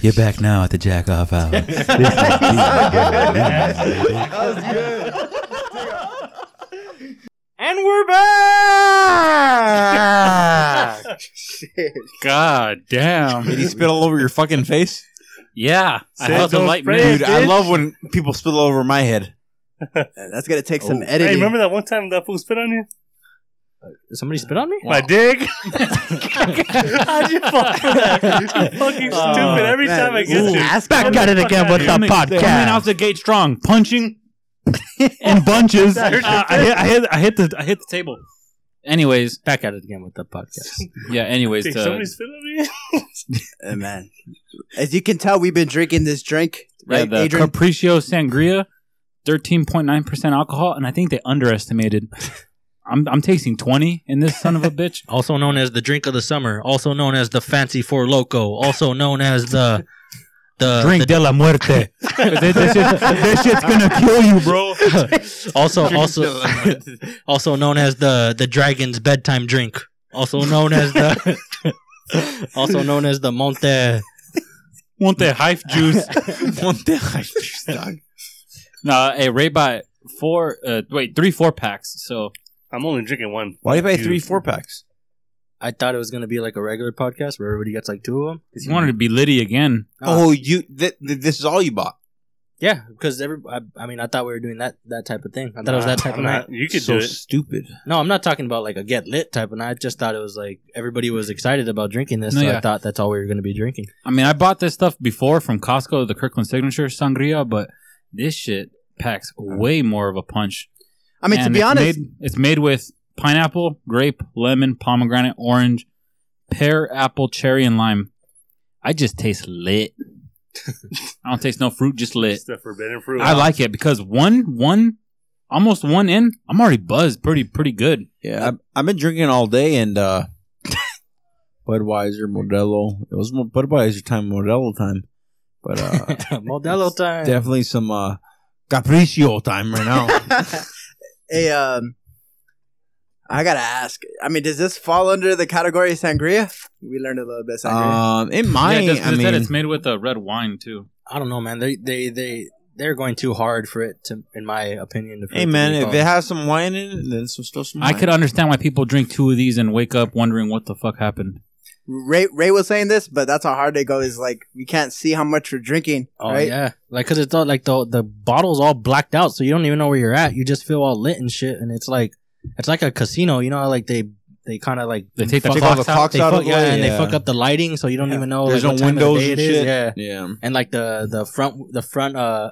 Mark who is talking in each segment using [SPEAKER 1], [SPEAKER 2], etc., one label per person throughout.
[SPEAKER 1] You're back now at the jack off hour.
[SPEAKER 2] And we're back.
[SPEAKER 3] Shit.
[SPEAKER 2] God damn.
[SPEAKER 4] Did he spit all over your fucking face?
[SPEAKER 2] Yeah, I felt
[SPEAKER 5] don't
[SPEAKER 2] enlightenment.
[SPEAKER 5] spray
[SPEAKER 4] Dude, I
[SPEAKER 5] bitch.
[SPEAKER 4] love when people spit all over my head.
[SPEAKER 3] That's gonna take some
[SPEAKER 5] Hey,
[SPEAKER 3] editing.
[SPEAKER 5] remember that one time that fool spit on you?
[SPEAKER 2] Somebody spit on me?
[SPEAKER 5] My dig? How'd you fall for that? You're fucking
[SPEAKER 2] Oh,
[SPEAKER 5] stupid every
[SPEAKER 3] man.
[SPEAKER 5] time I get
[SPEAKER 3] Ooh,
[SPEAKER 5] you.
[SPEAKER 3] ass
[SPEAKER 5] Back at it again with
[SPEAKER 6] the podcast. Coming out the gate strong, punching in bunches. Uh, I, hit, I hit, I hit the, I hit the table.
[SPEAKER 2] Anyways,
[SPEAKER 6] Back at it again with the podcast.
[SPEAKER 2] yeah. Anyways,
[SPEAKER 5] Think
[SPEAKER 2] uh,
[SPEAKER 5] somebody spit on me?
[SPEAKER 3] Uh,
[SPEAKER 4] Oh,
[SPEAKER 3] man, as you can tell, we've been drinking this drink,
[SPEAKER 2] yeah,
[SPEAKER 3] right,
[SPEAKER 2] the
[SPEAKER 3] Adrian?
[SPEAKER 6] Capriccio Sangria, thirteen point nine percent alcohol, and I think they underestimated. I'm, I'm tasting twenty in this son of a bitch.
[SPEAKER 7] also known as the drink of the summer, also known as the fancy for loco, also known as the the,
[SPEAKER 6] Drink de la muerte. this, this shit's- this shit's gonna kill you, bro.
[SPEAKER 7] the- also also also known as the the dragon's bedtime drink, also known as the also known as the Monte.
[SPEAKER 6] Want that hype juice?
[SPEAKER 2] no, hey, Ray bought four, uh, wait, three four packs. So
[SPEAKER 5] I'm only drinking one
[SPEAKER 4] Why do you buy
[SPEAKER 5] Dude.
[SPEAKER 4] three four packs?
[SPEAKER 7] I thought it was gonna be like a regular podcast where everybody gets like two of them.
[SPEAKER 6] He wanted to be Liddy again.
[SPEAKER 4] Oh, you. Th- th- this is all you bought.
[SPEAKER 7] Yeah, because every I, I mean I thought we were doing that that type of thing. I thought it was that type
[SPEAKER 5] I'm
[SPEAKER 7] of night.
[SPEAKER 5] not, You could
[SPEAKER 4] so
[SPEAKER 5] do it.
[SPEAKER 4] stupid.
[SPEAKER 7] No, I'm not talking about like a get lit type of night. I just thought it was like everybody was excited about drinking this,
[SPEAKER 6] No,
[SPEAKER 7] so I
[SPEAKER 6] yeah.
[SPEAKER 7] thought that's all we were gonna be drinking.
[SPEAKER 6] I mean, I bought this stuff before from Costco, the Kirkland Signature Sangria, but this shit packs way more of a punch.
[SPEAKER 3] I mean, to
[SPEAKER 6] And
[SPEAKER 3] be
[SPEAKER 6] it's
[SPEAKER 3] honest,
[SPEAKER 6] made- it's made with pineapple, grape, lemon, pomegranate, orange, pear, apple, cherry, and lime. I just taste lit. I don't taste no fruit, just lit.
[SPEAKER 5] It's the forbidden fruit.
[SPEAKER 6] I like it because one, one, almost one in, I'm already buzzed pretty, pretty good.
[SPEAKER 4] Yeah, I've, I've been drinking all day and uh Budweiser, Modelo. It was Mo- Budweiser time, Modelo time, but uh
[SPEAKER 7] Modelo time.
[SPEAKER 4] definitely some uh Capriccio time right now.
[SPEAKER 3] hey, um, I gotta ask. I mean, does this fall under the category of sangria? We learned a little bit
[SPEAKER 7] Uh,
[SPEAKER 3] of sangria.
[SPEAKER 4] um, it might.
[SPEAKER 6] yeah, just 'cause
[SPEAKER 4] I
[SPEAKER 6] it
[SPEAKER 4] mean,
[SPEAKER 6] said it's made with a red wine too.
[SPEAKER 7] I don't know, man. They they they they're going too hard for it to, in my opinion. for it
[SPEAKER 4] hey
[SPEAKER 7] to
[SPEAKER 4] man,
[SPEAKER 7] be
[SPEAKER 4] if
[SPEAKER 7] called.
[SPEAKER 4] it has some wine in it, then some still some.
[SPEAKER 6] I
[SPEAKER 4] wine.
[SPEAKER 6] could understand why people drink two of these and wake up wondering what the fuck happened.
[SPEAKER 3] Ray Ray was saying this, but that's how hard they go. Is like we can't see how much we're drinking,
[SPEAKER 7] oh
[SPEAKER 3] right?
[SPEAKER 7] yeah, like because it's all like the the bottle's all blacked out, so you don't even know where you're at. You just feel all lit and shit, and it's like it's like a casino. You know, how, like they they kind of like
[SPEAKER 6] They take the
[SPEAKER 4] Take all
[SPEAKER 6] clocks
[SPEAKER 4] the
[SPEAKER 6] out.
[SPEAKER 4] clocks
[SPEAKER 7] they
[SPEAKER 4] out
[SPEAKER 7] fuck,
[SPEAKER 4] of the
[SPEAKER 7] yeah,
[SPEAKER 4] way,
[SPEAKER 7] and they
[SPEAKER 4] yeah.
[SPEAKER 7] fuck up the lighting, so you don't even know.
[SPEAKER 4] There's
[SPEAKER 7] like,
[SPEAKER 4] no
[SPEAKER 7] what time of
[SPEAKER 4] windows
[SPEAKER 7] day
[SPEAKER 4] and
[SPEAKER 7] it is.
[SPEAKER 4] shit.
[SPEAKER 7] Yeah.
[SPEAKER 4] Yeah.
[SPEAKER 7] and like the the front the front uh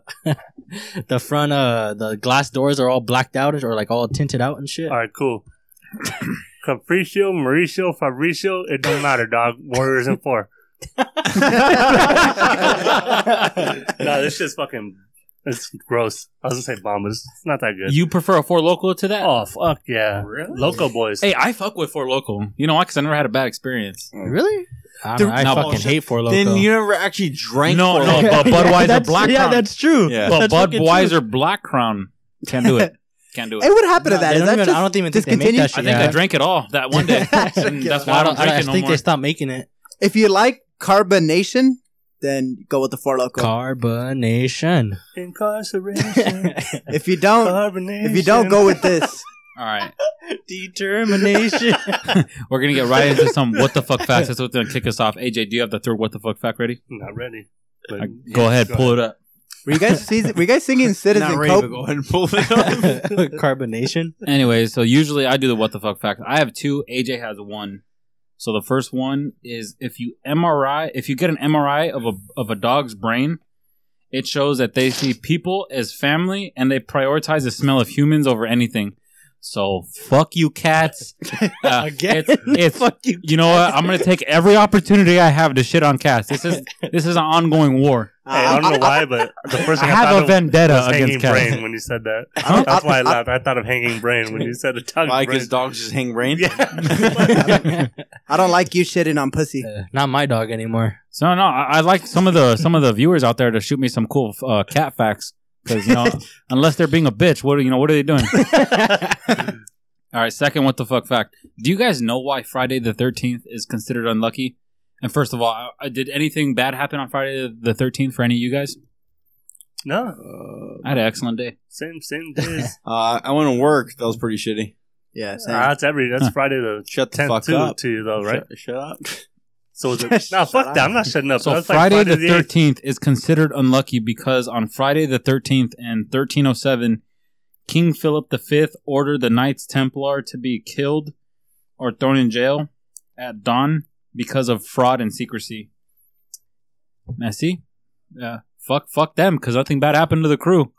[SPEAKER 7] the front uh the glass doors are all blacked out or like all tinted out and shit.
[SPEAKER 5] All right, cool. Capriccio, Mauricio, Fabricio, it don't matter, dog. Warriors and four. no, this shit's fucking. It's gross. I was gonna say bomb, but it's it's not that good.
[SPEAKER 6] You prefer a four local to that?
[SPEAKER 5] oh fuck yeah, Loco boys.
[SPEAKER 6] Hey, I fuck with four local. You know why? Because I never had a bad experience.
[SPEAKER 7] Really? I, don't know, I
[SPEAKER 6] No,
[SPEAKER 7] fucking
[SPEAKER 6] bullshit.
[SPEAKER 7] hate Four Loko.
[SPEAKER 4] Then you never actually drank.
[SPEAKER 6] No,
[SPEAKER 4] for
[SPEAKER 6] no,
[SPEAKER 4] it.
[SPEAKER 6] but Budweiser Black Crown.
[SPEAKER 7] true.
[SPEAKER 4] Yeah.
[SPEAKER 6] but
[SPEAKER 7] That's fucking
[SPEAKER 6] Budweiser Black Crown can't do it. Can't do it.
[SPEAKER 3] Hey, what happened
[SPEAKER 7] No,
[SPEAKER 3] to that?
[SPEAKER 7] they
[SPEAKER 3] Is
[SPEAKER 7] don't
[SPEAKER 3] that
[SPEAKER 7] even-
[SPEAKER 3] just
[SPEAKER 7] I don't even think they make
[SPEAKER 3] discontinued?
[SPEAKER 7] that
[SPEAKER 6] I
[SPEAKER 7] shit.
[SPEAKER 6] think
[SPEAKER 7] Yeah.
[SPEAKER 6] I drank it all that one day. And that's why I
[SPEAKER 7] I,
[SPEAKER 6] don't
[SPEAKER 7] don't, I,
[SPEAKER 6] drink it
[SPEAKER 7] just
[SPEAKER 6] no
[SPEAKER 7] think
[SPEAKER 6] more.
[SPEAKER 7] they stopped making it.
[SPEAKER 3] If you like carbonation, then go with the four loco.
[SPEAKER 7] Carbonation.
[SPEAKER 5] Incarceration,
[SPEAKER 3] if you don't,
[SPEAKER 5] carbonation.
[SPEAKER 3] if you don't go with this,
[SPEAKER 6] all right,
[SPEAKER 7] Determination.
[SPEAKER 6] we're gonna get right into some what the fuck facts. That's what's gonna kick us off. AJ, do you have the third what the fuck fact ready?
[SPEAKER 5] I'm not ready. But
[SPEAKER 6] Uh, go ahead, pull it up.
[SPEAKER 3] were you guys seas- were you guys singing Citizen
[SPEAKER 4] Not ready to
[SPEAKER 3] Cope?
[SPEAKER 4] go ahead and pull it up.
[SPEAKER 7] Carbonation.
[SPEAKER 6] Anyway, so usually I do the what the fuck fact. I have two. AJ has one. So the first one is if you MRI, if you get an MRI of a of a dog's brain, it shows that they see people as family and they prioritize the smell of humans over anything. So fuck you, cats. Uh,
[SPEAKER 7] Again.
[SPEAKER 6] it's, it's
[SPEAKER 7] Fuck you.
[SPEAKER 6] you know what? I'm gonna take every opportunity I have to shit on cats. This is this is an ongoing war.
[SPEAKER 3] Uh,
[SPEAKER 5] Hey, I don't know why, but the first
[SPEAKER 6] I
[SPEAKER 5] thing I,
[SPEAKER 6] have
[SPEAKER 5] thought
[SPEAKER 6] a
[SPEAKER 5] of
[SPEAKER 6] vendetta
[SPEAKER 5] was hanging
[SPEAKER 6] against cats.
[SPEAKER 5] brain when you said that.
[SPEAKER 3] Huh?
[SPEAKER 5] That's why I laughed. I thought of hanging brain when you said a tongue
[SPEAKER 4] Like
[SPEAKER 5] brain.
[SPEAKER 4] his dogs just hang brain.
[SPEAKER 5] Yeah.
[SPEAKER 3] I don't like you shitting on pussy.
[SPEAKER 7] Uh, not my dog anymore.
[SPEAKER 6] So no, I, I like some of the some of the viewers out there to shoot me some cool uh, cat facts because you know unless they're being a bitch, what do you know? What are they doing? All right, second what the fuck fact. Do you guys know why Friday the Thirteenth is considered unlucky? And first of all, I- I- did anything bad happen on Friday the 13th for any of you guys?
[SPEAKER 5] No,
[SPEAKER 6] I had an excellent day.
[SPEAKER 5] same same days.
[SPEAKER 4] Uh, I went to work. That was pretty shitty.
[SPEAKER 3] Yeah, same.
[SPEAKER 5] Ah, that's every that's Friday the
[SPEAKER 4] Shut the
[SPEAKER 5] tenth
[SPEAKER 4] fuck
[SPEAKER 5] to,
[SPEAKER 4] up.
[SPEAKER 5] to you though, right?
[SPEAKER 4] Shut, shut up.
[SPEAKER 5] So was it, nah, fuck that. I'm not shutting up.
[SPEAKER 6] So
[SPEAKER 5] That's like
[SPEAKER 6] Friday, the
[SPEAKER 5] 8th.
[SPEAKER 6] 13th is considered unlucky because on Friday the 13th and 1307, King Philip V ordered the Knights Templar to be killed or thrown in jail at dawn because of fraud and secrecy. Messy? Yeah. Fuck, fuck them because nothing bad happened to the crew.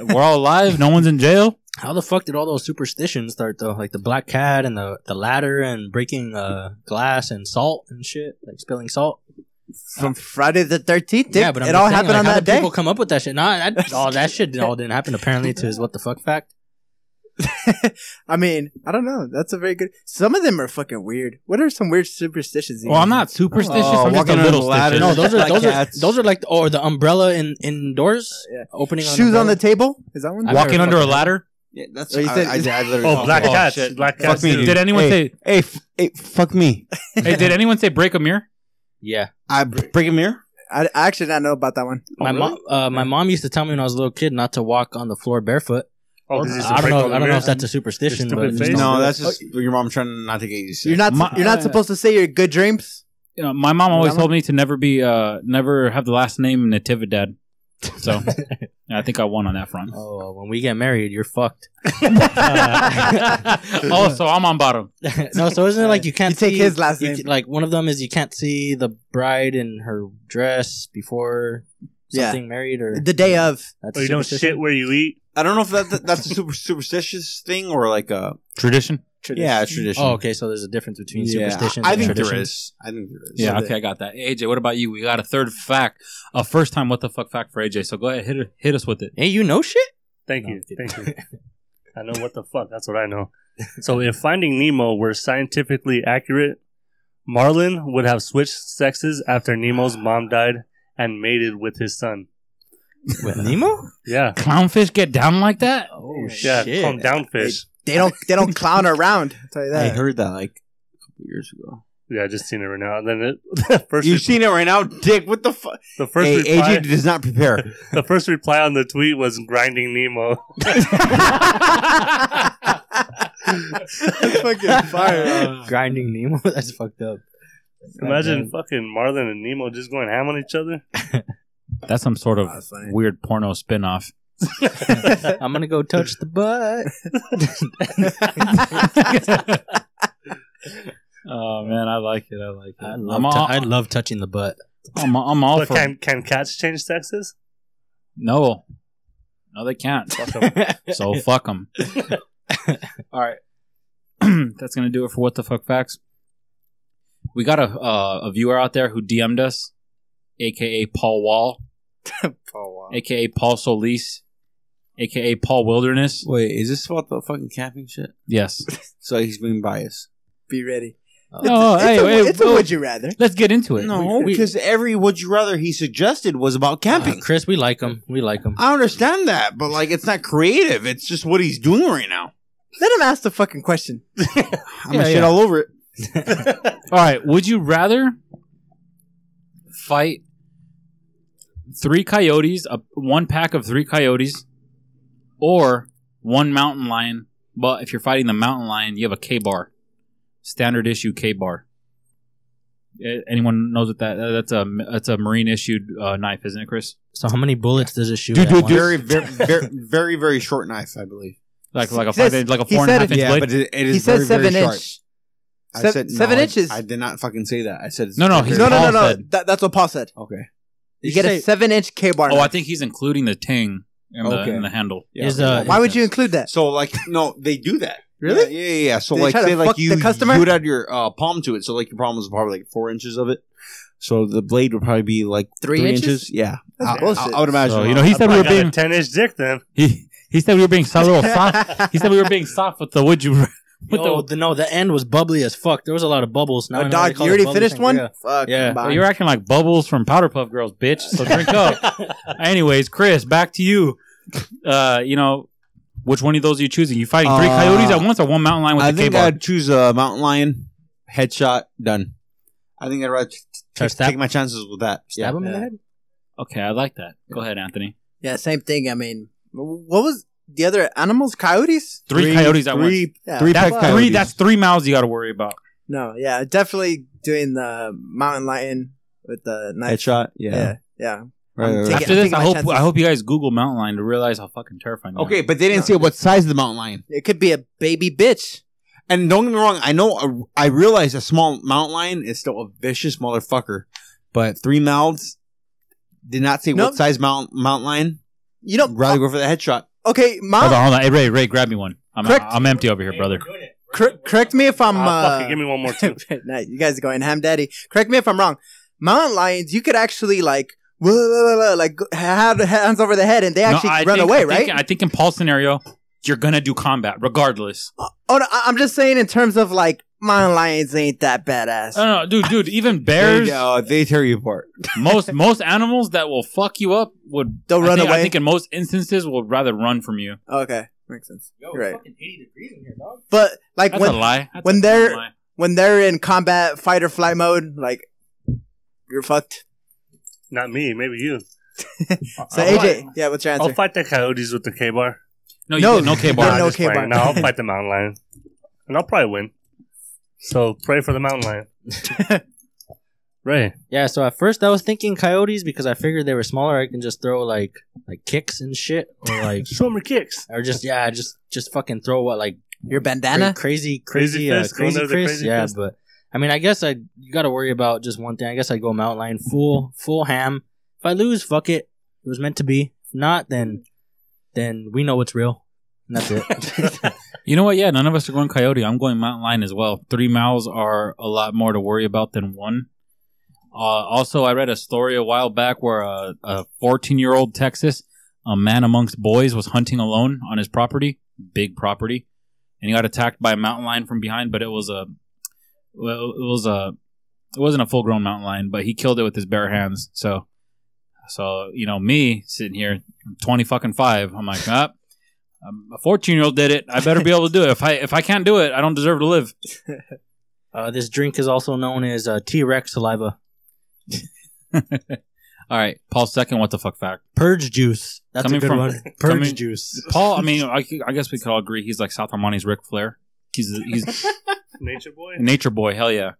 [SPEAKER 6] We're all alive. No one's in jail.
[SPEAKER 7] How the fuck did all those superstitions start though? Like the black cat and the, the ladder and breaking uh, glass and salt and shit, like spilling salt.
[SPEAKER 3] From Friday the 13th, dude.
[SPEAKER 7] but I'm
[SPEAKER 3] it
[SPEAKER 7] just
[SPEAKER 3] all
[SPEAKER 7] saying,
[SPEAKER 3] happened
[SPEAKER 7] like,
[SPEAKER 3] on
[SPEAKER 7] how
[SPEAKER 3] that
[SPEAKER 7] did
[SPEAKER 3] day.
[SPEAKER 7] People come up with that shit. Nah, that, all that shit all didn't happen apparently to his what the fuck fact.
[SPEAKER 3] I mean, I don't know. That's a very good. Some of them are fucking weird. What are some weird superstitions? you
[SPEAKER 6] Well, I'm
[SPEAKER 3] know?
[SPEAKER 6] not superstitious.
[SPEAKER 4] Oh,
[SPEAKER 6] I'm just
[SPEAKER 4] walking
[SPEAKER 6] a
[SPEAKER 4] on
[SPEAKER 6] little
[SPEAKER 4] the ladder.
[SPEAKER 6] stitches.
[SPEAKER 7] No, those are
[SPEAKER 4] Like
[SPEAKER 7] those are
[SPEAKER 4] cats.
[SPEAKER 7] those are like the, or the umbrella in indoors
[SPEAKER 3] Uh, Yeah.
[SPEAKER 7] opening on
[SPEAKER 3] Shoes on the
[SPEAKER 7] umbrella.
[SPEAKER 3] table? Is that one?
[SPEAKER 7] I've never
[SPEAKER 6] Walking under a
[SPEAKER 7] fucking-
[SPEAKER 6] ladder.
[SPEAKER 4] Yeah, that's
[SPEAKER 3] Oh, you said-
[SPEAKER 4] I, I, I literally
[SPEAKER 5] Oh, black
[SPEAKER 4] Oh,
[SPEAKER 5] cats,
[SPEAKER 4] shit.
[SPEAKER 5] black
[SPEAKER 4] Fuck
[SPEAKER 5] cats.
[SPEAKER 4] me,
[SPEAKER 5] dude.
[SPEAKER 4] dude.
[SPEAKER 6] Did anyone
[SPEAKER 4] Hey.
[SPEAKER 6] say?
[SPEAKER 4] Hey, f- hey, fuck me.
[SPEAKER 6] Hey, did anyone say break a mirror?
[SPEAKER 7] yeah.
[SPEAKER 4] I break a mirror.
[SPEAKER 3] I, I actually did not know about that one.
[SPEAKER 7] My mom uh, my mom used to tell me when I was a little kid not to walk on the floor barefoot.
[SPEAKER 5] Oh,
[SPEAKER 7] I
[SPEAKER 5] this is a
[SPEAKER 7] don't
[SPEAKER 5] break
[SPEAKER 7] know
[SPEAKER 5] on
[SPEAKER 7] I don't know if
[SPEAKER 5] mirrors.
[SPEAKER 7] that's a superstition,
[SPEAKER 5] Your
[SPEAKER 7] but
[SPEAKER 5] stupid
[SPEAKER 7] just
[SPEAKER 5] face.
[SPEAKER 7] don't
[SPEAKER 4] No,
[SPEAKER 7] do it.
[SPEAKER 4] that's just
[SPEAKER 6] Oh,
[SPEAKER 4] your mom trying not to get you sick.
[SPEAKER 3] You're not
[SPEAKER 6] My-
[SPEAKER 3] you're not supposed to say your good dreams.
[SPEAKER 6] You know, my mom always
[SPEAKER 3] Mama?
[SPEAKER 6] told me to never be, uh, never have the last name Natividad. So I think I won on that front.
[SPEAKER 7] Oh, when we get married, you're fucked.
[SPEAKER 6] oh, so I'm on bottom.
[SPEAKER 7] no, so isn't it like you can't
[SPEAKER 3] You take
[SPEAKER 7] see-
[SPEAKER 3] his last
[SPEAKER 7] you
[SPEAKER 3] name.
[SPEAKER 7] ca- like one of them is you can't see the bride in her dress before
[SPEAKER 3] Yeah.
[SPEAKER 7] something married or
[SPEAKER 3] The day of.
[SPEAKER 7] That's
[SPEAKER 5] Oh, you don't
[SPEAKER 7] superstition?
[SPEAKER 5] shit where you eat.
[SPEAKER 4] I don't know if that, that that's a super superstitious thing or like a
[SPEAKER 6] Tradition.
[SPEAKER 4] yeah a tradition.
[SPEAKER 7] Oh, okay. So there's a difference between
[SPEAKER 4] Yeah,
[SPEAKER 7] superstition.
[SPEAKER 4] I
[SPEAKER 7] and
[SPEAKER 4] think
[SPEAKER 7] tradition.
[SPEAKER 4] there is. I think there is.
[SPEAKER 6] Yeah, okay, I got that. AJ, what about you? We got a third fact, a first time what the fuck fact for AJ. So go ahead, hit hit us with it.
[SPEAKER 7] Hey, you know shit.
[SPEAKER 5] Thank
[SPEAKER 7] No,
[SPEAKER 5] you.
[SPEAKER 7] I'm kidding.
[SPEAKER 5] Thank you. I know what the fuck. That's what I know. So if Finding Nemo were scientifically accurate, Marlin would have switched sexes after Nemo's mom died and mated with his son.
[SPEAKER 7] With Nemo?
[SPEAKER 5] Yeah.
[SPEAKER 6] Clownfish get down like that?
[SPEAKER 7] Oh
[SPEAKER 5] Yeah. Calm down, fish.
[SPEAKER 3] They don't they don't clown around. I'll tell you
[SPEAKER 4] I
[SPEAKER 3] that.
[SPEAKER 4] heard that like a couple years ago.
[SPEAKER 5] Yeah, I just seen it right now. And then it, the first,
[SPEAKER 4] You've
[SPEAKER 5] re-
[SPEAKER 4] seen it right now, Dick. What the fuck?
[SPEAKER 5] the first
[SPEAKER 4] hey,
[SPEAKER 5] reply,
[SPEAKER 4] AJ does not prepare.
[SPEAKER 5] the first reply on the tweet was grinding Nemo.
[SPEAKER 3] That's fucking fire.
[SPEAKER 7] Grinding Nemo. That's fucked up.
[SPEAKER 5] Imagine fucking Marlin and Nemo just going ham on each other.
[SPEAKER 6] That's some sort of
[SPEAKER 3] That's funny.
[SPEAKER 6] weird porno spinoff.
[SPEAKER 7] I'm gonna go touch the butt.
[SPEAKER 6] Oh man, I like it. I like it.
[SPEAKER 7] I
[SPEAKER 6] I'm,
[SPEAKER 7] love,
[SPEAKER 6] all,
[SPEAKER 7] tou- I love touching the butt.
[SPEAKER 6] I'm, I'm all
[SPEAKER 5] But
[SPEAKER 6] for
[SPEAKER 5] can can cats change sexes?
[SPEAKER 6] No. No, they can't. so fuck them. All right. That's going to do it for What the Fuck Facts. We got a, uh, a viewer out there who DM'd us, a.k.a. Paul Wall, a.k.a. Paul Solis, a.k.a. Paul Wilderness.
[SPEAKER 4] Wait, is this about the fucking camping shit?
[SPEAKER 6] Yes.
[SPEAKER 4] So he's being biased.
[SPEAKER 3] Be ready.
[SPEAKER 6] No,
[SPEAKER 3] it's
[SPEAKER 6] Oh, hey,
[SPEAKER 3] a,
[SPEAKER 6] hey,
[SPEAKER 3] it's a
[SPEAKER 6] whoa.
[SPEAKER 3] would you rather.
[SPEAKER 6] Let's get into it.
[SPEAKER 4] No,
[SPEAKER 6] We-
[SPEAKER 4] because every would you rather he suggested was about
[SPEAKER 7] Uh,
[SPEAKER 4] camping.
[SPEAKER 7] Chris, we like him. We like him.
[SPEAKER 4] I understand that, but like it's not creative. It's just what he's doing right now.
[SPEAKER 3] Let him ask the fucking question.
[SPEAKER 4] I'm gonna shit all over it.
[SPEAKER 6] All right. Would you rather fight three coyotes, a, one pack of three coyotes, or one mountain lion? But if you're fighting the mountain lion, you have a K bar, standard issue K bar. Eh, Anyone knows what that? uh, That's a that's a marine issued uh, knife, isn't it, Chris?
[SPEAKER 7] So how many bullets does it shoot?
[SPEAKER 4] Dude,
[SPEAKER 7] at
[SPEAKER 4] dude,
[SPEAKER 7] once?
[SPEAKER 4] very, very, very, very, very short knife, I believe.
[SPEAKER 6] Like like a
[SPEAKER 3] He says-
[SPEAKER 6] five, like a
[SPEAKER 3] he
[SPEAKER 6] four and a
[SPEAKER 3] said
[SPEAKER 6] half
[SPEAKER 3] it-
[SPEAKER 6] inch blade.
[SPEAKER 4] but it, it is
[SPEAKER 3] He says
[SPEAKER 4] very, very
[SPEAKER 3] seven
[SPEAKER 4] sharp.
[SPEAKER 3] inch.
[SPEAKER 4] I
[SPEAKER 3] Sev-
[SPEAKER 4] said- no,
[SPEAKER 3] seven
[SPEAKER 4] I-
[SPEAKER 3] inches.
[SPEAKER 4] I did not fucking say that. I said it's
[SPEAKER 6] No, no,
[SPEAKER 4] very
[SPEAKER 6] he's
[SPEAKER 3] No,
[SPEAKER 4] short.
[SPEAKER 3] no, no,
[SPEAKER 6] Paul
[SPEAKER 3] no.
[SPEAKER 6] said-
[SPEAKER 3] That, that's what Paul said.
[SPEAKER 4] Okay.
[SPEAKER 3] You, get a seven inch K bar.
[SPEAKER 6] oh, I
[SPEAKER 3] knife.
[SPEAKER 6] think he's including the ting in,
[SPEAKER 4] Okay.
[SPEAKER 6] the, in the handle.
[SPEAKER 4] Yeah.
[SPEAKER 7] Is, uh,
[SPEAKER 3] Why would you include that?
[SPEAKER 4] So like no, they do that.
[SPEAKER 3] Really?
[SPEAKER 4] Yeah, yeah, yeah. So
[SPEAKER 3] They
[SPEAKER 4] like
[SPEAKER 3] try to
[SPEAKER 4] say like
[SPEAKER 3] fuck
[SPEAKER 4] you
[SPEAKER 3] the customer?
[SPEAKER 4] you would add your uh, palm to it. So like your palm is probably like four inches of it. So the blade would probably be like
[SPEAKER 3] Three
[SPEAKER 4] three,
[SPEAKER 3] inches?
[SPEAKER 4] inches? Yeah,
[SPEAKER 3] That's
[SPEAKER 4] I,
[SPEAKER 3] bullshit.
[SPEAKER 4] I, I would imagine.
[SPEAKER 6] So, you know, he said we
[SPEAKER 5] I
[SPEAKER 6] were
[SPEAKER 5] got a
[SPEAKER 6] being
[SPEAKER 5] ten inch dick then.
[SPEAKER 6] he, he said we were being so soft. He said we were being soft with the would you. ra- With
[SPEAKER 7] No, Oh, the, no, the end was bubbly as fuck. There was a lot of bubbles. Now I
[SPEAKER 3] Oh,
[SPEAKER 7] know why they
[SPEAKER 3] dog,
[SPEAKER 7] call it
[SPEAKER 3] you already
[SPEAKER 7] bubbly
[SPEAKER 3] finished one?
[SPEAKER 7] sangria.
[SPEAKER 3] Fuck.
[SPEAKER 7] Yeah.
[SPEAKER 6] the,
[SPEAKER 3] bye.
[SPEAKER 6] you're acting like bubbles from Powder Puff Girls, bitch. So drink up. Anyways, Chris, back to you. Uh, you know, which one of those are you choosing? You fighting three
[SPEAKER 4] Uh,
[SPEAKER 6] coyotes at once or one mountain lion with
[SPEAKER 4] I
[SPEAKER 6] the K
[SPEAKER 4] think
[SPEAKER 6] bar?
[SPEAKER 4] I'd choose a mountain lion headshot. Done. I think I'd rather t- t-
[SPEAKER 7] Try to stab-
[SPEAKER 4] take my chances with that.
[SPEAKER 7] Stab him in the
[SPEAKER 3] Yeah.
[SPEAKER 7] head.
[SPEAKER 6] Okay, I like that. Go ahead, Anthony.
[SPEAKER 3] Yeah, same thing. I mean, what was the other animals? Coyotes?
[SPEAKER 6] Three, coyotes at once.
[SPEAKER 4] three,
[SPEAKER 3] Yeah.
[SPEAKER 4] three
[SPEAKER 6] That's
[SPEAKER 4] pack
[SPEAKER 6] three.
[SPEAKER 4] coyotes.
[SPEAKER 6] That's three mouths you got to worry about.
[SPEAKER 3] No, yeah, definitely doing the mountain lion with the knife.
[SPEAKER 4] headshot. Yeah,
[SPEAKER 3] yeah, yeah.
[SPEAKER 4] Right,
[SPEAKER 3] I'm
[SPEAKER 4] right, right.
[SPEAKER 3] taking-
[SPEAKER 6] After this,
[SPEAKER 3] taking
[SPEAKER 6] I
[SPEAKER 3] my
[SPEAKER 6] hope
[SPEAKER 3] chances.
[SPEAKER 6] I hope you guys Google mountain lion to realize how fucking terrifying. they are.
[SPEAKER 4] Okay, but they didn't say what size the mountain lion.
[SPEAKER 3] it could be a baby bitch.
[SPEAKER 4] And don't get me wrong, I know I realize a small mountain lion is still a vicious motherfucker, but three mouths did not say
[SPEAKER 3] No.
[SPEAKER 4] what size mount mountain lion.
[SPEAKER 3] You know,
[SPEAKER 7] uh,
[SPEAKER 4] rather go for the headshot.
[SPEAKER 3] okay,
[SPEAKER 6] Hold
[SPEAKER 3] mom.
[SPEAKER 6] on, hold on. Hey Ray, Ray, grab me one. I'm
[SPEAKER 3] Correct.
[SPEAKER 6] I'm empty over here, brother.
[SPEAKER 3] Cor- correct me if I'm.
[SPEAKER 6] Um,
[SPEAKER 5] Ah,
[SPEAKER 3] uh,
[SPEAKER 5] fuck it, give me one more too.
[SPEAKER 3] Nah, you guys are going ham daddy. Correct me if I'm wrong. Mountain lions, you could actually like, whoa, whoa, whoa, whoa, like have the hands over the head, and they
[SPEAKER 6] No,
[SPEAKER 3] actually
[SPEAKER 6] I
[SPEAKER 3] run
[SPEAKER 6] think-
[SPEAKER 3] away,
[SPEAKER 6] I
[SPEAKER 3] right?
[SPEAKER 6] think- I think in Paul's scenario, you're gonna do combat regardless.
[SPEAKER 3] oh no, I- I'm just saying in terms of like mountain lions ain't that badass.
[SPEAKER 6] No, no, dude, dude. Even bears,
[SPEAKER 4] They, uh, they tear you apart.
[SPEAKER 6] most most animals that will fuck you up would
[SPEAKER 3] They'll
[SPEAKER 6] I
[SPEAKER 3] run
[SPEAKER 6] think-
[SPEAKER 3] away.
[SPEAKER 6] I think in most instances will rather run from you.
[SPEAKER 3] okay, makes sense. You're right.
[SPEAKER 7] fucking 80 degrees in here, dog.
[SPEAKER 3] But like
[SPEAKER 6] That's a
[SPEAKER 3] when
[SPEAKER 6] lie. That's
[SPEAKER 3] when
[SPEAKER 6] a
[SPEAKER 3] they're-
[SPEAKER 6] lie.
[SPEAKER 3] when they're in combat fight or flight mode, like you're fucked.
[SPEAKER 5] Not me, maybe you.
[SPEAKER 6] Uh,
[SPEAKER 3] So
[SPEAKER 5] I'll
[SPEAKER 3] AJ,
[SPEAKER 5] fight-
[SPEAKER 3] yeah, what's your answer?
[SPEAKER 5] I'll fight the coyotes with the K bar.
[SPEAKER 6] no, you
[SPEAKER 3] No,
[SPEAKER 6] didn't. okay,
[SPEAKER 3] you
[SPEAKER 6] bar.
[SPEAKER 3] didn't
[SPEAKER 5] No,
[SPEAKER 3] no
[SPEAKER 5] just
[SPEAKER 3] K-bar.
[SPEAKER 5] playing. No, I'll fight the mountain lion, and I'll probably win. So pray for the mountain lion. Ray,
[SPEAKER 7] Yeah, so at first I was thinking coyotes because I figured they were smaller. I can just throw like like kicks and shit, or like
[SPEAKER 5] show me kicks.
[SPEAKER 7] or just yeah, just just fucking throw what like
[SPEAKER 3] Your
[SPEAKER 7] cra-
[SPEAKER 3] bandana?
[SPEAKER 7] crazy
[SPEAKER 5] Crazy
[SPEAKER 7] crazy uh,
[SPEAKER 5] fist, going
[SPEAKER 7] crazy
[SPEAKER 5] there with the
[SPEAKER 7] Chris.
[SPEAKER 5] crazy
[SPEAKER 7] yeah,
[SPEAKER 5] fist.
[SPEAKER 7] but I mean, I guess I you got to worry about just one thing. I guess I go mountain lion full full ham. If I lose, fuck it. It was meant to be. If not, then then we know what's real. And that's it.
[SPEAKER 6] You know what? Yeah, none of us are going coyote. I'm going mountain lion as well. Three miles are a lot more to worry about than one. Uh, also, I read a story a while back where a, a 14 year old Texas, a man amongst boys, was hunting alone on his property, big property, and he got attacked by a mountain lion from behind. But it was a, well, it was a, it wasn't a full grown mountain lion, but he killed it with his bare hands. So, so you know, me sitting here, 20 fucking five, I'm like, up. Um, a 14 year old did it. I better be able to do it. If I if I can't do it, I don't deserve to live.
[SPEAKER 7] uh, this drink is also known as uh, T Rex saliva.
[SPEAKER 6] All right, Paul's second. What the fuck fact?
[SPEAKER 7] Purge juice. That's
[SPEAKER 6] Coming
[SPEAKER 7] a good
[SPEAKER 6] from-
[SPEAKER 7] one. Purge
[SPEAKER 6] coming-
[SPEAKER 7] juce.
[SPEAKER 6] Paul. I mean, I, I guess we could all agree he's like South Armani's Ric Flair. He's he's
[SPEAKER 5] Nature boy.
[SPEAKER 6] a nature boy. Hell yeah.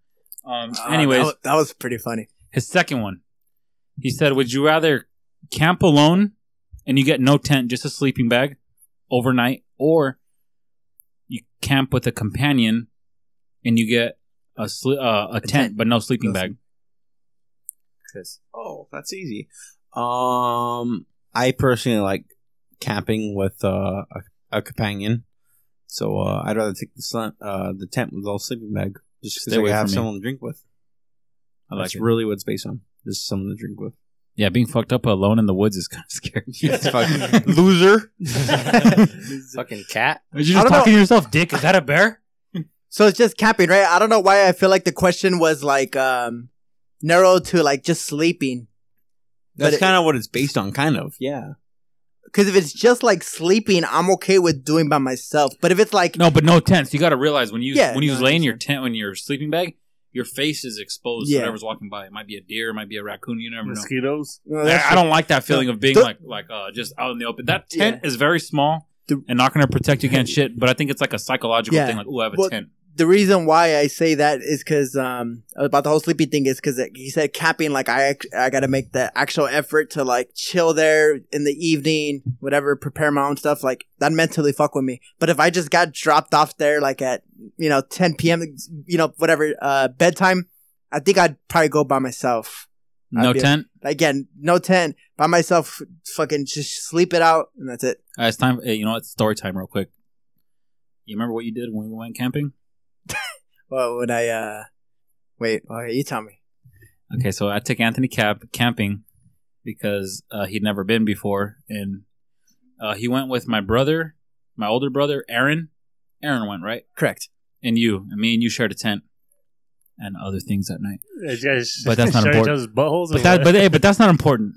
[SPEAKER 6] Um.
[SPEAKER 3] Uh,
[SPEAKER 6] Anyways,
[SPEAKER 3] that was, that was pretty funny.
[SPEAKER 6] his second one. He said, "Would you rather camp alone and you get no tent, just a sleeping bag, overnight, or you camp with a companion and you get a sli- uh, a, tent,
[SPEAKER 3] tent.
[SPEAKER 6] but no sleeping
[SPEAKER 3] No
[SPEAKER 6] bag?"
[SPEAKER 4] Oh, that's easy. Um, I personally like camping with uh, a, a companion, so uh, I'd rather take the sun, uh, the tent with all sleeping bag just
[SPEAKER 6] Stay
[SPEAKER 4] because I
[SPEAKER 6] away
[SPEAKER 4] have
[SPEAKER 6] from me.
[SPEAKER 4] someone to drink with.
[SPEAKER 6] I like
[SPEAKER 4] that's
[SPEAKER 6] it.
[SPEAKER 4] really what it's based on. Just someone to drink with.
[SPEAKER 6] Yeah, being fucked up alone in the woods is kind of scary.
[SPEAKER 4] Fuck. Loser.
[SPEAKER 7] Fucking cat.
[SPEAKER 6] Are you
[SPEAKER 3] I
[SPEAKER 6] just
[SPEAKER 3] don't
[SPEAKER 6] talking to yourself, Dick? Is that a bear?
[SPEAKER 3] So it's just camping, right? I don't know why I feel like the question was like um narrow to like just sleeping.
[SPEAKER 4] That's
[SPEAKER 3] it-
[SPEAKER 4] kind of what it's based on, kind of. Yeah.
[SPEAKER 3] Because if it's just like sleeping, I'm okay with doing by myself. But if it's like
[SPEAKER 6] No, but no tents. You got to realize when you
[SPEAKER 3] Yeah,
[SPEAKER 6] when you
[SPEAKER 3] no, I
[SPEAKER 6] lay in your tent when you're sleeping bag, your face is exposed. to
[SPEAKER 3] Yeah.
[SPEAKER 6] Whatever's walking by, it might be a deer, it might be a raccoon. You never know.
[SPEAKER 5] Mosquitoes.
[SPEAKER 3] No, that's-
[SPEAKER 6] I, I don't like that feeling of being
[SPEAKER 3] The-
[SPEAKER 6] like like uh, just out in the open. That tent
[SPEAKER 3] Yeah.
[SPEAKER 6] is very small
[SPEAKER 3] The-
[SPEAKER 6] and not going to protect you against shit. But I think it's like a psychological
[SPEAKER 3] Yeah.
[SPEAKER 6] thing. Like, oh, I have a
[SPEAKER 3] Well,
[SPEAKER 6] tent.
[SPEAKER 3] the reason why I say that is because um about the whole sleepy thing is because he said camping like I act- I got to make the actual effort to like chill there in the evening whatever prepare my own stuff like that mentally fuck with me but if I just got dropped off there like at you know 10 p.m. you know whatever uh bedtime I think I'd probably go by myself
[SPEAKER 6] No
[SPEAKER 3] be-
[SPEAKER 6] tent.
[SPEAKER 3] again no tent by myself fucking just sleep it out and that's it
[SPEAKER 6] Uh, it's time. Hey, you know what? Story time, real quick. You remember what you did when we went camping?
[SPEAKER 3] what would I uh wait okay you tell me
[SPEAKER 6] Okay, so I took Anthony Cap camping because uh, he'd never been before, and uh, he went with my brother, my older brother, Aaron. Aaron went right,
[SPEAKER 3] correct
[SPEAKER 6] and you, and me, and you shared a tent and other things that night.
[SPEAKER 5] You guys
[SPEAKER 6] But that's not
[SPEAKER 5] share each
[SPEAKER 6] important.
[SPEAKER 5] other's Buttholes
[SPEAKER 6] But that, but hey, but that's not important.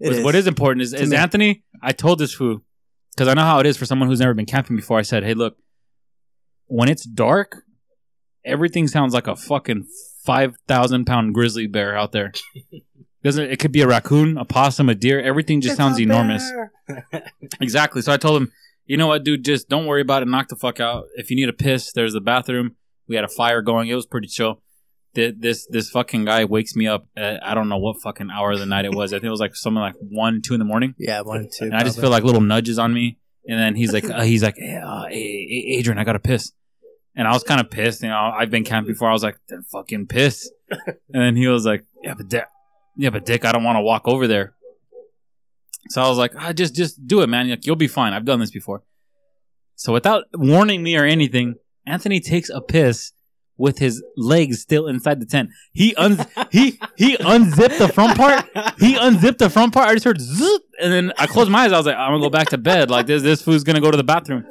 [SPEAKER 3] It
[SPEAKER 6] What- What is important is, is
[SPEAKER 3] me.
[SPEAKER 6] Anthony. I told this who because I know how it is for someone who's never been camping before. I said, "Hey, look, when it's dark, everything sounds like a fucking five thousand pound grizzly bear out there. Doesn't it could be a raccoon, a possum, a deer? Everything just sounds enormous. Exactly. So I told him, you know what, dude, just don't worry about it. Knock the fuck out. If you need a piss, there's the bathroom. We had a fire going. It was pretty chill. Th- This this fucking guy wakes me up. At, I don't know what fucking hour of the night it was. I think it was like something like one, two in the morning.
[SPEAKER 3] Yeah, one and two.
[SPEAKER 6] And I just feel like little nudges on me. And then he's like, uh, he's like, hey, uh, hey, hey, Adrian, I gotta piss. And I was kind of pissed. You know, I've been camping before. I was like, then fucking piss. And then he was like, yeah, but Dick, yeah, but Dick, I don't want to walk over there. So I was like, ah, just, just do it, man. Like, you'll be fine. I've done this before. So without warning me or anything, Anthony takes a piss with his legs still inside the tent. He un- he he unzipped the front part he unzipped the front part. I just heard zoop, and then I closed my eyes. I was like, I'm gonna go back to bed. Like this, this fool's gonna go to the bathroom.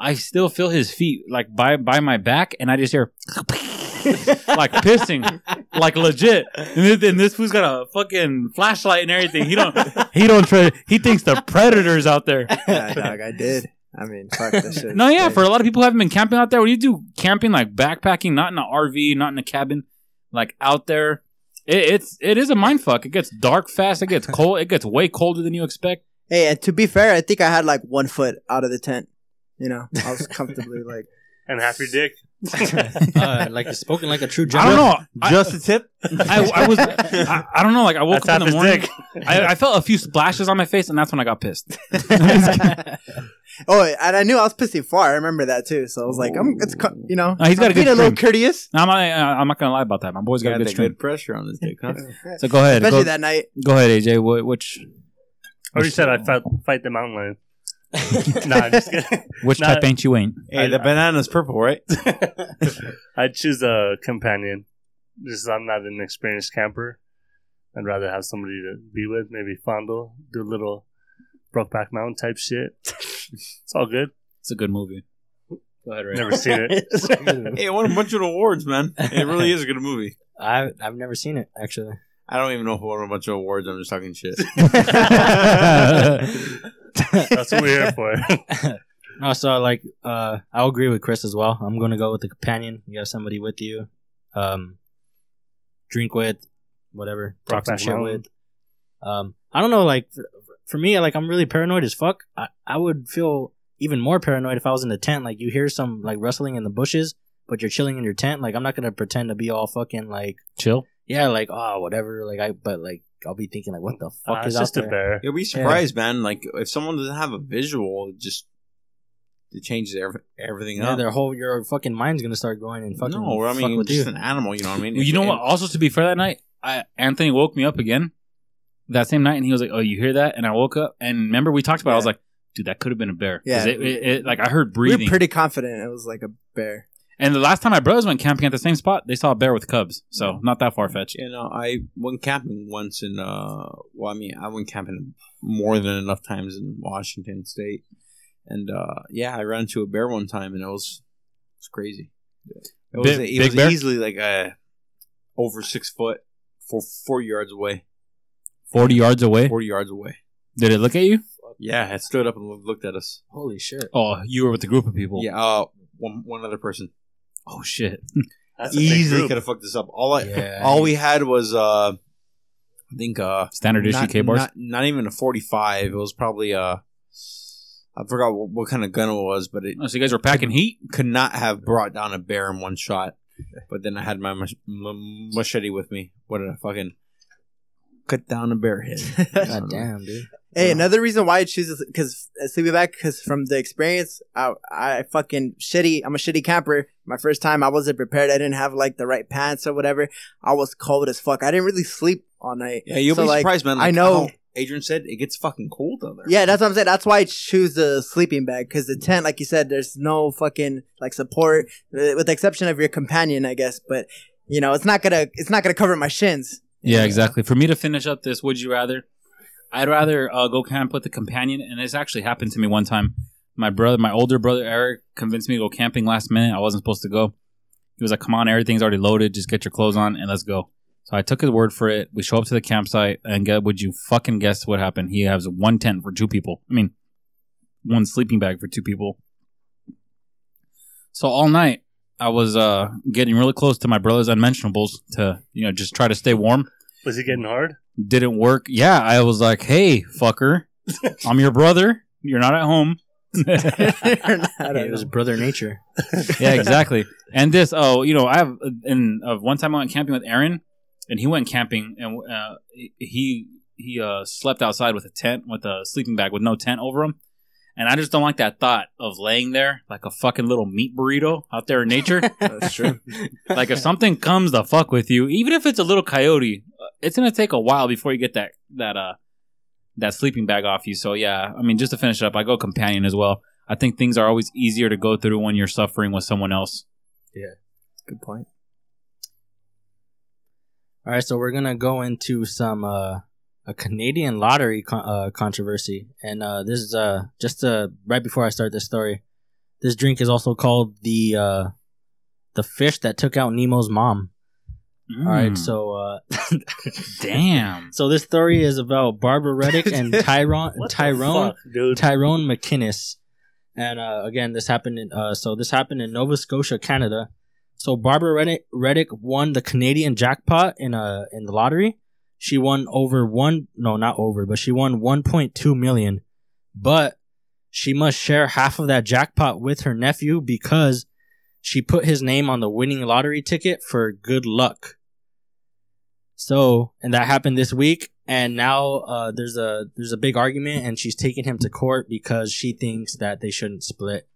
[SPEAKER 6] I still feel his feet like by by my back, and I just hear like pissing, like legit. And this, and this fool's got a fucking flashlight and everything. He don't he don't try. He thinks the predators out there.
[SPEAKER 3] yeah, dog, I did. I mean, fuck this shit.
[SPEAKER 6] No, yeah,
[SPEAKER 3] Like,
[SPEAKER 6] for a lot of people who haven't been camping out there, when you do camping, like backpacking, not in an RV, not in a cabin, like out there, it, it's it is a mind fuck. It gets dark fast. It gets cold. It gets way colder than you expect.
[SPEAKER 3] hey, and to be fair, I think I had like one foot out of the tent. You know, I was comfortably like,
[SPEAKER 5] and half your dick.
[SPEAKER 7] uh, like spoken like a true
[SPEAKER 6] I don't
[SPEAKER 7] gentleman.
[SPEAKER 6] know. I,
[SPEAKER 4] Just a tip.
[SPEAKER 6] I, I was. I, I don't know. Like I woke
[SPEAKER 5] That's half
[SPEAKER 6] up in the
[SPEAKER 5] his
[SPEAKER 6] morning.
[SPEAKER 5] dick.
[SPEAKER 6] I, I felt a few splashes on my face, and that's when I got pissed.
[SPEAKER 3] oh, and I knew I was pissing far. I remember that too. So I was like, I'm, it's, co- you know,
[SPEAKER 6] Uh, he's got a
[SPEAKER 3] being
[SPEAKER 6] good
[SPEAKER 3] a little
[SPEAKER 6] trim.
[SPEAKER 3] courteous,
[SPEAKER 6] I'm not. uh, I'm not gonna lie about that. My boy's got
[SPEAKER 4] Got
[SPEAKER 6] a
[SPEAKER 4] that
[SPEAKER 6] good trim.
[SPEAKER 4] good pressure on this dick, huh?
[SPEAKER 6] So go ahead.
[SPEAKER 3] especially
[SPEAKER 6] Go,
[SPEAKER 3] that night.
[SPEAKER 6] go ahead, AJ. What, which
[SPEAKER 5] I already said I fight, fight the mountain lion. nah, I'm just kidding.
[SPEAKER 6] which
[SPEAKER 5] Not-
[SPEAKER 6] type ain't you ain't?
[SPEAKER 4] Hey, the banana's purple, right?
[SPEAKER 5] I'd choose a companion. Just I'm not an experienced camper. I'd rather have somebody to be with, maybe fondle, do a little Brokeback Mountain type shit. it's all good.
[SPEAKER 6] It's a good movie. Go ahead, Ray.
[SPEAKER 5] Never seen it.
[SPEAKER 4] hey, it won a bunch of awards, man. It really is a good movie.
[SPEAKER 7] I I've never seen it actually.
[SPEAKER 4] I don't even know who won a bunch of awards. I'm just talking shit.
[SPEAKER 5] That's what we're here for.
[SPEAKER 7] No, so like uh I'll agree with Chris as well. I'm gonna go with the companion. You have somebody with you. Um drink with, whatever. Talk
[SPEAKER 5] Brokeback
[SPEAKER 7] some shit
[SPEAKER 5] Mountain.
[SPEAKER 7] with. Um I don't know, like for, for me, like I'm really paranoid as fuck. I, I would feel even more paranoid if I was in a tent. Like you hear some like rustling in the bushes, but you're chilling in your tent. Like I'm not gonna pretend to be all fucking like
[SPEAKER 6] Chill.
[SPEAKER 7] yeah, like oh whatever, like I but like I'll be thinking like what the fuck
[SPEAKER 5] Ah,
[SPEAKER 7] is
[SPEAKER 5] it's
[SPEAKER 7] out
[SPEAKER 5] just a
[SPEAKER 7] there?
[SPEAKER 5] bear.
[SPEAKER 4] You'll be surprised, man. Like if someone doesn't have a visual, it just it changes ev- everything
[SPEAKER 7] Yeah,
[SPEAKER 4] up.
[SPEAKER 7] their whole your fucking mind's gonna start going and fucking.
[SPEAKER 4] no, I
[SPEAKER 7] fuck
[SPEAKER 4] mean
[SPEAKER 7] with
[SPEAKER 4] just
[SPEAKER 7] you.
[SPEAKER 4] an animal. You know what I mean?
[SPEAKER 6] Well, you know what? Also, to be fair, that night, I, Anthony woke me up again that same night, and he was like, "Oh, you hear that?" And I woke up, and remember we talked about? it, I was like, "Dude, that could have been a bear." 'Cause
[SPEAKER 3] Yeah.
[SPEAKER 6] It, it, it- like I heard
[SPEAKER 3] We
[SPEAKER 6] breathing.
[SPEAKER 3] were pretty confident it was like a bear.
[SPEAKER 6] and the last time my brothers went camping at the same spot, they saw a bear with cubs. So not that far fetched.
[SPEAKER 4] You know, I went camping once in uh well I mean I went camping more than enough times in Washington state. And uh yeah, I ran into a bear one time and it was it was crazy. It was
[SPEAKER 6] Big-
[SPEAKER 4] it
[SPEAKER 6] big
[SPEAKER 4] was
[SPEAKER 6] bear?
[SPEAKER 4] easily like uh over six foot four four yards away.
[SPEAKER 6] Forty yards away.
[SPEAKER 4] Forty yards away.
[SPEAKER 6] Did it look at you?
[SPEAKER 4] Yeah, it stood up and loo- looked at us.
[SPEAKER 7] Holy shit!
[SPEAKER 6] Oh, you were with a group of people.
[SPEAKER 4] Yeah, uh one one other person.
[SPEAKER 6] Oh shit.
[SPEAKER 5] That's a big
[SPEAKER 4] Easily
[SPEAKER 5] group.
[SPEAKER 4] could have fucked this up. All I
[SPEAKER 7] Yeah.
[SPEAKER 4] all we had was uh I think uh
[SPEAKER 6] Standard issue
[SPEAKER 4] not,
[SPEAKER 6] K bars.
[SPEAKER 4] Not, not even a 45. It was probably a. I forgot what, what kind of gun it was, but it
[SPEAKER 6] Oh, so you guys were packing heat.
[SPEAKER 4] could not have brought down a bear in one shot. But then I had my mach- m- machete with me. What did I fucking cut down a bear head?
[SPEAKER 7] God damn, dude.
[SPEAKER 3] Hey,
[SPEAKER 4] Yeah.
[SPEAKER 3] another reason why I choose this because sleeping back because from the experience, I, I fucking shitty. I'm a shitty camper. My first time, I wasn't prepared. I didn't have like the right pants or whatever. I was cold as fuck. I didn't really sleep all night.
[SPEAKER 4] Yeah, you'll
[SPEAKER 3] So,
[SPEAKER 4] be
[SPEAKER 3] like,
[SPEAKER 4] surprised, man.
[SPEAKER 3] I
[SPEAKER 4] Like,
[SPEAKER 3] know-
[SPEAKER 4] how Adrian said it gets fucking cold out there.
[SPEAKER 3] Yeah, that's what I'm saying. That's why I choose the sleeping bag because the tent, like you said, there's no fucking like support uh, with the exception of your companion, I guess. But you know, it's not gonna it's not gonna cover my shins.
[SPEAKER 6] Yeah, exactly. For me to finish up this, would you rather? I'd rather uh, go camp with a companion, and this actually happened to me one time. My brother, my older brother Eric, convinced me to go camping last minute. I wasn't supposed to go. He was like, "Come on, everything's already loaded. Just get your clothes on and let's go." So I took his word for it. We show up to the campsite, and get, would you fucking guess what happened? He has one tent for two people. I mean, one sleeping bag for two people. So all night, I was uh, getting really close to my brother's unmentionables to you know just try to stay warm.
[SPEAKER 5] Was he getting hard?
[SPEAKER 6] Didn't work. Yeah, I was like, "Hey, fucker, I'm your brother. You're not at home."
[SPEAKER 7] it was brother nature.
[SPEAKER 6] yeah, exactly. And this, oh, you know, I have. And uh, one time I went camping with Aaron, and he went camping, and uh, he he uh, slept outside with a tent, with a sleeping bag, with no tent over him. And I just don't like that thought of laying there like a fucking little meat burrito out there in nature.
[SPEAKER 4] That's true.
[SPEAKER 6] like if something comes the fuck with you, even if it's a little coyote, uh, it's gonna take a while before you get that that uh that sleeping bag off you. So yeah, I mean, just to finish it up, I go companion as well. I think things are always easier to go through when you're suffering with someone else.
[SPEAKER 4] Good point.
[SPEAKER 7] All right, so we're gonna go into some uh, a Canadian lottery con- uh, controversy, and uh, this is uh, just uh, right before I start this story. This drink is also called the uh, the fish that took out Nemo's mom. All right,
[SPEAKER 6] Mm.
[SPEAKER 7] so uh,
[SPEAKER 6] damn.
[SPEAKER 7] so this story is about Barbara Reddick and Tyrone
[SPEAKER 5] What the
[SPEAKER 7] Tyrone
[SPEAKER 5] fuck, dude.
[SPEAKER 7] Tyrone McInnes. And uh, again, this happened in uh, so this happened in Nova Scotia, Canada. So Barbara Reddick, Reddick won the Canadian jackpot in uh in the lottery. She won over one no not over but she won 1.2 million, but she must share half of that jackpot with her nephew because she put his name on the winning lottery ticket for good luck. So, and that happened this week, and now uh, there's a there's a big argument, and she's taking him to court because she thinks that they shouldn't split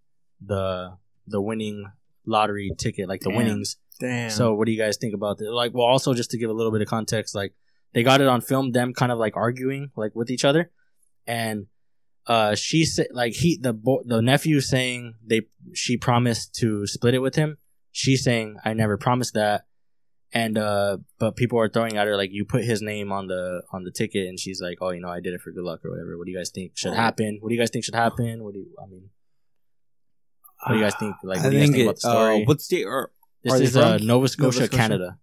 [SPEAKER 7] the the winning lottery ticket, like the
[SPEAKER 6] Damn.
[SPEAKER 7] winnings.
[SPEAKER 3] Damn.
[SPEAKER 7] So, what do you guys think about this? Like, well, also just to give a little bit of context, like they got it on film, them kind of like arguing like with each other, and uh, she said like he the bo- the nephew saying they she promised to split it with him. She's saying I never promised that, and uh, but people are throwing at her like you put his name on the on the ticket, and she's like, oh, you know, I did it for good luck or whatever. What do you guys think should happen? What do you guys think should happen? What do you? I mean, what do you guys think? Like, what
[SPEAKER 4] I
[SPEAKER 7] do you guys
[SPEAKER 4] think,
[SPEAKER 7] think
[SPEAKER 4] it,
[SPEAKER 7] about the story?
[SPEAKER 4] Uh, what state are
[SPEAKER 7] this
[SPEAKER 4] are they
[SPEAKER 7] is uh,
[SPEAKER 4] from?
[SPEAKER 7] Nova Scotia,
[SPEAKER 4] Scotia?
[SPEAKER 7] Canada.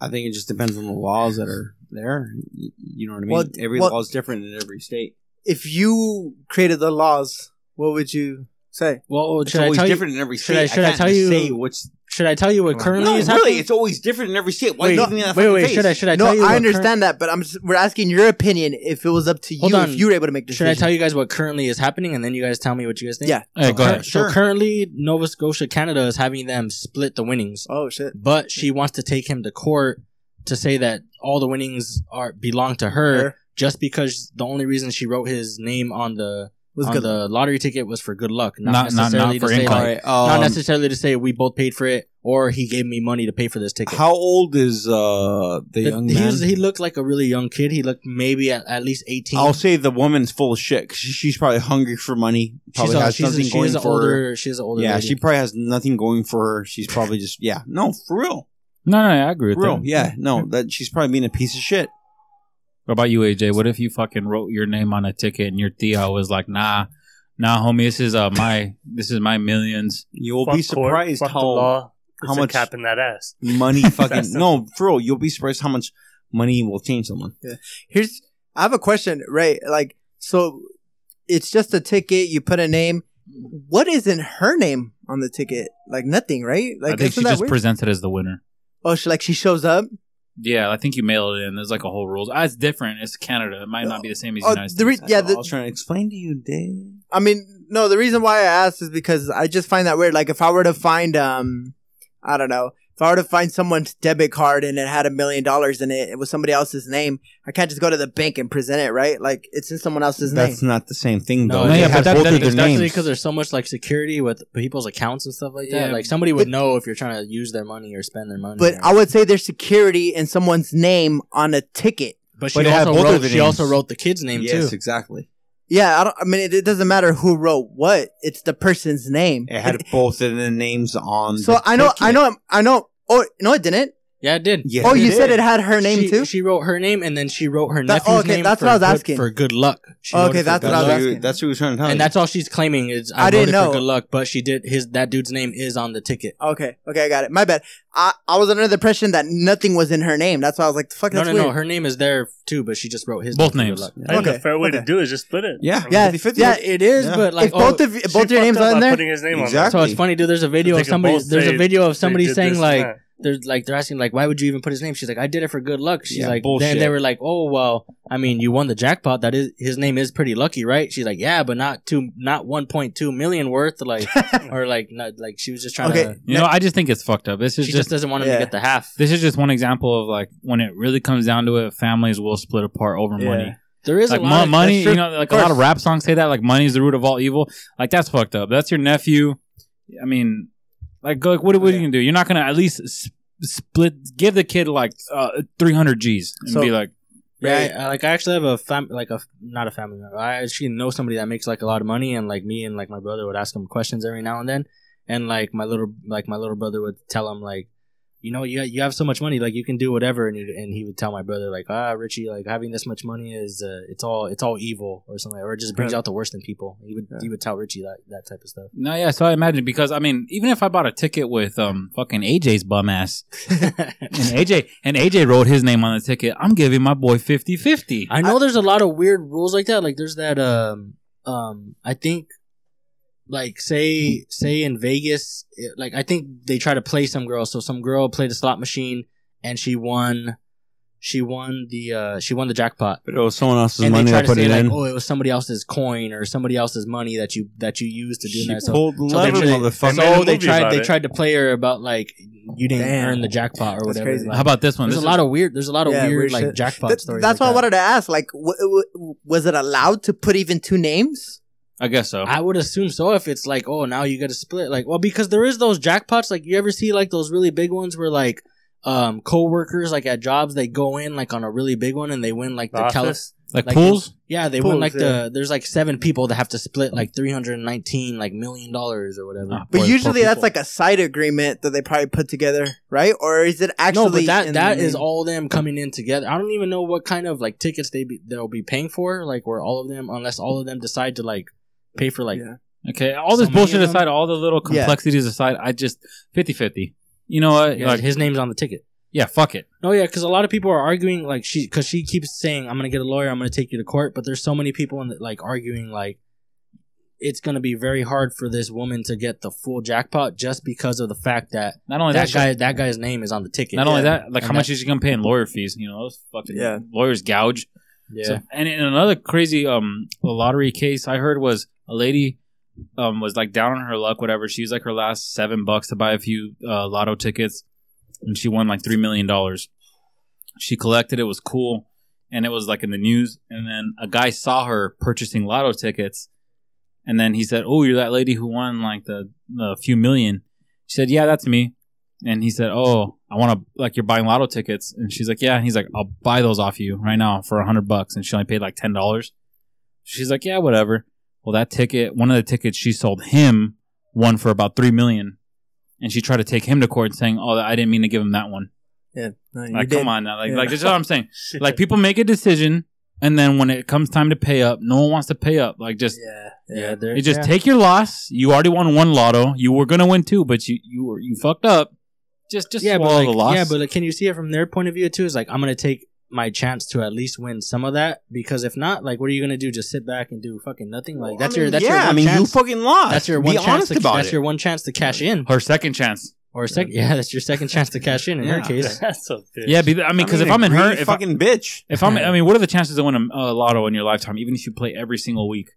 [SPEAKER 4] I think it just depends on the laws that are there. You, you know what I mean?
[SPEAKER 3] Well,
[SPEAKER 4] every
[SPEAKER 3] well-
[SPEAKER 4] law is different in every state.
[SPEAKER 3] if you created the laws, what would you say?
[SPEAKER 7] Well,
[SPEAKER 4] Oh, It's
[SPEAKER 7] should I
[SPEAKER 4] always
[SPEAKER 7] tell you?
[SPEAKER 4] different in every
[SPEAKER 7] should
[SPEAKER 4] state.
[SPEAKER 7] I- should I
[SPEAKER 4] can't
[SPEAKER 7] tell
[SPEAKER 4] just
[SPEAKER 7] you-
[SPEAKER 4] Say what's
[SPEAKER 7] Should I tell you what currently
[SPEAKER 4] no,
[SPEAKER 7] is
[SPEAKER 4] really?
[SPEAKER 7] happening?
[SPEAKER 4] It's always different in every state. Why
[SPEAKER 7] Wait,
[SPEAKER 4] do you think that
[SPEAKER 7] wait,
[SPEAKER 4] fucking
[SPEAKER 7] wait.
[SPEAKER 4] face?
[SPEAKER 7] Should I should I
[SPEAKER 3] no,
[SPEAKER 7] tell you?
[SPEAKER 3] I
[SPEAKER 7] what current-
[SPEAKER 3] understand that, but I'm just, we're asking your opinion. If it was up to
[SPEAKER 7] Hold
[SPEAKER 3] you,
[SPEAKER 7] on.
[SPEAKER 3] if you were able to make
[SPEAKER 7] Should I
[SPEAKER 3] decisions.
[SPEAKER 7] tell you guys what currently is happening, and then you guys tell me what you guys think?
[SPEAKER 3] Yeah.
[SPEAKER 6] Hey, Oh, go ahead.
[SPEAKER 7] Cur- So currently, Nova Scotia, Canada is having them split the winnings,
[SPEAKER 3] Oh shit!
[SPEAKER 7] but she wants to take him to court to say that all the winnings are belong to her,
[SPEAKER 3] Her.
[SPEAKER 7] just because the only reason she wrote his name on the
[SPEAKER 3] Was
[SPEAKER 7] on
[SPEAKER 3] good.
[SPEAKER 7] the lottery ticket was for good luck, not,
[SPEAKER 6] Not- not- not
[SPEAKER 7] necessarily
[SPEAKER 6] for
[SPEAKER 7] to say
[SPEAKER 6] income.
[SPEAKER 7] like-
[SPEAKER 4] All right,
[SPEAKER 7] not
[SPEAKER 4] um,
[SPEAKER 7] necessarily to say we both paid for it or he gave me money to pay for this ticket.
[SPEAKER 4] How old is uh, the
[SPEAKER 7] The-
[SPEAKER 4] young
[SPEAKER 7] he,
[SPEAKER 4] man?
[SPEAKER 7] was- he looked like a really young kid. He looked maybe at, at least 18
[SPEAKER 4] I'll say the woman's full of shit. 'cause she- she's probably hungry for money. Probably
[SPEAKER 7] she's a,
[SPEAKER 4] has
[SPEAKER 7] she's,
[SPEAKER 4] nothing
[SPEAKER 7] she's
[SPEAKER 4] going
[SPEAKER 7] an
[SPEAKER 4] for her.
[SPEAKER 7] older. She's an older.
[SPEAKER 4] Yeah,
[SPEAKER 7] lady.
[SPEAKER 4] she probably has nothing going for her. She's probably just yeah. No, for real,
[SPEAKER 6] No, no, no, I agree
[SPEAKER 4] for
[SPEAKER 6] with
[SPEAKER 4] real.
[SPEAKER 6] that.
[SPEAKER 4] Yeah, no, that she's probably being a piece of shit.
[SPEAKER 6] What about you, AJ? What if you fucking wrote your name on a ticket and your Theo was like, "Nah, nah, homie, this is uh my this is my millions.
[SPEAKER 4] You will
[SPEAKER 5] Fuck
[SPEAKER 4] be
[SPEAKER 5] court,
[SPEAKER 4] surprised
[SPEAKER 5] fuck the
[SPEAKER 4] how
[SPEAKER 5] law.
[SPEAKER 4] how
[SPEAKER 5] how much
[SPEAKER 4] much-
[SPEAKER 5] cap in that ass.
[SPEAKER 4] money
[SPEAKER 5] That's
[SPEAKER 4] fucking
[SPEAKER 5] the-
[SPEAKER 4] no for real. You'll be surprised how much money will change someone.
[SPEAKER 3] Here's I have a question, Ray. Like, so it's just a ticket. You put a name. What is in her name on the ticket? Like nothing, right? Like
[SPEAKER 6] I think
[SPEAKER 3] isn't
[SPEAKER 6] she
[SPEAKER 3] that
[SPEAKER 6] just
[SPEAKER 3] weird?
[SPEAKER 6] presented as the winner.
[SPEAKER 3] oh, she like she shows up.
[SPEAKER 6] Yeah, I think you mailed it in. There's like a whole rules. Ah, it's different. It's Canada. It might not be the same as
[SPEAKER 3] Oh,
[SPEAKER 6] United
[SPEAKER 3] the
[SPEAKER 6] States.
[SPEAKER 3] re- yeah,
[SPEAKER 4] That's what
[SPEAKER 3] the,
[SPEAKER 4] I was trying to explain to you, Dave.
[SPEAKER 3] I mean, no, the reason why I asked is because I just find that weird. Like, if I were to find, um, I don't know, if I were to find someone's debit card and it had a million dollars in it, it was somebody else's name. I can't just go to the bank and present it, right? Like, it's in someone else's
[SPEAKER 4] That's
[SPEAKER 3] name.
[SPEAKER 4] not the same thing,
[SPEAKER 7] No,
[SPEAKER 4] though. They
[SPEAKER 6] yeah, but
[SPEAKER 4] have
[SPEAKER 6] that-
[SPEAKER 4] both
[SPEAKER 6] that-
[SPEAKER 4] of their
[SPEAKER 7] Especially
[SPEAKER 4] names.
[SPEAKER 7] because there's so much like security with people's accounts and stuff like that.
[SPEAKER 6] Yeah.
[SPEAKER 7] Like somebody would know if you're trying to use their money or spend their money.
[SPEAKER 3] But
[SPEAKER 7] or-
[SPEAKER 3] I would say there's security in someone's name on a ticket.
[SPEAKER 7] but she
[SPEAKER 4] but it had
[SPEAKER 7] also
[SPEAKER 4] both
[SPEAKER 7] wrote
[SPEAKER 4] of the
[SPEAKER 7] she also
[SPEAKER 4] names.
[SPEAKER 7] wrote the kid's name
[SPEAKER 4] Yes,
[SPEAKER 7] too.
[SPEAKER 4] exactly.
[SPEAKER 3] Yeah, I don't. I mean, it, it doesn't matter who wrote what. It's the person's name.
[SPEAKER 4] It had both of the names on.
[SPEAKER 3] so
[SPEAKER 4] the
[SPEAKER 3] I know,
[SPEAKER 4] ticket.
[SPEAKER 3] I know, I know. Oh no, it didn't.
[SPEAKER 7] Yeah, it did.
[SPEAKER 4] Yes,
[SPEAKER 3] oh, you said it had her name
[SPEAKER 7] She-
[SPEAKER 3] too.
[SPEAKER 7] She wrote her name and then she wrote her
[SPEAKER 3] That-
[SPEAKER 7] nephew's
[SPEAKER 3] okay,
[SPEAKER 7] name
[SPEAKER 3] that's
[SPEAKER 7] for
[SPEAKER 3] what I was
[SPEAKER 7] good-
[SPEAKER 3] asking.
[SPEAKER 7] for good luck. She
[SPEAKER 3] Okay,
[SPEAKER 7] wrote it for
[SPEAKER 3] that's
[SPEAKER 7] good
[SPEAKER 3] what I
[SPEAKER 7] luck.
[SPEAKER 3] was
[SPEAKER 4] That's what you-
[SPEAKER 3] asking.
[SPEAKER 4] That's what he was trying to tell
[SPEAKER 7] And
[SPEAKER 4] me.
[SPEAKER 7] that's all she's claiming is
[SPEAKER 3] I
[SPEAKER 7] I,
[SPEAKER 3] didn't
[SPEAKER 7] voted
[SPEAKER 3] know.
[SPEAKER 7] for good luck, but she did his that dude's name is on the ticket.
[SPEAKER 3] okay, okay, I got it. My bad. I, I was under the impression that nothing was in her name. That's why I was like, "Fuck,
[SPEAKER 7] No,
[SPEAKER 3] that's
[SPEAKER 7] no,
[SPEAKER 3] weird."
[SPEAKER 7] no. Her name is there too, but she just wrote his
[SPEAKER 6] Both
[SPEAKER 7] name
[SPEAKER 6] names.
[SPEAKER 7] for good luck.
[SPEAKER 5] I think
[SPEAKER 3] Okay,
[SPEAKER 5] the fair way to
[SPEAKER 3] okay.
[SPEAKER 5] do it is just split it.
[SPEAKER 4] Yeah.
[SPEAKER 3] Yeah,
[SPEAKER 4] 50-50.
[SPEAKER 7] Yeah, it is,
[SPEAKER 4] Yeah.
[SPEAKER 7] but like
[SPEAKER 3] if
[SPEAKER 7] oh,
[SPEAKER 3] both of y-
[SPEAKER 5] She
[SPEAKER 3] both your
[SPEAKER 5] fucked
[SPEAKER 3] names
[SPEAKER 5] up
[SPEAKER 3] are in
[SPEAKER 5] by
[SPEAKER 3] there,
[SPEAKER 5] Putting his name on
[SPEAKER 4] Exactly.
[SPEAKER 7] so it's funny, dude. There's a video
[SPEAKER 5] They
[SPEAKER 7] of
[SPEAKER 5] could
[SPEAKER 7] somebody.
[SPEAKER 5] both
[SPEAKER 7] There's
[SPEAKER 5] say
[SPEAKER 7] a video of
[SPEAKER 5] there.
[SPEAKER 7] somebody
[SPEAKER 5] They did
[SPEAKER 7] saying
[SPEAKER 5] this
[SPEAKER 7] like,
[SPEAKER 5] and
[SPEAKER 7] they're like they're asking like why would you even put his name she's like i did it for good luck she's
[SPEAKER 4] Yeah,
[SPEAKER 7] like
[SPEAKER 4] bullshit.
[SPEAKER 7] then they were like oh well i mean you won the jackpot that is his name is pretty lucky right she's like yeah but not two not 1.2 million worth like or like not like she was just trying
[SPEAKER 3] Okay,
[SPEAKER 7] to
[SPEAKER 6] You know, I just think it's fucked up. This
[SPEAKER 7] she
[SPEAKER 6] is
[SPEAKER 7] just
[SPEAKER 6] just
[SPEAKER 7] doesn't want him
[SPEAKER 3] yeah.
[SPEAKER 7] to get the half
[SPEAKER 6] this is just one example of like when it really comes down to it, families will split apart over
[SPEAKER 3] Yeah.
[SPEAKER 6] money.
[SPEAKER 7] there is
[SPEAKER 6] Like
[SPEAKER 7] a
[SPEAKER 6] mo-
[SPEAKER 7] lot of,
[SPEAKER 6] money,
[SPEAKER 7] that's
[SPEAKER 6] you
[SPEAKER 7] true.
[SPEAKER 6] know, like a lot of rap songs say that. Like money's the root of all evil. Like that's fucked up. That's your nephew. I mean, like, like what, what are you gonna do? You're not gonna at least s- split give the kid like uh, 300 G's and
[SPEAKER 3] So-
[SPEAKER 6] be like,
[SPEAKER 7] yeah I, I- like i actually have a fam like a not a family member i actually know somebody that makes like a lot of money and like me and like my brother would ask him questions every now and then and like my little like my little brother would tell him like you know you, you have so much money like you can do whatever and he, and he would tell my brother like ah richie like having this much money is uh, it's all it's all evil or something or it just brings out the worst in people he would he would tell richie that that type of stuff
[SPEAKER 6] no, yeah. So I imagine because I mean, even if I bought a ticket with um fucking AJ's bum ass and AJ and AJ wrote his name on the ticket, I'm giving my boy 50 50.
[SPEAKER 7] I know there's a lot of weird rules like that. Like there's that um um I think like say say in Vegas it- like I think they try to play some girl. So some girl played a slot machine and she won she won the uh she won the jackpot.
[SPEAKER 4] But it was someone else's
[SPEAKER 7] and
[SPEAKER 4] money
[SPEAKER 7] they try
[SPEAKER 4] that
[SPEAKER 7] to
[SPEAKER 4] put
[SPEAKER 7] say
[SPEAKER 4] it
[SPEAKER 7] like,
[SPEAKER 4] in.
[SPEAKER 7] oh, it was somebody else's coin or somebody else's money that you that you used to do
[SPEAKER 4] She
[SPEAKER 7] that. So,
[SPEAKER 4] pulled the
[SPEAKER 7] so they,
[SPEAKER 4] lever,
[SPEAKER 7] they-
[SPEAKER 4] motherfucker.
[SPEAKER 5] made a
[SPEAKER 7] so they
[SPEAKER 5] movie
[SPEAKER 7] tried
[SPEAKER 5] about
[SPEAKER 7] they
[SPEAKER 5] it.
[SPEAKER 7] tried to play her about like you didn't
[SPEAKER 3] Damn.
[SPEAKER 7] earn the jackpot or
[SPEAKER 3] That's
[SPEAKER 7] whatever.
[SPEAKER 3] crazy.
[SPEAKER 7] Like,
[SPEAKER 6] How about this one?
[SPEAKER 7] there's
[SPEAKER 6] This
[SPEAKER 7] a
[SPEAKER 6] is-
[SPEAKER 7] lot of weird. There's a lot of
[SPEAKER 3] Yeah,
[SPEAKER 7] weird,
[SPEAKER 3] weird
[SPEAKER 7] like
[SPEAKER 3] shit.
[SPEAKER 7] jackpot
[SPEAKER 3] Th-
[SPEAKER 7] stories.
[SPEAKER 3] that's
[SPEAKER 7] like
[SPEAKER 3] why I
[SPEAKER 7] that.
[SPEAKER 3] wanted to ask. Like, w- w- was it allowed to put even two names?
[SPEAKER 6] I guess so.
[SPEAKER 7] I would assume so if it's like, oh, now you got to split. Like, well, because there is those jackpots. Like, you ever see like those really big ones where like um co-workers like at jobs they go in like on a really big one and they win like
[SPEAKER 5] The
[SPEAKER 7] the, Cali-
[SPEAKER 5] office.
[SPEAKER 6] like,
[SPEAKER 7] like
[SPEAKER 6] pools.
[SPEAKER 7] yeah they
[SPEAKER 3] Pools,
[SPEAKER 7] win like
[SPEAKER 3] yeah.
[SPEAKER 7] the there's like seven people that have to split like 319 like million dollars or whatever
[SPEAKER 6] Ah,
[SPEAKER 3] But
[SPEAKER 6] poor- poor
[SPEAKER 3] usually that's
[SPEAKER 6] people.
[SPEAKER 3] like a side agreement that they probably put together, right? Or is it actually?
[SPEAKER 7] no but that
[SPEAKER 3] in
[SPEAKER 7] that
[SPEAKER 3] the
[SPEAKER 7] is
[SPEAKER 3] name?
[SPEAKER 7] all them coming in together i don't even know what kind of like tickets they be, they'll be paying for like where all of them unless all of them decide to like pay for like
[SPEAKER 3] Yeah.
[SPEAKER 6] Okay, all
[SPEAKER 7] So
[SPEAKER 6] this
[SPEAKER 7] many
[SPEAKER 6] bullshit
[SPEAKER 7] of them?
[SPEAKER 6] aside, all the little
[SPEAKER 3] Yeah.
[SPEAKER 6] complexities aside, I just 50-50. You know what?
[SPEAKER 7] yeah,
[SPEAKER 6] Like,
[SPEAKER 7] his name's on the ticket
[SPEAKER 6] yeah, fuck it.
[SPEAKER 7] No, yeah, because a lot of people are arguing like she, because she keeps saying, "I'm gonna get a lawyer, I'm gonna take you to court," but there's so many people in the, like arguing like it's gonna be very hard for this woman to get the full jackpot just because of the fact that
[SPEAKER 6] Not only that,
[SPEAKER 7] that guy, that guy's name is on the ticket.
[SPEAKER 6] not only that, like
[SPEAKER 7] And
[SPEAKER 6] how much is he gonna pay in lawyer fees? You know, those fucking
[SPEAKER 3] Yeah.
[SPEAKER 6] lawyers gouge.
[SPEAKER 7] yeah,
[SPEAKER 6] So, and, and another crazy um lottery case I heard was a lady um was like down on her luck, whatever. She used like her last seven bucks to buy a few uh, lotto tickets, and she won like three million dollars. She collected; it was cool, and it was like in the news. And then a guy saw her purchasing lotto tickets, and then he said, "Oh, you're that lady who won like the, the few million. She said, "Yeah, that's me." And he said, "Oh, I want to like you're buying lotto tickets." And she's like, "Yeah." And he's like, "I'll buy those off you right now for a hundred bucks." And she only paid like ten dollars. She's like, "Yeah, whatever." Well, that ticket, one of the tickets she sold him, one for about three million, and she tried to take him to court, saying, "Oh, I didn't mean to give him that one."
[SPEAKER 3] No, you
[SPEAKER 6] Like,
[SPEAKER 3] did.
[SPEAKER 6] come on, now. like,
[SPEAKER 3] Yeah.
[SPEAKER 6] like this is what I'm saying.
[SPEAKER 5] Shit.
[SPEAKER 6] Like, people make a decision, and then when it comes time to pay up, no one wants to pay up. Like, just
[SPEAKER 7] yeah, yeah. There,
[SPEAKER 6] you just
[SPEAKER 7] yeah.
[SPEAKER 6] take your loss. You already won one lotto. You were gonna win two, but you you were you fucked up. Just just
[SPEAKER 7] yeah, but
[SPEAKER 6] swallow
[SPEAKER 7] like,
[SPEAKER 6] the loss.
[SPEAKER 7] yeah, but like, can you see it from their point of view too? It's like I'm gonna take my chance to at least win some of that because if not, like, what are you gonna do? Just sit back and do fucking nothing? Like that's your that's
[SPEAKER 4] yeah,
[SPEAKER 7] your
[SPEAKER 4] I
[SPEAKER 7] one
[SPEAKER 4] mean, you
[SPEAKER 7] chance.
[SPEAKER 4] fucking lost.
[SPEAKER 7] that's your
[SPEAKER 4] Be
[SPEAKER 7] one chance.
[SPEAKER 4] honest
[SPEAKER 7] To,
[SPEAKER 4] about
[SPEAKER 7] that's
[SPEAKER 4] it.
[SPEAKER 7] your one chance to cash in.
[SPEAKER 6] her second chance.
[SPEAKER 7] or second yeah that's your second chance to cash in in her
[SPEAKER 4] Yeah.
[SPEAKER 7] case
[SPEAKER 5] That's a bitch.
[SPEAKER 6] Yeah, be, I mean, because
[SPEAKER 4] I'm
[SPEAKER 6] if I'm in
[SPEAKER 4] a
[SPEAKER 6] her,
[SPEAKER 4] greedy
[SPEAKER 6] if, I,
[SPEAKER 4] fucking bitch.
[SPEAKER 6] if I'm, I mean, what are the chances of winning a lotto in your lifetime? Even if you play every single week,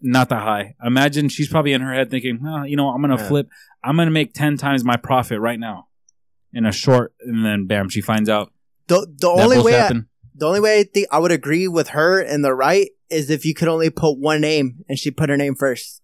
[SPEAKER 6] not that high. Imagine she's probably in her head thinking, oh, you know, I'm gonna
[SPEAKER 4] Yeah.
[SPEAKER 6] flip. I'm gonna make ten times my profit right now, in a short, and then bam, she finds out.
[SPEAKER 3] The, the
[SPEAKER 6] that
[SPEAKER 3] only
[SPEAKER 6] bullshit
[SPEAKER 3] way I,
[SPEAKER 6] happened.
[SPEAKER 3] the only way I think I would agree with her and the right is if you could only put one name and she put her name first,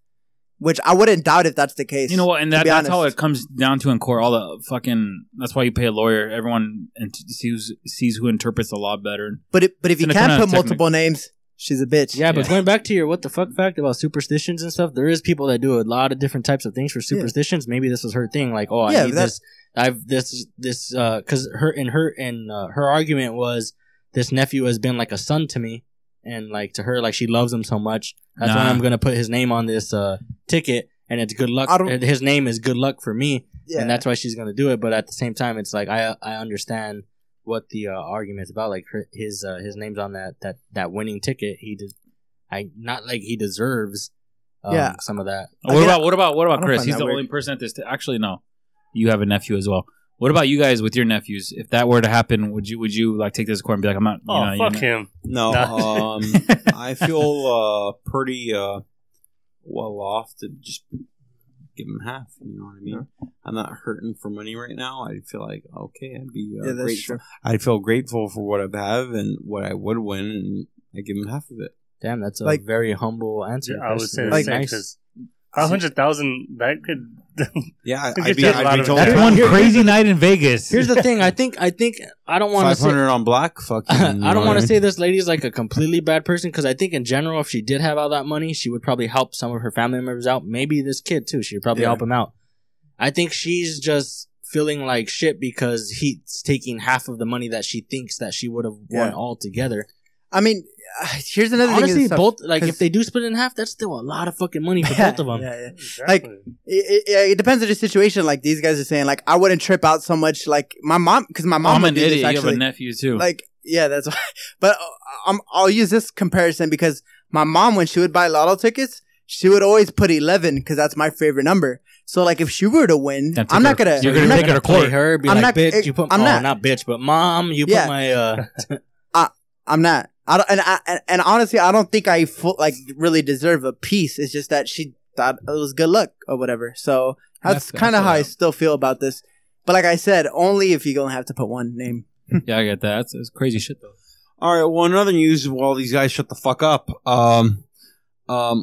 [SPEAKER 3] which I wouldn't doubt if that's the case.
[SPEAKER 6] You know what? And
[SPEAKER 3] to
[SPEAKER 6] that,
[SPEAKER 3] be
[SPEAKER 6] that's how
[SPEAKER 3] honest.
[SPEAKER 6] it comes down to in court. All the fucking. That's why you pay a lawyer. Everyone int- sees sees who interprets the law better.
[SPEAKER 3] But if, but if you
[SPEAKER 6] It's an
[SPEAKER 3] can't put
[SPEAKER 6] alternative technique.
[SPEAKER 3] multiple names, she's a bitch.
[SPEAKER 7] yeah but
[SPEAKER 6] Yeah.
[SPEAKER 7] going back to your what the fuck fact about superstitions and stuff there is people that do a lot of different types of things for superstitions maybe this was her thing like oh i
[SPEAKER 3] Yeah,
[SPEAKER 7] need
[SPEAKER 3] that-
[SPEAKER 7] this I've this this because her and her and uh, her argument was this nephew has been like a son to me, and like to her like she loves him so much. That's why
[SPEAKER 6] Nah.
[SPEAKER 7] I'm gonna put his name on this uh, ticket, and it's good luck.
[SPEAKER 3] I don't-
[SPEAKER 7] and His name is good luck for me,
[SPEAKER 3] Yeah.
[SPEAKER 7] and that's why she's gonna do it. But at the same time, it's like I I understand what the uh, argument's about. Like her, his uh, his name's on that that that winning ticket. He did, I not like he deserves. Um,
[SPEAKER 3] Yeah.
[SPEAKER 7] some of that.
[SPEAKER 6] What
[SPEAKER 3] mean,
[SPEAKER 6] about what about what
[SPEAKER 3] I
[SPEAKER 6] about
[SPEAKER 3] don't
[SPEAKER 6] Chris?
[SPEAKER 3] find
[SPEAKER 6] He's
[SPEAKER 3] that
[SPEAKER 6] the
[SPEAKER 3] weird.
[SPEAKER 6] only person at this. T- Actually, no, you have a nephew as well. What about you guys with your nephews? If that were to happen, would you would you like take this court and be like, I'm not? you
[SPEAKER 5] Oh
[SPEAKER 6] know, you're
[SPEAKER 5] fuck
[SPEAKER 6] not-
[SPEAKER 5] him!
[SPEAKER 4] No,
[SPEAKER 5] Nah.
[SPEAKER 4] um, I feel uh, pretty uh, well off to just give him half. You know what I mean? I'm not hurting for money right now. I feel like okay, I'd be uh,
[SPEAKER 3] yeah, that's
[SPEAKER 4] grateful.
[SPEAKER 3] true.
[SPEAKER 4] I'd feel grateful for what I have and what I would win, and I give him half of it.
[SPEAKER 7] Damn, that's a
[SPEAKER 3] Like-
[SPEAKER 7] very humble answer.
[SPEAKER 5] I would
[SPEAKER 7] That's
[SPEAKER 5] say the
[SPEAKER 7] very
[SPEAKER 3] Like-
[SPEAKER 5] same because five hundred thousand that could
[SPEAKER 4] Yeah, I,
[SPEAKER 5] Get
[SPEAKER 4] I'd be,
[SPEAKER 5] you a lot
[SPEAKER 4] I'd be
[SPEAKER 5] of
[SPEAKER 4] totally
[SPEAKER 5] that.
[SPEAKER 2] That's
[SPEAKER 4] fine.
[SPEAKER 2] one
[SPEAKER 7] Here-
[SPEAKER 2] crazy night in Vegas.
[SPEAKER 7] Here's the thing. I think. I think. I don't want
[SPEAKER 4] Five
[SPEAKER 7] to say.
[SPEAKER 4] hundred on black. Fuck. you, you
[SPEAKER 7] I
[SPEAKER 4] know
[SPEAKER 7] don't
[SPEAKER 4] what
[SPEAKER 7] want to
[SPEAKER 4] mean?
[SPEAKER 7] say this lady's like a completely bad person because I think in general, if she did have all that money, she would probably help some of her family members out. Maybe this kid too. She would probably
[SPEAKER 4] Yeah.
[SPEAKER 7] help him out. I think she's just feeling like shit because he's taking half of the money that she thinks that she would have won
[SPEAKER 3] Yeah.
[SPEAKER 7] altogether.
[SPEAKER 3] I mean, uh, here's another thing.
[SPEAKER 7] Honestly,
[SPEAKER 3] is stuff-
[SPEAKER 7] both like if
[SPEAKER 3] 'cause-
[SPEAKER 7] they do split it in half, that's still a lot of fucking money for both of them.
[SPEAKER 3] Yeah, yeah. Like-
[SPEAKER 5] exactly.
[SPEAKER 3] It, it, it depends on the situation. Like these guys are saying, like I wouldn't trip out so much. Like my mom, because my mom
[SPEAKER 6] I'm
[SPEAKER 3] would
[SPEAKER 6] an
[SPEAKER 3] do this,
[SPEAKER 6] idiot. You have
[SPEAKER 3] actually.
[SPEAKER 6] a nephew too.
[SPEAKER 3] like yeah that's why but uh, I'm, i'll use this comparison because my mom when she would buy lotto tickets she would always put 11 because that's my favorite number so like if she were to win
[SPEAKER 6] Then take
[SPEAKER 3] i'm not
[SPEAKER 6] her-
[SPEAKER 3] gonna
[SPEAKER 6] you're gonna
[SPEAKER 3] I'm not
[SPEAKER 6] take her to
[SPEAKER 7] Play
[SPEAKER 6] court.
[SPEAKER 7] her, be
[SPEAKER 3] I'm
[SPEAKER 7] like,
[SPEAKER 3] not-
[SPEAKER 7] bitch,
[SPEAKER 3] it-
[SPEAKER 7] you put,
[SPEAKER 3] I'm
[SPEAKER 7] oh,
[SPEAKER 3] not-
[SPEAKER 7] bitch, but mom, you
[SPEAKER 3] Yeah.
[SPEAKER 7] put my, uh,
[SPEAKER 3] i'm not i don't and i and, and honestly i don't think i full, like really deserve a piece it's just that she thought it was good luck or whatever so that's,
[SPEAKER 6] That's- that's
[SPEAKER 3] kind of how i
[SPEAKER 6] allowed.
[SPEAKER 3] still feel about this but like i said only if you're gonna have to put one name
[SPEAKER 6] yeah, I get that. That's, that's crazy shit though.
[SPEAKER 4] All right. Well, another news while these guys shut the fuck up. Um, um,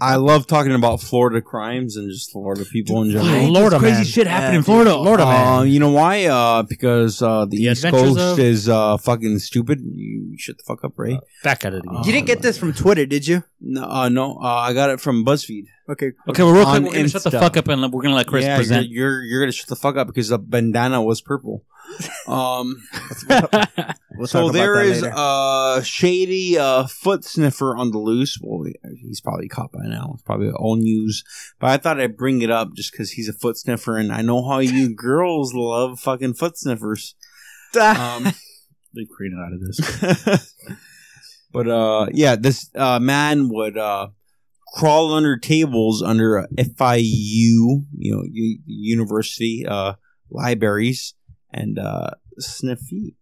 [SPEAKER 4] I love talking about Florida crimes and just Florida people in general.
[SPEAKER 6] Florida,
[SPEAKER 4] crazy
[SPEAKER 6] man.
[SPEAKER 4] shit
[SPEAKER 3] happened in Oh,
[SPEAKER 6] Florida,
[SPEAKER 4] Florida, man. you know why? Uh, because uh, the, East
[SPEAKER 7] Adventures of-
[SPEAKER 4] Coast is uh, fucking stupid. You shut the fuck up, Ray.
[SPEAKER 7] back at it again.
[SPEAKER 6] Oh,
[SPEAKER 4] Uh,
[SPEAKER 3] you didn't get this from twitter did you
[SPEAKER 4] no, uh, no, uh, I got it from BuzzFeed.
[SPEAKER 3] okay
[SPEAKER 6] Okay, well, real
[SPEAKER 4] On
[SPEAKER 6] quick, we're gonna shut the
[SPEAKER 4] Insta.
[SPEAKER 6] fuck up and we're gonna let Chris
[SPEAKER 4] yeah,
[SPEAKER 6] present.
[SPEAKER 4] You're, you're you're gonna shut the fuck up because the bandana was purple. Um,
[SPEAKER 3] we'll
[SPEAKER 4] so
[SPEAKER 3] talk about
[SPEAKER 4] there
[SPEAKER 3] that
[SPEAKER 4] is
[SPEAKER 3] later.
[SPEAKER 4] a shady uh, foot sniffer on the loose. Well, he's probably caught by now. It's probably all news. But I thought I'd bring it up just because he's a foot sniffer, and I know how you girls love fucking foot sniffers.
[SPEAKER 6] Uh,
[SPEAKER 4] Um,
[SPEAKER 6] Leave Karina out of this.
[SPEAKER 4] but uh, yeah, this uh, man would uh, crawl under tables under uh, FIU, you know, u- university uh, libraries, and uh, sniff feet.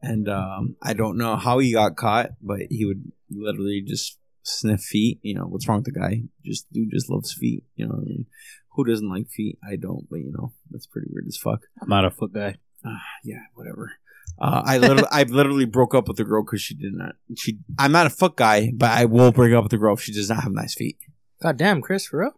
[SPEAKER 4] And um, I don't know how he got caught, but he would literally just sniff feet. You know, what's wrong with the guy? Just dude just loves feet. You know, what I mean? who doesn't like feet? I don't, but you know, that's pretty weird as fuck
[SPEAKER 6] I'm not a foot guy.
[SPEAKER 4] yeah, whatever. Uh, I literally, I literally broke up with the girl because she did not. She, I'm not a foot guy, but I will break up with the girl if she does not have nice feet.
[SPEAKER 7] God damn, Chris, for real?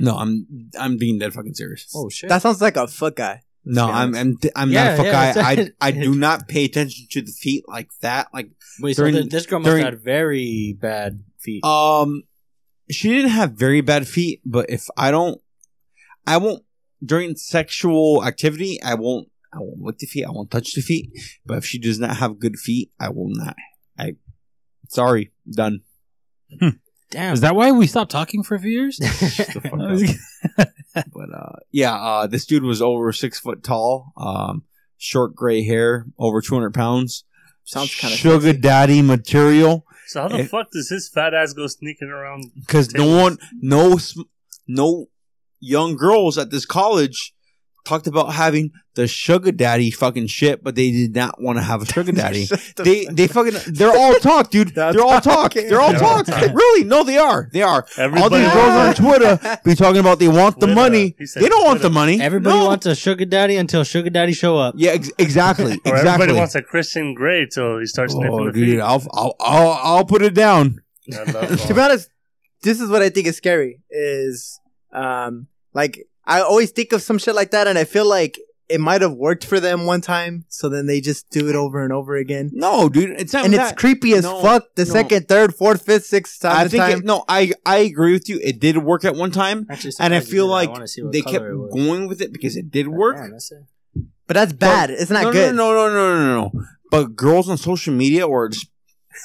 [SPEAKER 4] No, I'm, I'm being dead fucking serious.
[SPEAKER 7] Oh shit.
[SPEAKER 3] that sounds like a fuck guy
[SPEAKER 4] no, I'm, I'm, I'm not
[SPEAKER 7] Yeah,
[SPEAKER 4] a foot
[SPEAKER 7] yeah,
[SPEAKER 4] guy.
[SPEAKER 7] it's-
[SPEAKER 4] I, I do not pay attention to the feet like that. Like,
[SPEAKER 7] Wait,
[SPEAKER 4] during-
[SPEAKER 7] so th- this girl must
[SPEAKER 4] during-
[SPEAKER 7] have had very bad feet.
[SPEAKER 4] um, she didn't have very bad feet, but if I don't, I won't during sexual activity. I won't, I won't lick the feet. I won't touch the feet. But if she does not have good feet, I will not. I, sorry, done.
[SPEAKER 7] damn.
[SPEAKER 6] Is that why we stopped talking for a few years?
[SPEAKER 4] but uh, yeah, uh, this dude was over six foot tall, um, short gray hair, over two hundred pounds.
[SPEAKER 3] Sounds kinda
[SPEAKER 4] sugar daddy material.
[SPEAKER 5] so how the
[SPEAKER 4] if-
[SPEAKER 5] fuck does his fat ass go sneaking around?
[SPEAKER 4] Because no one, no, sm- no young girls at this college talked about having the sugar daddy fucking shit, but they did not want to have a sugar daddy. they they fucking they're all talk, dude.
[SPEAKER 3] They're
[SPEAKER 4] They're all talk.
[SPEAKER 3] talking.
[SPEAKER 4] They're all
[SPEAKER 5] They're all
[SPEAKER 4] talk. Really? No, they are. They are. All these girls on Twitter be talking about they want the
[SPEAKER 5] Twitter.
[SPEAKER 4] money.
[SPEAKER 5] uh, He said
[SPEAKER 4] They don't want
[SPEAKER 5] Twitter.
[SPEAKER 4] the money.
[SPEAKER 7] Everybody
[SPEAKER 4] No.
[SPEAKER 7] wants a sugar daddy until sugar daddy show up.
[SPEAKER 4] Yeah, ex- exactly.
[SPEAKER 5] or
[SPEAKER 4] exactly.
[SPEAKER 5] everybody wants a Christian Grey till he starts sniffing
[SPEAKER 4] Oh,
[SPEAKER 5] the
[SPEAKER 4] dude, I'll, I'll, I'll, I'll put it down.
[SPEAKER 5] feet. I love
[SPEAKER 3] to be honest, this is what I think is scary is um like I always think of some shit like that and I feel like it might have worked for them one time, so then they just do it over and over again.
[SPEAKER 4] No, dude, it's not
[SPEAKER 3] and
[SPEAKER 4] that.
[SPEAKER 3] it's creepy as
[SPEAKER 4] no,
[SPEAKER 3] fuck. The
[SPEAKER 4] no.
[SPEAKER 3] second, third, fourth, fifth, sixth time.
[SPEAKER 4] I think it, no, I I agree with you. It did work at one time,
[SPEAKER 7] Actually,
[SPEAKER 4] and I
[SPEAKER 7] surprised you
[SPEAKER 4] feel
[SPEAKER 7] did that.
[SPEAKER 4] like
[SPEAKER 7] wanna see what
[SPEAKER 4] they
[SPEAKER 7] color
[SPEAKER 4] kept
[SPEAKER 7] it was.
[SPEAKER 4] going with it because it did
[SPEAKER 7] God
[SPEAKER 4] work.
[SPEAKER 7] damn, that's it.
[SPEAKER 3] but that's bad. it's not
[SPEAKER 4] no,
[SPEAKER 3] good.
[SPEAKER 4] no, no, no, no, no, no. But girls on social media, or just,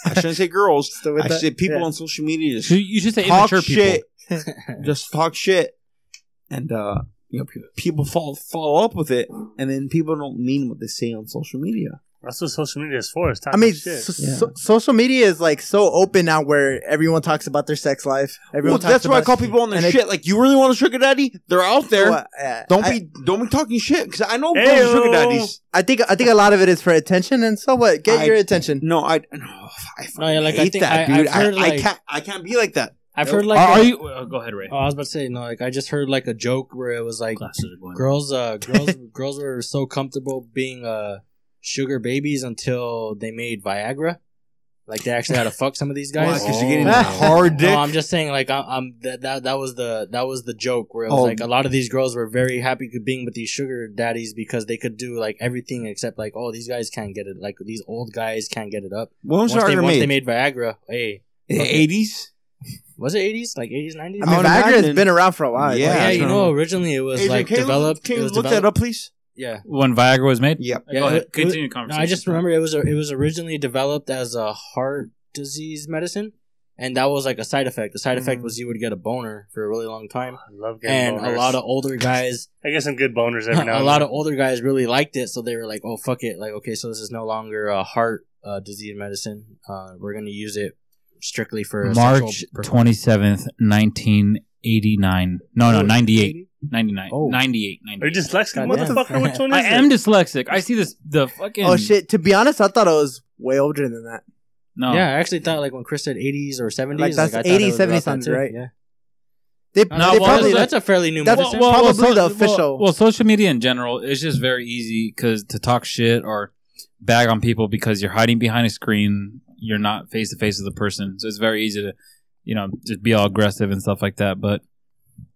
[SPEAKER 4] I shouldn't say girls,
[SPEAKER 3] Still with
[SPEAKER 4] I
[SPEAKER 3] that?
[SPEAKER 4] should say people
[SPEAKER 3] Yeah.
[SPEAKER 4] on social media just
[SPEAKER 6] You- You should say
[SPEAKER 4] talk
[SPEAKER 6] immature people.
[SPEAKER 4] shit, just talk shit, and uh, you know, pe- people follow follow up with it, and then people don't mean what they say on social media.
[SPEAKER 5] That's what social media is for. It's time
[SPEAKER 3] I mean,
[SPEAKER 5] for shit.
[SPEAKER 3] so,
[SPEAKER 4] Yeah.
[SPEAKER 3] so- social media is like so open now, where everyone talks about their sex life. Everyone
[SPEAKER 4] Well,
[SPEAKER 3] talks
[SPEAKER 4] that's why I
[SPEAKER 3] about-
[SPEAKER 4] call people on their
[SPEAKER 3] and it-
[SPEAKER 4] shit. like, you really want a sugar daddy? They're out there.
[SPEAKER 3] Well, yeah.
[SPEAKER 4] don't
[SPEAKER 3] I-
[SPEAKER 4] be don't be talking shit because I know girls are sugar
[SPEAKER 5] Ayo.
[SPEAKER 4] daddies.
[SPEAKER 3] I think I think a lot of it is for attention, and so what? Get
[SPEAKER 4] I-
[SPEAKER 3] your attention.
[SPEAKER 4] No, I no, I
[SPEAKER 7] No, yeah, like,
[SPEAKER 4] hate
[SPEAKER 7] I think
[SPEAKER 4] that,
[SPEAKER 7] I-
[SPEAKER 4] dude.
[SPEAKER 7] I've
[SPEAKER 4] I,
[SPEAKER 7] heard,
[SPEAKER 4] I
[SPEAKER 7] like-
[SPEAKER 4] can't I can't be like that.
[SPEAKER 7] I've heard like
[SPEAKER 6] Are,
[SPEAKER 7] a-
[SPEAKER 6] are you? uh, go ahead, Ray.
[SPEAKER 7] Oh, I was about to say no. Like I just heard like a joke where it was like
[SPEAKER 6] Classes are going.
[SPEAKER 7] girls, uh, girls, girls were so comfortable being uh sugar babies until they made Viagra. Like they actually had to fuck some of these guys.
[SPEAKER 4] Because you're getting
[SPEAKER 3] Oh.
[SPEAKER 4] that hard dick.
[SPEAKER 7] No, I'm just saying, like I, I'm that, that that was the that was the joke where it was
[SPEAKER 4] Oh.
[SPEAKER 7] like a lot of these girls were very happy to being with these sugar daddies because they could do like everything except like oh these guys can't get it like these old guys can't get it up.
[SPEAKER 4] When was
[SPEAKER 7] once they,
[SPEAKER 4] Viagra
[SPEAKER 7] once they
[SPEAKER 4] made?
[SPEAKER 7] made Viagra, hey,
[SPEAKER 4] In the eighties.
[SPEAKER 7] was it 80s like 80s 90s?
[SPEAKER 3] I mean, Viagra
[SPEAKER 4] would
[SPEAKER 3] has
[SPEAKER 4] imagine-
[SPEAKER 3] been around for a while.
[SPEAKER 4] Yeah,
[SPEAKER 7] yeah,
[SPEAKER 4] that's
[SPEAKER 7] you
[SPEAKER 4] what
[SPEAKER 7] know
[SPEAKER 4] I'm-
[SPEAKER 7] originally it was like
[SPEAKER 4] can you-
[SPEAKER 7] developed.
[SPEAKER 4] Can you
[SPEAKER 7] it
[SPEAKER 4] look
[SPEAKER 7] was
[SPEAKER 4] that
[SPEAKER 7] developed-
[SPEAKER 4] up, please?
[SPEAKER 7] Yeah.
[SPEAKER 6] When Viagra was made.
[SPEAKER 4] Yep.
[SPEAKER 7] Yeah,
[SPEAKER 6] Go
[SPEAKER 7] it-
[SPEAKER 6] ahead.
[SPEAKER 7] it-
[SPEAKER 6] Continue the
[SPEAKER 7] No,
[SPEAKER 6] conversation.
[SPEAKER 7] I just remember it was it was originally developed as a heart disease medicine, and that was like a side effect. The side effect
[SPEAKER 4] Mm.
[SPEAKER 3] Mhm.
[SPEAKER 7] was you would get a boner for a really long time,
[SPEAKER 5] I love getting
[SPEAKER 7] and
[SPEAKER 5] boners.
[SPEAKER 7] a lot of older guys,
[SPEAKER 5] I get some good boners every now.
[SPEAKER 7] a
[SPEAKER 5] and
[SPEAKER 7] lot
[SPEAKER 5] then.
[SPEAKER 7] of older guys really liked it, so they were like, "Oh fuck it, like okay, so this is no longer a heart uh, disease medicine. Uh, we're gonna use it strictly for
[SPEAKER 6] March
[SPEAKER 7] sexual per-
[SPEAKER 6] twenty seventh, nineteen eighty nine. No, no,
[SPEAKER 7] Oh,
[SPEAKER 6] 98. 99.
[SPEAKER 7] Oh.
[SPEAKER 6] 98.
[SPEAKER 5] Are you
[SPEAKER 6] 98.
[SPEAKER 5] dyslexic,
[SPEAKER 7] Goddamn.
[SPEAKER 5] motherfucker? Which one is
[SPEAKER 6] I
[SPEAKER 5] it?
[SPEAKER 6] am dyslexic. I see this. The fucking.
[SPEAKER 3] Oh shit! To be honest, I thought it was way older than that.
[SPEAKER 6] No.
[SPEAKER 7] Yeah, I actually thought like when Chris said 80s or 70s,
[SPEAKER 3] Like, that's
[SPEAKER 7] I thought it
[SPEAKER 3] 80s,
[SPEAKER 7] was about
[SPEAKER 3] 70s
[SPEAKER 7] that
[SPEAKER 3] sounds
[SPEAKER 7] too.
[SPEAKER 3] right.
[SPEAKER 7] Yeah,
[SPEAKER 3] They,
[SPEAKER 6] No,
[SPEAKER 3] they
[SPEAKER 6] well,
[SPEAKER 3] probably
[SPEAKER 7] probably that's a fairly new
[SPEAKER 3] that's-
[SPEAKER 7] medicine.
[SPEAKER 3] well, probably the
[SPEAKER 6] so-
[SPEAKER 3] official-
[SPEAKER 6] Well, well, social media in general is just very easy because to talk shit or bag on people because you're hiding behind a screen, you're not face to face with the person, so it's very easy to, you know, just be all aggressive and stuff like that. But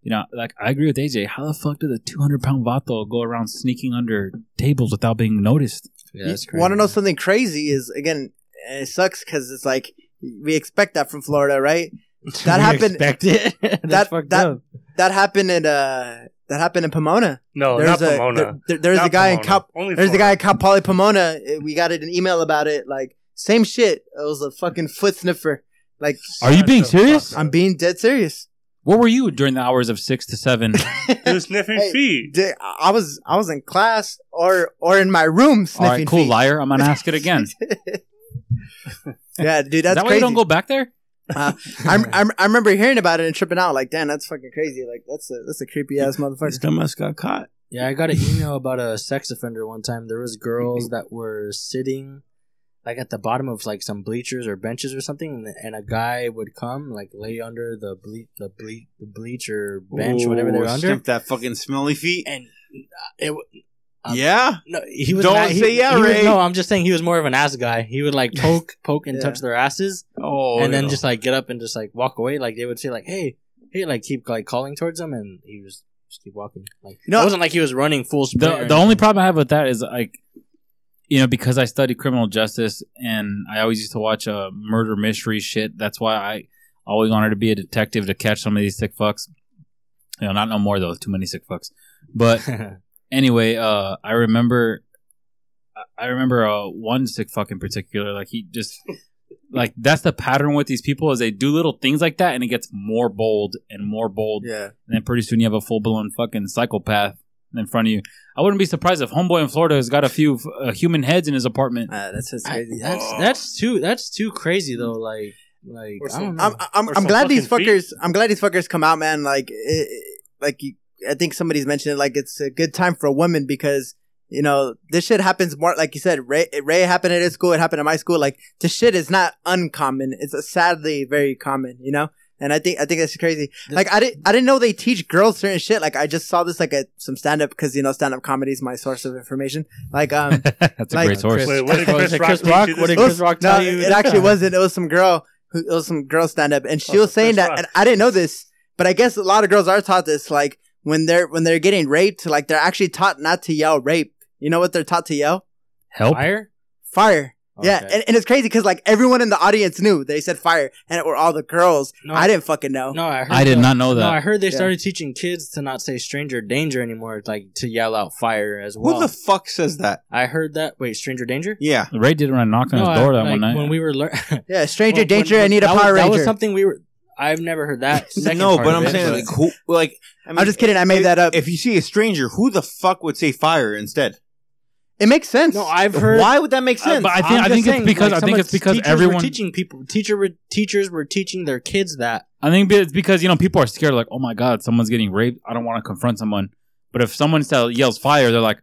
[SPEAKER 6] you know, like I agree with AJ. How the fuck did a 200 pound vato go around sneaking under tables without being noticed?
[SPEAKER 7] yeah, that's
[SPEAKER 3] want to
[SPEAKER 7] crazy.
[SPEAKER 3] know something crazy? Is again, it sucks because it's like we expect that from Florida, right? That happened.
[SPEAKER 7] Expect it. That's
[SPEAKER 3] that-
[SPEAKER 7] fucked
[SPEAKER 3] that-
[SPEAKER 7] up.
[SPEAKER 3] That happened in uh, that happened in Pomona.
[SPEAKER 5] no,
[SPEAKER 3] There's
[SPEAKER 5] Oh, not
[SPEAKER 3] a
[SPEAKER 5] Pomona.
[SPEAKER 3] there- there- there's
[SPEAKER 5] Not
[SPEAKER 3] a guy in
[SPEAKER 5] Pomona.
[SPEAKER 3] Cal.
[SPEAKER 5] Only
[SPEAKER 3] There's a guy
[SPEAKER 5] Florida.
[SPEAKER 3] in Cal Poly Pomona. It- We got an email about it. Like same shit. It was a fucking foot sniffer. Like
[SPEAKER 6] Are you being
[SPEAKER 5] Shut the fuck
[SPEAKER 6] serious?
[SPEAKER 5] up.
[SPEAKER 3] I'm being dead serious.
[SPEAKER 6] Where were you during the hours of six to seven?
[SPEAKER 5] He was sniffing
[SPEAKER 3] Hey,
[SPEAKER 5] feet.
[SPEAKER 3] Di- I was I was in class or or in my room
[SPEAKER 6] all
[SPEAKER 3] sniffing
[SPEAKER 6] right, cool
[SPEAKER 3] feet.
[SPEAKER 6] liar. I'm gonna ask it again. Is
[SPEAKER 3] yeah, dude, that's
[SPEAKER 6] that why
[SPEAKER 3] crazy.
[SPEAKER 6] you don't go back there?
[SPEAKER 3] I'm, I'm, I remember hearing about it and tripping out. Like, damn, that's fucking crazy. Like, that's a that's a creepy ass
[SPEAKER 4] This
[SPEAKER 3] motherfucker.
[SPEAKER 4] dumbass got caught.
[SPEAKER 7] Yeah, I got an email about a sex offender one time. There was girls that were sitting like at the bottom of like some bleachers or benches or something, and, and a guy would come like lay under the ble- the ble- the bleacher bench, whatever they were
[SPEAKER 4] Ooh,
[SPEAKER 7] under,
[SPEAKER 4] sniff Oh, that fucking smelly feet.
[SPEAKER 7] and uh, it w- Um,
[SPEAKER 4] yeah,
[SPEAKER 7] no, he was
[SPEAKER 4] Don't
[SPEAKER 7] an a- he-
[SPEAKER 4] say yeah,
[SPEAKER 7] he was-
[SPEAKER 4] Ray.
[SPEAKER 7] no, I'm just saying he was more of an ass guy. He would like poke, poke, and
[SPEAKER 3] Yeah.
[SPEAKER 7] touch their asses,
[SPEAKER 4] oh,
[SPEAKER 7] and then
[SPEAKER 4] yeah.
[SPEAKER 7] just like get up and just like walk away. Like they would say like, "Hey, hey," like keep like calling towards him, and he was just keep walking. Like
[SPEAKER 3] You know-
[SPEAKER 7] it wasn't like he was running full speed.
[SPEAKER 6] the, the only problem I have with that is like, you know, because I study criminal justice and I always used to watch uh, murder mystery shit. That's why I always wanted to be a detective to catch some of these sick fucks. You know, not no more though. Too many sick fucks. But anyway, uh, I remember, I- I remember uh, one sick fuck in particular. Like he just, like that's the pattern with these people is they do little things like that and it gets more bold and more bold
[SPEAKER 3] Yeah,
[SPEAKER 6] and then pretty soon you have a full blown fucking psychopath in front of you. I wouldn't be surprised if homeboy in Florida has got a few uh, human heads in his apartment.
[SPEAKER 3] uh, that's that's
[SPEAKER 7] I-
[SPEAKER 6] Oh.
[SPEAKER 3] crazy.
[SPEAKER 7] that's that's too that's too crazy though. Like like I don't know.
[SPEAKER 3] I'm I'm,
[SPEAKER 5] Or
[SPEAKER 3] I'm
[SPEAKER 5] some
[SPEAKER 3] glad these
[SPEAKER 5] fucking
[SPEAKER 3] fuckers. I'm glad these fuckers come out, man. Like, it, it- like you, I think somebody's mentioned it. Like, it's a good time for women because you know this shit happens more. Like you said, Ray, Ray happened at his school. It happened at my school. Like this shit is not uncommon. It's uh, sadly very common. You know. And I think I think that's crazy. Like I didn't I didn't know they teach girls certain shit. Like I just saw this like at some stand up because you know stand up comedy is my source of information. Like um
[SPEAKER 6] That's a
[SPEAKER 3] Like
[SPEAKER 6] great source.
[SPEAKER 5] Wait, what did
[SPEAKER 7] Chris
[SPEAKER 5] Chris Rock
[SPEAKER 7] Rock- Chris Rock-
[SPEAKER 5] teach you
[SPEAKER 7] what
[SPEAKER 5] this?
[SPEAKER 7] did
[SPEAKER 3] was-
[SPEAKER 7] Chris Rock
[SPEAKER 3] no,
[SPEAKER 7] tell you?
[SPEAKER 3] It actually wasn't. It was some girl. Who, it was some girl stand up, and she
[SPEAKER 5] Oh,
[SPEAKER 3] was saying
[SPEAKER 5] Chris
[SPEAKER 3] that,
[SPEAKER 5] Rock.
[SPEAKER 3] and I didn't know this, but I guess a lot of girls are taught this. Like when they're when they're getting raped, like they're actually taught not to yell rape. You know what they're taught to yell?
[SPEAKER 6] Help.
[SPEAKER 7] Fire?
[SPEAKER 3] Fire. Yeah,
[SPEAKER 7] Okay.
[SPEAKER 3] and, and it's crazy because like everyone in the audience knew they said fire, and it were all the girls.
[SPEAKER 7] No.
[SPEAKER 3] I didn't fucking know.
[SPEAKER 7] No, I heard.
[SPEAKER 6] I did
[SPEAKER 7] the-
[SPEAKER 6] not know
[SPEAKER 7] No, I
[SPEAKER 6] that.
[SPEAKER 7] heard they
[SPEAKER 3] Yeah.
[SPEAKER 7] started teaching kids to not say stranger danger anymore, like to yell out fire as well.
[SPEAKER 4] Who the fuck says that?
[SPEAKER 7] I heard that. Wait, stranger danger?
[SPEAKER 4] Yeah.
[SPEAKER 6] Ray did when I knocked on his
[SPEAKER 7] I-
[SPEAKER 6] door that
[SPEAKER 7] like,
[SPEAKER 6] one night.
[SPEAKER 7] When we were lear-
[SPEAKER 3] Yeah, stranger
[SPEAKER 7] when-
[SPEAKER 3] danger.
[SPEAKER 7] when-
[SPEAKER 3] I need a
[SPEAKER 7] that was-
[SPEAKER 3] Power
[SPEAKER 7] That
[SPEAKER 3] Ranger.
[SPEAKER 7] was something we were. I've never heard that. second
[SPEAKER 4] no,
[SPEAKER 7] part
[SPEAKER 4] but
[SPEAKER 7] of
[SPEAKER 4] I'm
[SPEAKER 7] it,
[SPEAKER 4] saying
[SPEAKER 7] but-
[SPEAKER 4] like who like I
[SPEAKER 3] I'm just kidding. I made
[SPEAKER 4] if-
[SPEAKER 3] that up.
[SPEAKER 4] If you see a stranger, who the fuck would say fire instead?
[SPEAKER 3] it makes sense.
[SPEAKER 7] No, I've heard.
[SPEAKER 4] Why would that make
[SPEAKER 6] Uh,
[SPEAKER 4] sense?
[SPEAKER 6] but I think
[SPEAKER 7] I'm
[SPEAKER 6] I
[SPEAKER 7] just
[SPEAKER 6] think
[SPEAKER 7] saying,
[SPEAKER 6] it's because
[SPEAKER 7] like,
[SPEAKER 6] I think
[SPEAKER 7] some
[SPEAKER 6] it's because
[SPEAKER 7] teachers were
[SPEAKER 6] everyone
[SPEAKER 7] teaching people teacher were, teachers were teaching their kids that.
[SPEAKER 6] I think it's because you know people are scared like oh my god someone's getting raped I don't want to confront someone but if someone sell- yells fire they're like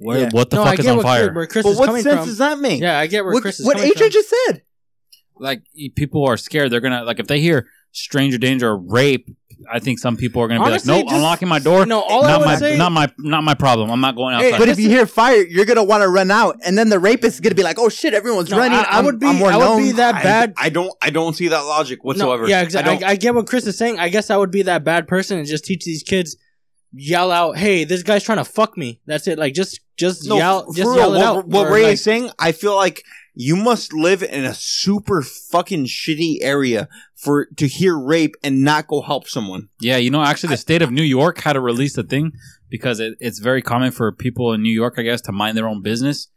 [SPEAKER 6] where,
[SPEAKER 3] Yeah.
[SPEAKER 6] what the
[SPEAKER 7] no, I
[SPEAKER 6] fuck is
[SPEAKER 7] get
[SPEAKER 6] on
[SPEAKER 7] what
[SPEAKER 6] fire
[SPEAKER 7] Chris, where Chris
[SPEAKER 4] But
[SPEAKER 7] is
[SPEAKER 4] what
[SPEAKER 7] coming
[SPEAKER 4] sense
[SPEAKER 7] from.
[SPEAKER 4] does that make?
[SPEAKER 7] yeah, I get where
[SPEAKER 3] what
[SPEAKER 7] Chris is
[SPEAKER 3] what
[SPEAKER 7] coming
[SPEAKER 3] Adrian
[SPEAKER 7] from.
[SPEAKER 3] just said.
[SPEAKER 6] like y- people are scared they're gonna like if they hear stranger danger or rape I think some people are gonna
[SPEAKER 7] Honestly,
[SPEAKER 6] be like no
[SPEAKER 7] just-
[SPEAKER 6] I'm locking my door
[SPEAKER 7] No, all I
[SPEAKER 6] not
[SPEAKER 7] would
[SPEAKER 6] my
[SPEAKER 7] say.
[SPEAKER 6] not my not my problem I'm not going outside
[SPEAKER 3] but if you hear fire, you're gonna want to run out, and then the rapist is gonna be like, "Oh shit, everyone's
[SPEAKER 7] No,
[SPEAKER 3] running."
[SPEAKER 7] I, I
[SPEAKER 3] I'm-
[SPEAKER 7] would be.
[SPEAKER 3] I'm more
[SPEAKER 7] I would
[SPEAKER 3] known.
[SPEAKER 7] be that
[SPEAKER 4] I-
[SPEAKER 7] bad.
[SPEAKER 4] I, don't. I don't see that logic whatsoever.
[SPEAKER 7] No, yeah,
[SPEAKER 4] I
[SPEAKER 7] exactly.
[SPEAKER 4] don't-
[SPEAKER 7] I, I get what Chris is saying. I guess I would be that bad person and just teach these kids, yell out, "Hey, this guy's trying to fuck me." That's it. Like just, just
[SPEAKER 4] No,
[SPEAKER 7] yell,
[SPEAKER 4] for
[SPEAKER 7] just
[SPEAKER 4] real,
[SPEAKER 7] yell it
[SPEAKER 4] what,
[SPEAKER 7] out.
[SPEAKER 4] What
[SPEAKER 7] Or,
[SPEAKER 4] Ray
[SPEAKER 7] like,
[SPEAKER 4] is saying, I feel like you must live in a super fucking shitty area for to hear rape and not go help someone.
[SPEAKER 6] Yeah, you know, actually, the state of New York had to release a thing because it, it's very common for people in New York, I guess, to mind their own business.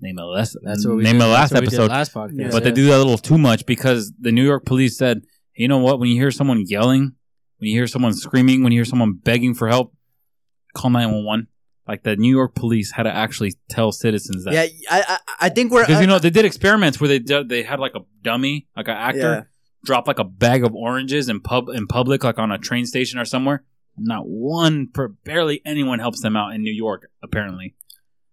[SPEAKER 6] Name of last,
[SPEAKER 7] That's what we
[SPEAKER 6] name
[SPEAKER 7] did.
[SPEAKER 6] of last
[SPEAKER 7] That's what we did
[SPEAKER 6] episode,
[SPEAKER 7] last podcast.
[SPEAKER 6] but they do that a little too much because the New York police said, you know what? When you hear someone yelling, when you hear someone screaming, when you hear someone begging for help, call nine one one. Like the New York police had to actually tell citizens that.
[SPEAKER 3] Yeah, I, I I think we're
[SPEAKER 6] because you know they did experiments where they did, they had like a dummy, like an actor,
[SPEAKER 3] uh, Yeah.
[SPEAKER 6] drop like a bag of oranges in pub in public, like on a train station or somewhere. Not one, per, barely anyone helps them out in New York. Apparently,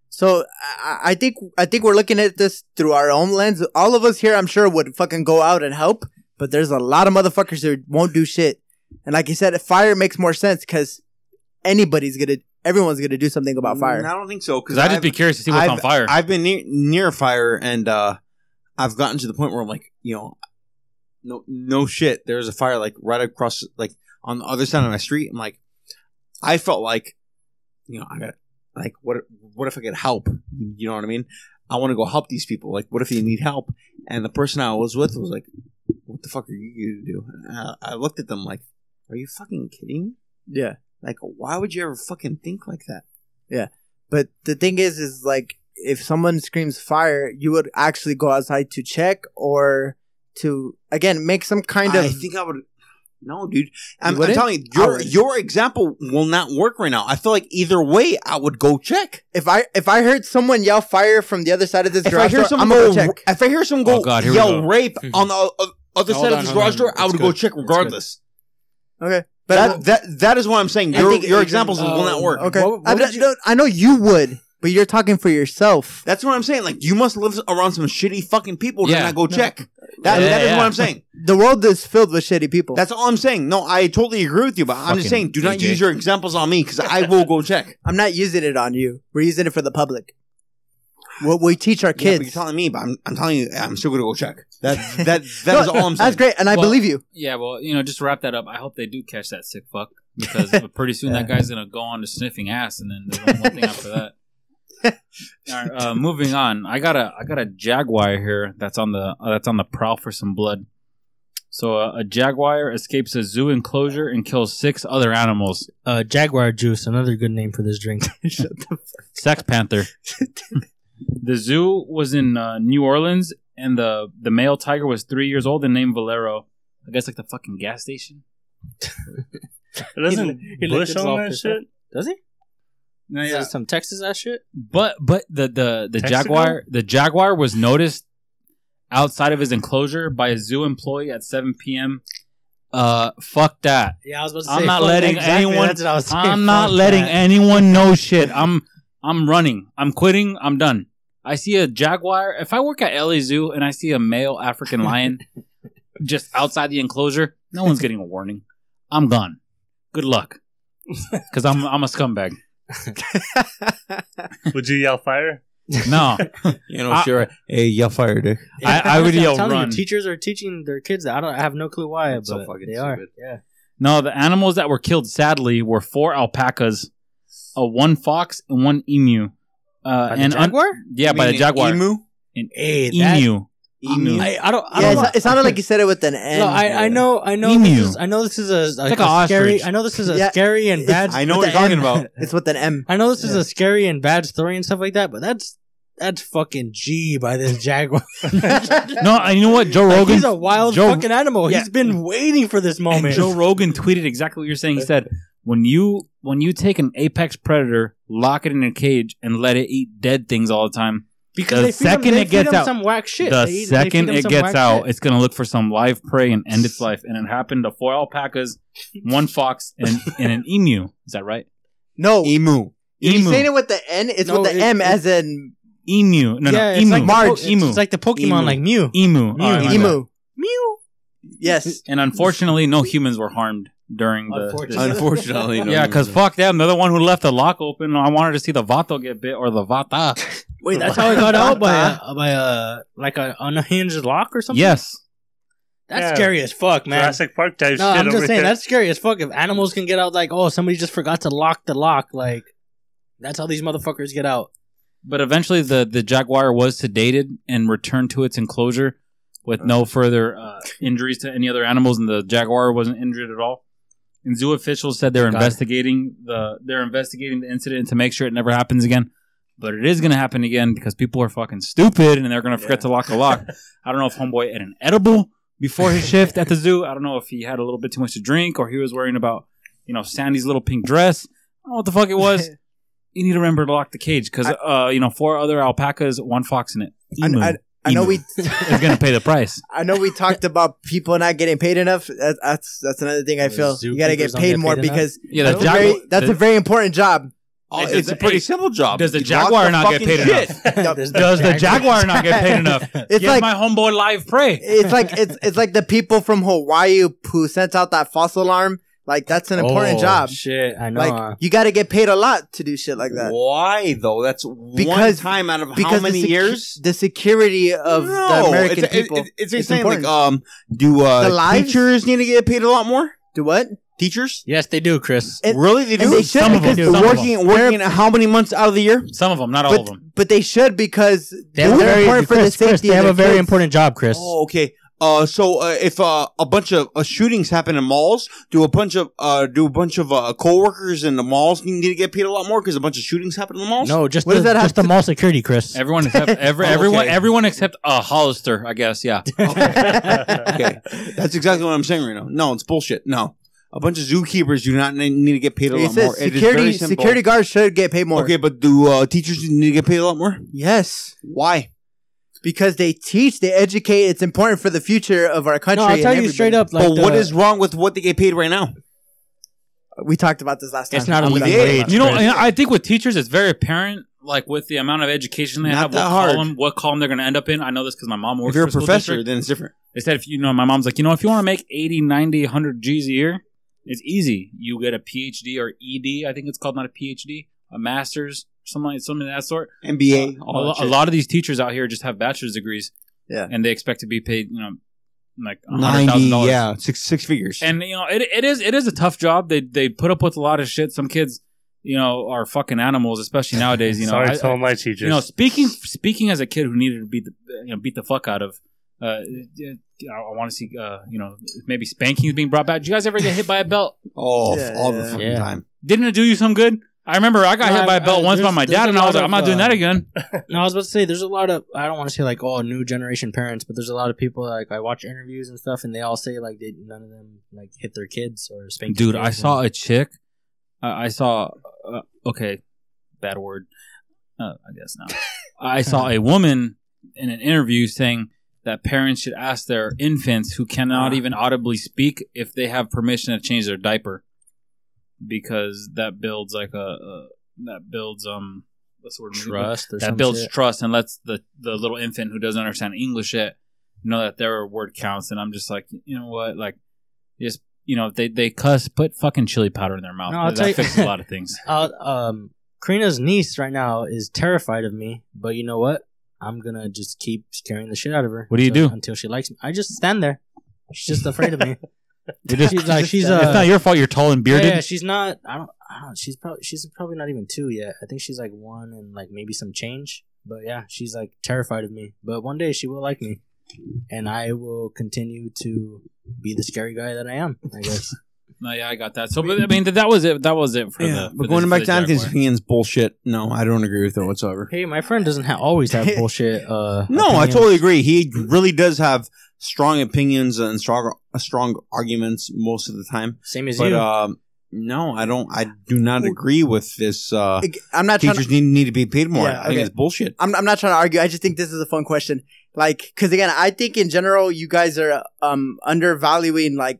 [SPEAKER 3] So I, I think I think we're looking at this through our own lens. All of us here, I'm sure, would fucking go out and help, but there's a lot of motherfuckers who won't do shit. And like you said, fire makes more sense because anybody's gonna, everyone's gonna do something about fire.
[SPEAKER 4] Mm, I don't think so
[SPEAKER 6] because I'd just
[SPEAKER 4] I've-
[SPEAKER 6] be curious to see what's on fire.
[SPEAKER 4] I've been near, near fire, and uh, I've gotten to the point where I'm like, you know, no, no shit. There's a fire like right across, like on the other side of my street. I'm like, I felt like, you know, I got like, what, what if I could help? You know what I mean? I want to go help these people. Like, what if they need help? And the person I was with was like, what the fuck are you gonna do? And I, I looked at them like, are you fucking kidding me?
[SPEAKER 3] Yeah,
[SPEAKER 4] Like, why would you ever fucking think like that?
[SPEAKER 3] but the thing is, is like if someone screams fire, you would actually go outside to check or to again make some kind of.
[SPEAKER 4] I think I would. No, dude. I'm, I'm
[SPEAKER 3] wouldn't?
[SPEAKER 4] telling you,
[SPEAKER 3] I
[SPEAKER 4] your
[SPEAKER 3] would.
[SPEAKER 4] your example will not work right now. I feel like either way, I would go check.
[SPEAKER 3] if I if I heard someone yell fire from the other side of this
[SPEAKER 4] If I
[SPEAKER 3] garage
[SPEAKER 4] hear
[SPEAKER 3] door, I'm
[SPEAKER 4] someone
[SPEAKER 3] gonna
[SPEAKER 4] go,
[SPEAKER 3] go check.
[SPEAKER 4] if I hear someone go
[SPEAKER 6] Oh, God, here we
[SPEAKER 4] yell
[SPEAKER 6] go.
[SPEAKER 4] rape on the uh, other
[SPEAKER 7] Hold
[SPEAKER 4] side
[SPEAKER 7] on,
[SPEAKER 4] of this
[SPEAKER 7] hold
[SPEAKER 4] garage
[SPEAKER 7] on.
[SPEAKER 4] door, I
[SPEAKER 7] It's
[SPEAKER 4] would go
[SPEAKER 7] good.
[SPEAKER 4] check regardless.
[SPEAKER 3] Okay, but
[SPEAKER 4] That, that that is what I'm saying.
[SPEAKER 3] I
[SPEAKER 4] Your,
[SPEAKER 3] think
[SPEAKER 4] your
[SPEAKER 3] Adrian-
[SPEAKER 4] examples will not work.
[SPEAKER 3] Okay.
[SPEAKER 7] What- what
[SPEAKER 3] I,
[SPEAKER 7] would
[SPEAKER 3] don't- don't- I know you would, but you're talking for yourself.
[SPEAKER 4] That's what I'm saying. Like you must live around some shitty fucking people to
[SPEAKER 6] Yeah.
[SPEAKER 4] not go check. That,
[SPEAKER 6] Yeah,
[SPEAKER 4] that is
[SPEAKER 6] yeah.
[SPEAKER 4] what I'm saying.
[SPEAKER 3] The world is filled with shitty people.
[SPEAKER 4] That's all I'm saying. No, I totally agree with you, but I'm
[SPEAKER 6] Fucking
[SPEAKER 4] just saying, do not
[SPEAKER 6] AJ.
[SPEAKER 4] use your examples on me because I will go check.
[SPEAKER 3] I'm not using it on you. We're using it for the public. What we teach our
[SPEAKER 4] Yeah, but
[SPEAKER 3] kids.
[SPEAKER 4] you're telling me, but I'm, I'm telling you, I'm still gonna go check. That that that is
[SPEAKER 3] No,
[SPEAKER 4] all I'm saying.
[SPEAKER 3] That's great, and I
[SPEAKER 6] Well-
[SPEAKER 3] believe you.
[SPEAKER 6] yeah, well, you know, just to wrap that up. I hope they do catch that sick fuck because pretty soon that guy's gonna go on to sniffing ass, and then there's only one thing after that. All right, uh, moving on. I got a I got a jaguar here that's on the uh, that's on the prowl for some blood. So uh, a jaguar escapes a zoo enclosure and kills six other animals.
[SPEAKER 7] Uh, Jaguar juice, another good name for this drink.
[SPEAKER 6] Sex Panther. the zoo was in uh, New Orleans, and the the male tiger was three years old and named Valero. I guess like the fucking gas station.
[SPEAKER 5] Doesn't
[SPEAKER 7] he licked
[SPEAKER 5] Bush
[SPEAKER 7] his
[SPEAKER 5] own that
[SPEAKER 7] office
[SPEAKER 5] shit?
[SPEAKER 7] Does he?
[SPEAKER 6] No,
[SPEAKER 7] Is it some Texas ass shit?
[SPEAKER 6] But but the the the
[SPEAKER 5] Texaco?
[SPEAKER 6] jaguar the jaguar was noticed outside of his enclosure by a zoo employee at 7 p.m. Uh, fuck that.
[SPEAKER 7] Yeah, I was about
[SPEAKER 6] to I'm say, not fuck, letting exactly, anyone- that's
[SPEAKER 7] That's what I was
[SPEAKER 6] I'm not letting anyone know shit. I'm I'm running. I'm quitting. I'm done. I see a jaguar. If I work at LA Zoo and I see a male African lion just outside the enclosure, no one's getting a warning. I'm gone. Good luck. Cuz I'm I'm a scumbag.
[SPEAKER 5] Would you yell fire?
[SPEAKER 6] No.
[SPEAKER 4] You know,
[SPEAKER 6] I-
[SPEAKER 4] sure. Hey, y'all fired, Dick.
[SPEAKER 6] I- I would yell run.
[SPEAKER 7] teachers are teaching their kids that. I don't. I have no clue why,
[SPEAKER 4] That's so
[SPEAKER 7] but
[SPEAKER 4] fucking
[SPEAKER 7] they are.
[SPEAKER 4] stupid.
[SPEAKER 7] Yeah.
[SPEAKER 6] No, the animals that were killed sadly were four alpacas, a one fox and one emu. Uh,
[SPEAKER 7] By the
[SPEAKER 6] and un-
[SPEAKER 7] jaguar?
[SPEAKER 6] yeah,
[SPEAKER 4] You
[SPEAKER 6] by the
[SPEAKER 4] mean
[SPEAKER 6] jaguar.
[SPEAKER 4] Emu?
[SPEAKER 7] hey, that-
[SPEAKER 6] emu.
[SPEAKER 4] Emu.
[SPEAKER 7] I, I don't. I
[SPEAKER 3] yeah,
[SPEAKER 7] don't
[SPEAKER 3] it,
[SPEAKER 7] know.
[SPEAKER 3] sa- it sounded like you said it with an N.
[SPEAKER 7] No, I, I know. I know.
[SPEAKER 6] Emu.
[SPEAKER 7] This is, I know this is a, like
[SPEAKER 6] like a
[SPEAKER 7] a scary.
[SPEAKER 6] ostrich.
[SPEAKER 7] I know this is a
[SPEAKER 3] Yeah.
[SPEAKER 7] scary and
[SPEAKER 3] It's-
[SPEAKER 7] bad.
[SPEAKER 4] I know
[SPEAKER 3] with
[SPEAKER 4] what you're
[SPEAKER 3] the
[SPEAKER 4] talking
[SPEAKER 3] M.
[SPEAKER 4] about.
[SPEAKER 3] It's with an M.
[SPEAKER 7] I know this is a scary and bad story and stuff like that. But that's that's fucking G by this jaguar.
[SPEAKER 6] No, and you know what? Joe
[SPEAKER 7] Like,
[SPEAKER 6] Rogan.
[SPEAKER 7] he's a wild
[SPEAKER 6] Joe-
[SPEAKER 7] fucking animal.
[SPEAKER 6] Yeah.
[SPEAKER 7] He's been waiting for this
[SPEAKER 6] And
[SPEAKER 7] moment.
[SPEAKER 6] Joe Rogan tweeted exactly what you're saying. He said, "When you when you take an apex predator, lock it in a cage, and let it eat dead things all the time.
[SPEAKER 7] because
[SPEAKER 6] the
[SPEAKER 7] they feed him-
[SPEAKER 6] second
[SPEAKER 7] they
[SPEAKER 6] it
[SPEAKER 7] feed
[SPEAKER 6] gets
[SPEAKER 7] him
[SPEAKER 6] out-
[SPEAKER 7] some whack shit.
[SPEAKER 6] the
[SPEAKER 7] They eat- they feed
[SPEAKER 6] second
[SPEAKER 7] him
[SPEAKER 6] it
[SPEAKER 7] some
[SPEAKER 6] gets
[SPEAKER 7] whack
[SPEAKER 6] out,
[SPEAKER 7] shit.
[SPEAKER 6] it's gonna look for some live prey and end its life. And it happened to four alpacas, one fox, and, and an emu. Is that right?
[SPEAKER 3] No,
[SPEAKER 4] Emu.
[SPEAKER 3] if you're
[SPEAKER 6] Emu.
[SPEAKER 3] saying it with the N. It's
[SPEAKER 7] No,
[SPEAKER 3] with the
[SPEAKER 7] it-
[SPEAKER 3] M,
[SPEAKER 7] it-
[SPEAKER 3] as in
[SPEAKER 6] emu. No,
[SPEAKER 7] yeah,
[SPEAKER 6] no,
[SPEAKER 7] it's
[SPEAKER 6] emu.
[SPEAKER 7] like
[SPEAKER 6] Marge,
[SPEAKER 7] the, po-
[SPEAKER 6] emu.
[SPEAKER 7] It's like the Pokemon,
[SPEAKER 6] Emu.
[SPEAKER 7] like Mew.
[SPEAKER 6] emu. All right, my bad.
[SPEAKER 3] emu.
[SPEAKER 7] Mew.
[SPEAKER 3] Yes,
[SPEAKER 6] And unfortunately, no humans were harmed during the.
[SPEAKER 7] Unfortunately.
[SPEAKER 4] Unfortunately, no.
[SPEAKER 6] Yeah, because fuck them. They're the one who left the lock open. I wanted to see the vato get bit or the vata.
[SPEAKER 7] Wait, that's how it got out by a, by a like a unhinged lock or something.
[SPEAKER 6] Yes.
[SPEAKER 7] that's
[SPEAKER 5] Yeah.
[SPEAKER 7] scary as fuck, man.
[SPEAKER 5] Jurassic Park type
[SPEAKER 7] no,
[SPEAKER 5] shit
[SPEAKER 7] I'm
[SPEAKER 5] over
[SPEAKER 7] just saying
[SPEAKER 5] here.
[SPEAKER 7] that's scary as fuck. If animals can get out, like oh, somebody just forgot to lock the lock, like that's how these motherfuckers get out.
[SPEAKER 6] But eventually, the, the jaguar was sedated and returned to its enclosure with no further uh, injuries to any other animals, and the jaguar wasn't injured at all. And zoo officials said they're
[SPEAKER 7] God.
[SPEAKER 6] investigating the they're investigating the incident to make sure it never happens again. But it is going to happen again because people are fucking stupid and they're going to forget to lock the lock. I don't know if homeboy had an edible before his shift at the zoo. I don't know if he had a little bit too much to drink or he was worrying about you know Sandy's little pink dress. I don't know what the fuck it was. you need to remember to lock the cage because uh, you know four other alpacas, one fox in it.
[SPEAKER 3] I,
[SPEAKER 6] Emu
[SPEAKER 3] I, I know
[SPEAKER 6] Emu.
[SPEAKER 3] we.
[SPEAKER 6] is going to pay the price.
[SPEAKER 3] I know we talked about people not getting paid enough. That, that's that's another thing I feel you got to get
[SPEAKER 7] Zookeepers don't
[SPEAKER 3] paid
[SPEAKER 7] get
[SPEAKER 3] more
[SPEAKER 7] paid enough?
[SPEAKER 3] because
[SPEAKER 6] Yeah,
[SPEAKER 3] that's, a very, that's a very important job.
[SPEAKER 4] Oh,
[SPEAKER 6] Does
[SPEAKER 4] it's
[SPEAKER 6] the-
[SPEAKER 4] a pretty
[SPEAKER 6] hey,
[SPEAKER 4] simple job.
[SPEAKER 6] does the
[SPEAKER 4] You lock
[SPEAKER 6] jaguar not get
[SPEAKER 4] fucking
[SPEAKER 6] paid
[SPEAKER 4] shit.
[SPEAKER 7] There's
[SPEAKER 6] Does the jaguar not get paid enough?
[SPEAKER 3] It's
[SPEAKER 6] Give
[SPEAKER 3] like
[SPEAKER 6] my homeboy live prey.
[SPEAKER 3] it's like it's it's like the people from Hawaii who sent out that false alarm. Like that's an important
[SPEAKER 7] Oh,
[SPEAKER 3] job.
[SPEAKER 7] Shit, I know.
[SPEAKER 3] Like
[SPEAKER 7] huh?
[SPEAKER 3] you got to get paid a lot to do shit like that.
[SPEAKER 4] Why though? That's one
[SPEAKER 3] Because-
[SPEAKER 4] time out of
[SPEAKER 3] because
[SPEAKER 4] how
[SPEAKER 3] the
[SPEAKER 4] many
[SPEAKER 3] secu-
[SPEAKER 4] years
[SPEAKER 3] The security of the American
[SPEAKER 4] it's, it-
[SPEAKER 3] people.
[SPEAKER 4] it- it's
[SPEAKER 3] It's
[SPEAKER 4] insane.
[SPEAKER 3] important.
[SPEAKER 4] Like, um, do uh,
[SPEAKER 3] The lives?
[SPEAKER 4] teachers need to get paid a lot more?
[SPEAKER 3] do what?
[SPEAKER 4] Teachers?
[SPEAKER 7] yes, they do, Chris.
[SPEAKER 3] And-
[SPEAKER 4] really? They do.
[SPEAKER 3] and they should
[SPEAKER 6] Some of
[SPEAKER 3] because
[SPEAKER 6] them.
[SPEAKER 3] the
[SPEAKER 6] Some of
[SPEAKER 3] work-
[SPEAKER 6] them.
[SPEAKER 4] working working how many months out of the year?
[SPEAKER 6] Some of them, not all of
[SPEAKER 3] but,
[SPEAKER 6] them.
[SPEAKER 3] but they should because
[SPEAKER 7] They
[SPEAKER 3] they're
[SPEAKER 7] have a very,
[SPEAKER 3] important for
[SPEAKER 7] Chris,
[SPEAKER 3] the safety.
[SPEAKER 7] Chris, they
[SPEAKER 3] of
[SPEAKER 7] have
[SPEAKER 3] their
[SPEAKER 7] a very
[SPEAKER 3] kids.
[SPEAKER 7] important job, Chris.
[SPEAKER 4] Oh, okay. Uh, so uh, if uh, a bunch of uh, shootings happen in malls, do a bunch of uh, do a bunch of uh, coworkers in the malls need to get paid a lot more because a bunch of shootings happen in the malls?
[SPEAKER 7] No, just
[SPEAKER 3] What
[SPEAKER 7] the,
[SPEAKER 3] does that have
[SPEAKER 7] just the mall security, Chris.
[SPEAKER 6] Everyone except every,
[SPEAKER 4] Okay.
[SPEAKER 6] everyone everyone except uh, Hollister, I guess. Yeah,
[SPEAKER 4] Okay, that's exactly what I'm saying right now. No, it's bullshit. No, a bunch of zookeepers do not ne- need to get paid a
[SPEAKER 3] It
[SPEAKER 4] lot
[SPEAKER 3] says
[SPEAKER 4] more. It is very
[SPEAKER 3] security
[SPEAKER 4] simple.
[SPEAKER 3] security guards should get paid more.
[SPEAKER 4] Okay, but do uh, teachers need to get paid a lot more?
[SPEAKER 3] Yes,
[SPEAKER 4] Why?
[SPEAKER 3] because they teach, they educate. It's important for the future of our country.
[SPEAKER 7] no, I'll
[SPEAKER 3] and
[SPEAKER 7] tell you
[SPEAKER 3] everybody.
[SPEAKER 7] straight up. Like, uh,
[SPEAKER 4] but what
[SPEAKER 7] the-
[SPEAKER 4] is wrong with what they get paid right now?
[SPEAKER 3] We talked about this last time.
[SPEAKER 7] It's not a
[SPEAKER 3] I'm
[SPEAKER 7] living
[SPEAKER 3] done.
[SPEAKER 7] wage.
[SPEAKER 6] you know,
[SPEAKER 7] Chris.
[SPEAKER 6] and I think with teachers, it's very apparent. Like with the amount of education they
[SPEAKER 4] Not
[SPEAKER 6] have,
[SPEAKER 4] that
[SPEAKER 6] what
[SPEAKER 4] hard.
[SPEAKER 6] column, what column they're going to end up in. I know this because my mom works
[SPEAKER 4] If you're
[SPEAKER 6] for
[SPEAKER 4] a
[SPEAKER 6] school
[SPEAKER 4] professor,
[SPEAKER 6] district.
[SPEAKER 4] then it's different.
[SPEAKER 6] They said if you know, my mom's like, you know, if you want to make 80, 90, 100 G's a year, it's easy. You get a PhD or ED, I think it's called, not a PhD, a master's, something like, something of that sort.
[SPEAKER 4] MBA,
[SPEAKER 6] a,
[SPEAKER 4] all
[SPEAKER 6] lo-
[SPEAKER 4] that
[SPEAKER 6] a
[SPEAKER 4] shit.
[SPEAKER 6] lot of these teachers out here just have bachelor's degrees.
[SPEAKER 3] Yeah.
[SPEAKER 6] And they expect to be paid, you know, like hundred
[SPEAKER 4] ninety,
[SPEAKER 6] thousand dollars.
[SPEAKER 4] yeah, six six figures.
[SPEAKER 6] And you know, it, it is it is a tough job. They they put up with a lot of shit. Some kids, you know, are fucking animals, especially nowadays. You know,
[SPEAKER 5] Sorry
[SPEAKER 6] I-
[SPEAKER 5] to all my teachers.
[SPEAKER 6] you know, speaking speaking as a kid who needed to beat the you know beat the fuck out of. Uh, I, I want to see, uh, you know, maybe spanking is being brought back. Did you guys ever get hit by a belt?
[SPEAKER 4] oh,
[SPEAKER 3] Yeah,
[SPEAKER 4] all the
[SPEAKER 3] yeah.
[SPEAKER 4] fucking
[SPEAKER 7] Yeah.
[SPEAKER 4] time.
[SPEAKER 6] Didn't it do you some good? I remember I got
[SPEAKER 7] No,
[SPEAKER 6] hit by
[SPEAKER 7] I-
[SPEAKER 6] a belt
[SPEAKER 7] I-
[SPEAKER 6] once by
[SPEAKER 7] there's-
[SPEAKER 6] my
[SPEAKER 7] there's
[SPEAKER 6] dad,
[SPEAKER 7] a
[SPEAKER 6] and I was
[SPEAKER 7] lot
[SPEAKER 6] like, I'm not
[SPEAKER 7] of,
[SPEAKER 6] doing that
[SPEAKER 7] uh,
[SPEAKER 6] again.
[SPEAKER 7] No, I was about to say there's a lot of I don't want to say like all new generation parents, but there's a lot of people like I watch interviews and stuff, and they all say like they, none of them like hit their kids or spank. their
[SPEAKER 6] Dude, I
[SPEAKER 7] kids.
[SPEAKER 6] saw a chick. I, I saw. Uh, okay, bad word. Uh, I guess not. I saw a woman in an interview saying that parents should ask their infants who cannot even audibly speak if they have permission to change their diaper, because that builds like a, a that builds um what's the word I'm looking for?
[SPEAKER 7] trust or
[SPEAKER 6] that
[SPEAKER 7] some
[SPEAKER 6] builds
[SPEAKER 7] shit.
[SPEAKER 6] trust and lets the the little infant who doesn't understand English yet know that their word counts. And I'm just like, you know what, like just you know, if they they cuss, put fucking chili powder in their mouth.
[SPEAKER 7] No, I'll tell you-
[SPEAKER 6] that fixes a lot of things.
[SPEAKER 7] Uh, um, Karina's niece right now is terrified of me, but you know what? I'm gonna just keep scaring the shit out of her.
[SPEAKER 6] What do you
[SPEAKER 7] until-
[SPEAKER 6] do?
[SPEAKER 7] until she likes me? I just stand there. She's just afraid of me. she's like she's uh,
[SPEAKER 8] it's not your fault. You're tall and
[SPEAKER 7] yeah,
[SPEAKER 8] bearded.
[SPEAKER 7] Yeah, she's not. I don't. I don't. She's probably. She's probably not even two yet. I think she's like one and like maybe some change. But yeah, she's like terrified of me. But one day she will like me, and I will continue to be the scary guy that I am. I guess.
[SPEAKER 6] No, yeah, I got that. So, but, I mean, that, that was it. That was it for
[SPEAKER 4] Yeah,
[SPEAKER 6] the.
[SPEAKER 4] but
[SPEAKER 6] for
[SPEAKER 4] going
[SPEAKER 6] this-
[SPEAKER 4] back
[SPEAKER 6] the
[SPEAKER 4] to Anthony's
[SPEAKER 6] Jaguar.
[SPEAKER 4] opinions, bullshit. No, I don't agree with it whatsoever.
[SPEAKER 7] hey, my friend doesn't ha- always have bullshit. Uh,
[SPEAKER 4] No, I
[SPEAKER 7] opinions.
[SPEAKER 4] totally agree. He really does have strong opinions and strong strong arguments most of the time.
[SPEAKER 7] Same as
[SPEAKER 6] uh,
[SPEAKER 4] But
[SPEAKER 7] you.
[SPEAKER 4] um, no, I don't. I do not agree with this. Uh,
[SPEAKER 3] I'm not trying.
[SPEAKER 4] teachers need need to be paid more.
[SPEAKER 3] Yeah,
[SPEAKER 4] I think
[SPEAKER 3] okay.
[SPEAKER 4] it's bullshit.
[SPEAKER 3] I'm, I'm not trying to argue. I just think this is a fun question. Like, because again, I think in general, you guys are um undervaluing like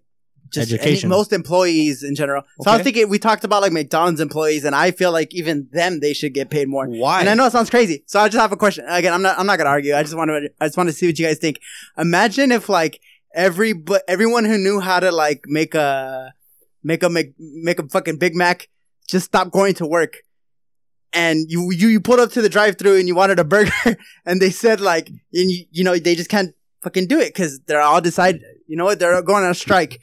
[SPEAKER 3] just any-
[SPEAKER 7] Education.
[SPEAKER 3] most employees in general. So I was
[SPEAKER 4] Okay.
[SPEAKER 3] thinking we talked about like McDonald's employees, and I feel like even them they should get paid more.
[SPEAKER 4] Why?
[SPEAKER 3] And I know it sounds crazy, so I just have a question. Again, I'm not I'm not gonna argue. I just want to I just want to see what you guys think. Imagine if like every but everyone who knew how to like make a make a make, make a fucking Big Mac just stopped going to work, and you you you pulled up to the drive-through and you wanted a burger, and they said like and you, you know they just can't fucking do it because they're all decide you know what they're going on a strike.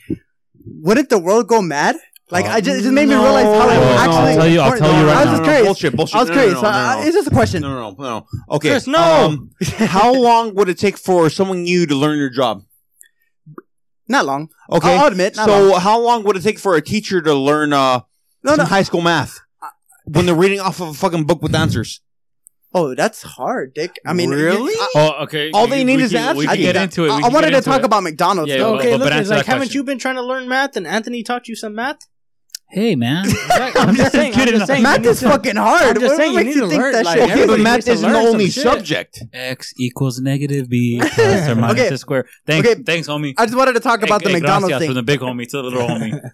[SPEAKER 3] Wouldn't the world go mad? Like I just it just made me realize how like,
[SPEAKER 4] No, no,
[SPEAKER 3] actually
[SPEAKER 4] I'll
[SPEAKER 8] tell you- I'll tell you right
[SPEAKER 3] I was
[SPEAKER 8] now.
[SPEAKER 3] just curious.
[SPEAKER 4] Bullshit. Bullshit.
[SPEAKER 3] I was
[SPEAKER 4] No, no,
[SPEAKER 3] curious.
[SPEAKER 4] no, no,
[SPEAKER 3] I-
[SPEAKER 4] no.
[SPEAKER 3] I- it's just a question.
[SPEAKER 4] No, no, no, no. Okay.
[SPEAKER 7] Chris, no!
[SPEAKER 4] um, how long would it take for someone new to learn your job?
[SPEAKER 3] Not long.
[SPEAKER 4] Okay.
[SPEAKER 3] I'll admit. Not
[SPEAKER 4] so
[SPEAKER 3] long.
[SPEAKER 4] how long would it take for a teacher to learn uh
[SPEAKER 3] no, no.
[SPEAKER 4] some high school math when they're reading off of a fucking book with answers?
[SPEAKER 3] Oh, that's hard, Dick. I mean,
[SPEAKER 4] really?
[SPEAKER 6] Oh, okay.
[SPEAKER 4] All
[SPEAKER 6] we-
[SPEAKER 4] they
[SPEAKER 6] we
[SPEAKER 4] need
[SPEAKER 6] can-
[SPEAKER 4] is the
[SPEAKER 6] We
[SPEAKER 4] answer.
[SPEAKER 3] I
[SPEAKER 6] can
[SPEAKER 3] think
[SPEAKER 6] get
[SPEAKER 3] that-
[SPEAKER 6] into it. We
[SPEAKER 3] I,
[SPEAKER 6] can
[SPEAKER 3] I
[SPEAKER 6] get
[SPEAKER 3] wanted to
[SPEAKER 6] into
[SPEAKER 3] talk
[SPEAKER 6] it.
[SPEAKER 3] about McDonald's.
[SPEAKER 6] Yeah,
[SPEAKER 3] though.
[SPEAKER 6] well-
[SPEAKER 7] okay,
[SPEAKER 6] but-
[SPEAKER 7] look,
[SPEAKER 6] but
[SPEAKER 7] it's
[SPEAKER 6] answer
[SPEAKER 7] like
[SPEAKER 6] that
[SPEAKER 7] haven't
[SPEAKER 6] question.
[SPEAKER 7] you been trying to learn math? And Anthony taught you some math.
[SPEAKER 6] Hey, man.
[SPEAKER 7] I'm just saying. I'm
[SPEAKER 6] kidding.
[SPEAKER 7] just saying.
[SPEAKER 3] Math
[SPEAKER 7] you
[SPEAKER 3] is
[SPEAKER 7] need to-
[SPEAKER 3] fucking hard.
[SPEAKER 7] I'm just
[SPEAKER 3] What
[SPEAKER 7] saying, you
[SPEAKER 3] makes
[SPEAKER 7] need
[SPEAKER 3] you
[SPEAKER 7] to
[SPEAKER 3] think
[SPEAKER 7] learn,
[SPEAKER 3] that
[SPEAKER 7] like,
[SPEAKER 3] shit?
[SPEAKER 4] Okay, but
[SPEAKER 7] Everybody
[SPEAKER 4] math
[SPEAKER 7] needs to
[SPEAKER 4] isn't the
[SPEAKER 7] learn some
[SPEAKER 4] only
[SPEAKER 7] shit.
[SPEAKER 4] subject.
[SPEAKER 6] X equals negative b plus or minus
[SPEAKER 3] Okay.
[SPEAKER 6] the square. Thanks,
[SPEAKER 3] Okay.
[SPEAKER 6] thanks, homie.
[SPEAKER 3] I just wanted to talk about
[SPEAKER 6] Hey,
[SPEAKER 3] the
[SPEAKER 6] hey,
[SPEAKER 3] McDonald's
[SPEAKER 6] gracias
[SPEAKER 3] thing.
[SPEAKER 6] from the big homie to the little homie.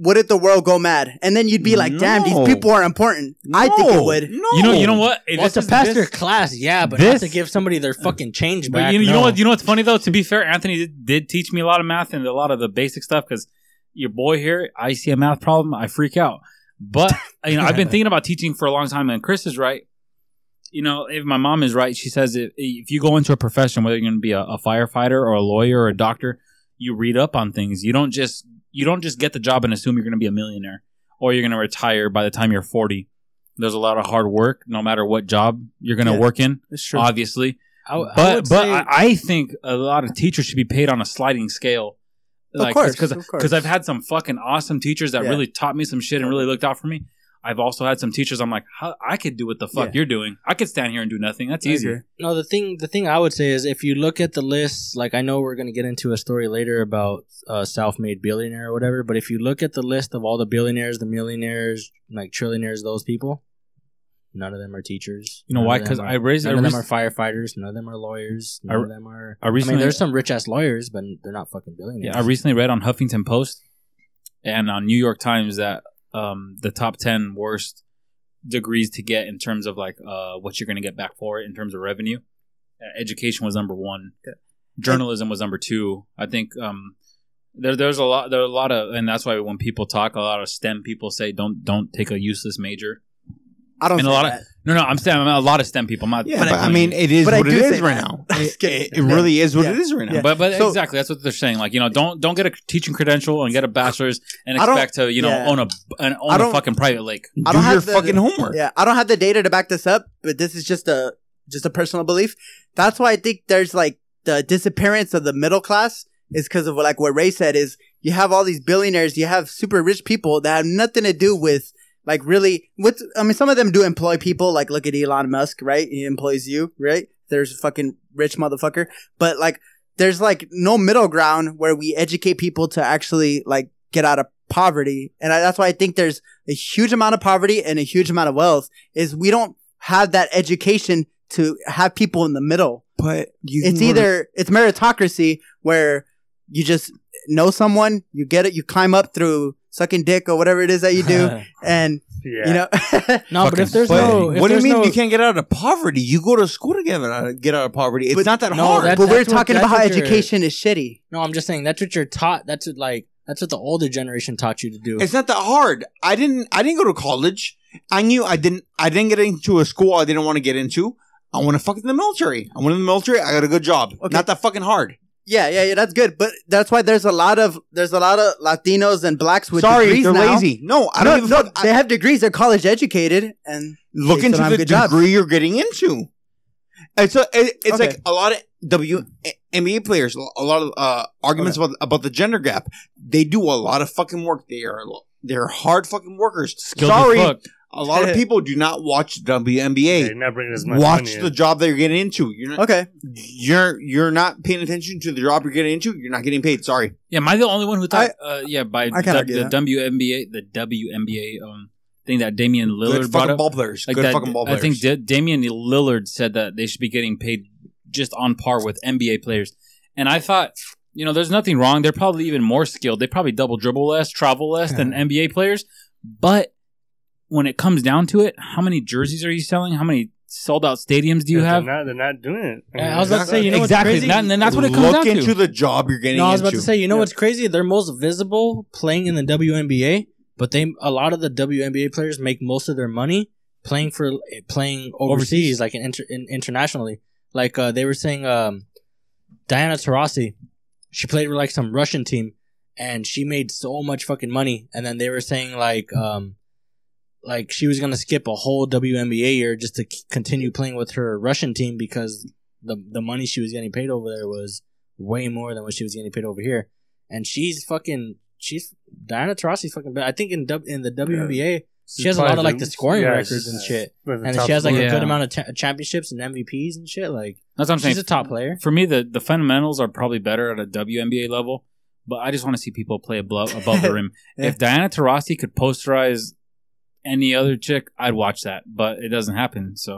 [SPEAKER 3] Would it the world go mad? And then you'd be like, "Damn,
[SPEAKER 4] No.
[SPEAKER 3] these people are important." I think it
[SPEAKER 4] No,
[SPEAKER 3] would.
[SPEAKER 4] No.
[SPEAKER 6] You know, you know
[SPEAKER 3] Oh,
[SPEAKER 6] what? Hey,
[SPEAKER 7] Well,
[SPEAKER 6] this
[SPEAKER 7] to
[SPEAKER 6] is-
[SPEAKER 7] pass
[SPEAKER 6] this-
[SPEAKER 7] their class, yeah, but
[SPEAKER 6] this-
[SPEAKER 7] not to give somebody their fucking change
[SPEAKER 6] But
[SPEAKER 7] back.
[SPEAKER 6] you, you know
[SPEAKER 7] no.
[SPEAKER 6] what? You know what's funny though. To be fair, Anthony did, did teach me a lot of math and a lot of the basic stuff because your boy here, I see a math problem, I freak out. But you know, I've been thinking about teaching for a long time, and Chris is right. You know, if my mom is right, she says if, if you go into a profession, whether you're going to be a, a firefighter or a lawyer or a doctor, you read up on things. You don't just you don't just get the job and assume you're going to be a millionaire or you're going to retire by the time you're 40. There's a lot of hard work, no matter what job you're going to
[SPEAKER 3] Yeah.
[SPEAKER 6] work in.
[SPEAKER 3] It's
[SPEAKER 7] Uh,
[SPEAKER 3] true.
[SPEAKER 6] Obviously,
[SPEAKER 7] I w- I
[SPEAKER 6] but
[SPEAKER 7] would
[SPEAKER 6] but
[SPEAKER 7] say-
[SPEAKER 6] I, I think a lot of teachers should be paid on a sliding scale.
[SPEAKER 3] course,
[SPEAKER 6] because
[SPEAKER 3] of course.
[SPEAKER 6] because I've had some fucking awesome teachers that
[SPEAKER 3] Yeah.
[SPEAKER 6] really taught me some shit and really looked out for me. I've also had some teachers I'm like, "How- I could do what the fuck
[SPEAKER 3] Yeah.
[SPEAKER 6] you're doing. I could stand here and do nothing. That's
[SPEAKER 3] I
[SPEAKER 6] easier.
[SPEAKER 7] No, the thing the thing I would say is if you look at the list, like I know we're gonna get into a story later about uh, self-made billionaire or whatever, but if you look at the list of all the billionaires, the millionaires, like trillionaires, those people, none of them are teachers.
[SPEAKER 6] You know
[SPEAKER 7] None
[SPEAKER 6] why?
[SPEAKER 7] of them
[SPEAKER 6] Because
[SPEAKER 7] are-
[SPEAKER 6] I raised I,
[SPEAKER 7] none of them are
[SPEAKER 6] rec-
[SPEAKER 7] firefighters. None of them are lawyers. None
[SPEAKER 6] I-
[SPEAKER 7] of them are.
[SPEAKER 6] I
[SPEAKER 7] I mean,
[SPEAKER 6] recently
[SPEAKER 7] there's some rich ass lawyers, but they're not fucking billionaires.
[SPEAKER 6] yeah, I recently read on Huffington Post and on New York Times that um, the top ten worst degrees to get in terms of like uh, what you're going to get back for it in terms of revenue. Uh, education was number one. Journalism was number two. I think um, there, there's a lot. There are a lot of, and that's why when people talk, a lot of STEM people say don't don't take a useless major.
[SPEAKER 3] I don't.
[SPEAKER 6] And a
[SPEAKER 3] say
[SPEAKER 6] lot of-
[SPEAKER 3] that.
[SPEAKER 6] no, no, I'm saying a lot of STEM people. I'm not.
[SPEAKER 4] Yeah,
[SPEAKER 6] I'm
[SPEAKER 4] but
[SPEAKER 6] not
[SPEAKER 4] I
[SPEAKER 6] saying-
[SPEAKER 4] mean, it is
[SPEAKER 3] But I
[SPEAKER 4] what it
[SPEAKER 3] do
[SPEAKER 4] is
[SPEAKER 3] say-
[SPEAKER 4] right now.
[SPEAKER 3] Just
[SPEAKER 4] It,
[SPEAKER 3] kidding.
[SPEAKER 4] it really is what
[SPEAKER 3] Yeah.
[SPEAKER 4] it is right now.
[SPEAKER 3] Yeah.
[SPEAKER 6] But but
[SPEAKER 3] So-
[SPEAKER 6] exactly that's what they're saying. Like you know, don't don't get a teaching credential and get a bachelor's and
[SPEAKER 3] I don't-
[SPEAKER 6] expect to you know
[SPEAKER 3] yeah.
[SPEAKER 6] own a and
[SPEAKER 3] I
[SPEAKER 6] own a
[SPEAKER 3] don't-
[SPEAKER 6] fucking private lake.
[SPEAKER 3] I
[SPEAKER 4] Do
[SPEAKER 3] don't have
[SPEAKER 4] your
[SPEAKER 3] the-
[SPEAKER 4] fucking homework.
[SPEAKER 3] Yeah, I don't have the data to back this up, but this is just a just a personal belief. That's why I think there's like the disappearance of the middle class is because of like what Ray said is you have all these billionaires, you have super rich people that have nothing to do with like really what I mean. Some of them do employ people, like look at Elon Musk, right? He employs you, right? There's a fucking rich motherfucker, but like there's like no middle ground where we educate people to actually like get out of poverty, and I, that's why I think there's a huge amount of poverty and a huge amount of wealth is we don't have that education to have people in the middle.
[SPEAKER 4] But you
[SPEAKER 3] It's
[SPEAKER 4] can learn-
[SPEAKER 3] either it's meritocracy where you just know someone, you get it, you climb up through sucking dick or whatever it is that you do, and
[SPEAKER 5] Yeah.
[SPEAKER 3] you know.
[SPEAKER 7] no, but if there's
[SPEAKER 4] But
[SPEAKER 7] no, if
[SPEAKER 4] what do you
[SPEAKER 7] there's
[SPEAKER 4] mean
[SPEAKER 7] no-
[SPEAKER 4] you can't get out of poverty? You go to school to get out of, get out of poverty. It's
[SPEAKER 3] But-
[SPEAKER 4] not that
[SPEAKER 7] No,
[SPEAKER 4] hard.
[SPEAKER 7] that's-
[SPEAKER 3] but we're
[SPEAKER 7] what-
[SPEAKER 3] talking
[SPEAKER 7] that's
[SPEAKER 3] about how
[SPEAKER 7] what you're-
[SPEAKER 3] education is shitty.
[SPEAKER 7] No, I'm just saying that's what you're taught. That's what like that's what the older generation taught you to do.
[SPEAKER 4] It's not that hard. I didn't. I didn't go to college. I knew I didn't. I didn't get into a school I didn't want to get into. I want to fucking the military. I went in the military. I got a good job.
[SPEAKER 3] Okay.
[SPEAKER 4] Not that fucking hard.
[SPEAKER 3] Yeah, yeah, yeah. That's good, but that's why there's a lot of there's a lot of Latinos and blacks with
[SPEAKER 4] Sorry,
[SPEAKER 3] degrees
[SPEAKER 4] they're
[SPEAKER 3] now.
[SPEAKER 4] lazy. No, I
[SPEAKER 3] no,
[SPEAKER 4] don't even
[SPEAKER 3] no, they have degrees. They're college educated, and
[SPEAKER 4] look
[SPEAKER 3] They
[SPEAKER 4] into
[SPEAKER 3] still have
[SPEAKER 4] the degree
[SPEAKER 3] good jobs.
[SPEAKER 4] you're getting into. It's a, it, it's
[SPEAKER 3] Okay.
[SPEAKER 4] like a lot of W NBA players. A lot of uh, arguments about about the gender gap. They do a lot of fucking work. They are they're hard fucking workers.
[SPEAKER 6] Skilled as
[SPEAKER 4] Sorry,
[SPEAKER 6] fuck.
[SPEAKER 4] a lot of people do not watch
[SPEAKER 5] They're
[SPEAKER 4] WNBA.
[SPEAKER 5] not bringing as much
[SPEAKER 4] Watch
[SPEAKER 5] money in.
[SPEAKER 4] the job that you're getting into. You're not,
[SPEAKER 3] okay,
[SPEAKER 4] you're you're not paying attention to the job you're getting into. You're not getting paid. Sorry.
[SPEAKER 6] Yeah, am I the only one who thought? uh, yeah, by
[SPEAKER 3] I kinda
[SPEAKER 6] the,
[SPEAKER 3] get
[SPEAKER 6] the
[SPEAKER 3] that.
[SPEAKER 6] WNBA, the WNBA um, thing that Damian Lillard
[SPEAKER 4] Good
[SPEAKER 6] brought
[SPEAKER 4] fucking
[SPEAKER 6] up.
[SPEAKER 4] ball players.
[SPEAKER 6] Like
[SPEAKER 4] Good
[SPEAKER 6] that,
[SPEAKER 4] fucking ball
[SPEAKER 6] I think
[SPEAKER 4] players.
[SPEAKER 6] da- Damian Lillard said that they should be getting paid just on par with NBA players. And I thought, you know, there's nothing wrong. They're probably even more skilled. They probably double dribble less, travel less than NBA players. But when it comes down to it, how many jerseys are you selling? How many sold out stadiums do you
[SPEAKER 5] They're
[SPEAKER 6] have?
[SPEAKER 5] Not, they're not doing it.
[SPEAKER 7] Yeah, I was about to say, you know what's
[SPEAKER 4] Exactly.
[SPEAKER 7] crazy?
[SPEAKER 6] That- and then that's what it comes down
[SPEAKER 4] Look
[SPEAKER 6] to.
[SPEAKER 4] into the job you're getting
[SPEAKER 7] no, I was
[SPEAKER 4] into.
[SPEAKER 7] about to say, you know
[SPEAKER 5] Yeah.
[SPEAKER 7] what's crazy? They're most visible playing in the WNBA, but they a lot of the WNBA players make most of their money playing for playing overseas, like in, inter, in internationally. Like uh, they were saying, um, Diana Taurasi, she played for like some Russian team, and she made so much fucking money. And then they were saying like, um, like she was gonna skip a whole WNBA year just to c- continue playing with her Russian team because the the money she was getting paid over there was way more than what she was getting paid over here. And she's fucking, she's Diana Taurasi's fucking. But I think in W in the WNBA, she has a lot of like the scoring records and shit, and she has like a
[SPEAKER 6] scorer.
[SPEAKER 7] good
[SPEAKER 6] Yeah.
[SPEAKER 7] amount of cha- championships and MVPs and shit. Like
[SPEAKER 6] That's what I'm saying.
[SPEAKER 7] she's a top player.
[SPEAKER 6] For me, the, the fundamentals are probably better at a WNBA level, but I just want to see people play above, above the rim. If Diana Taurasi could posterize any other chick, I'd watch that, but it doesn't happen. So,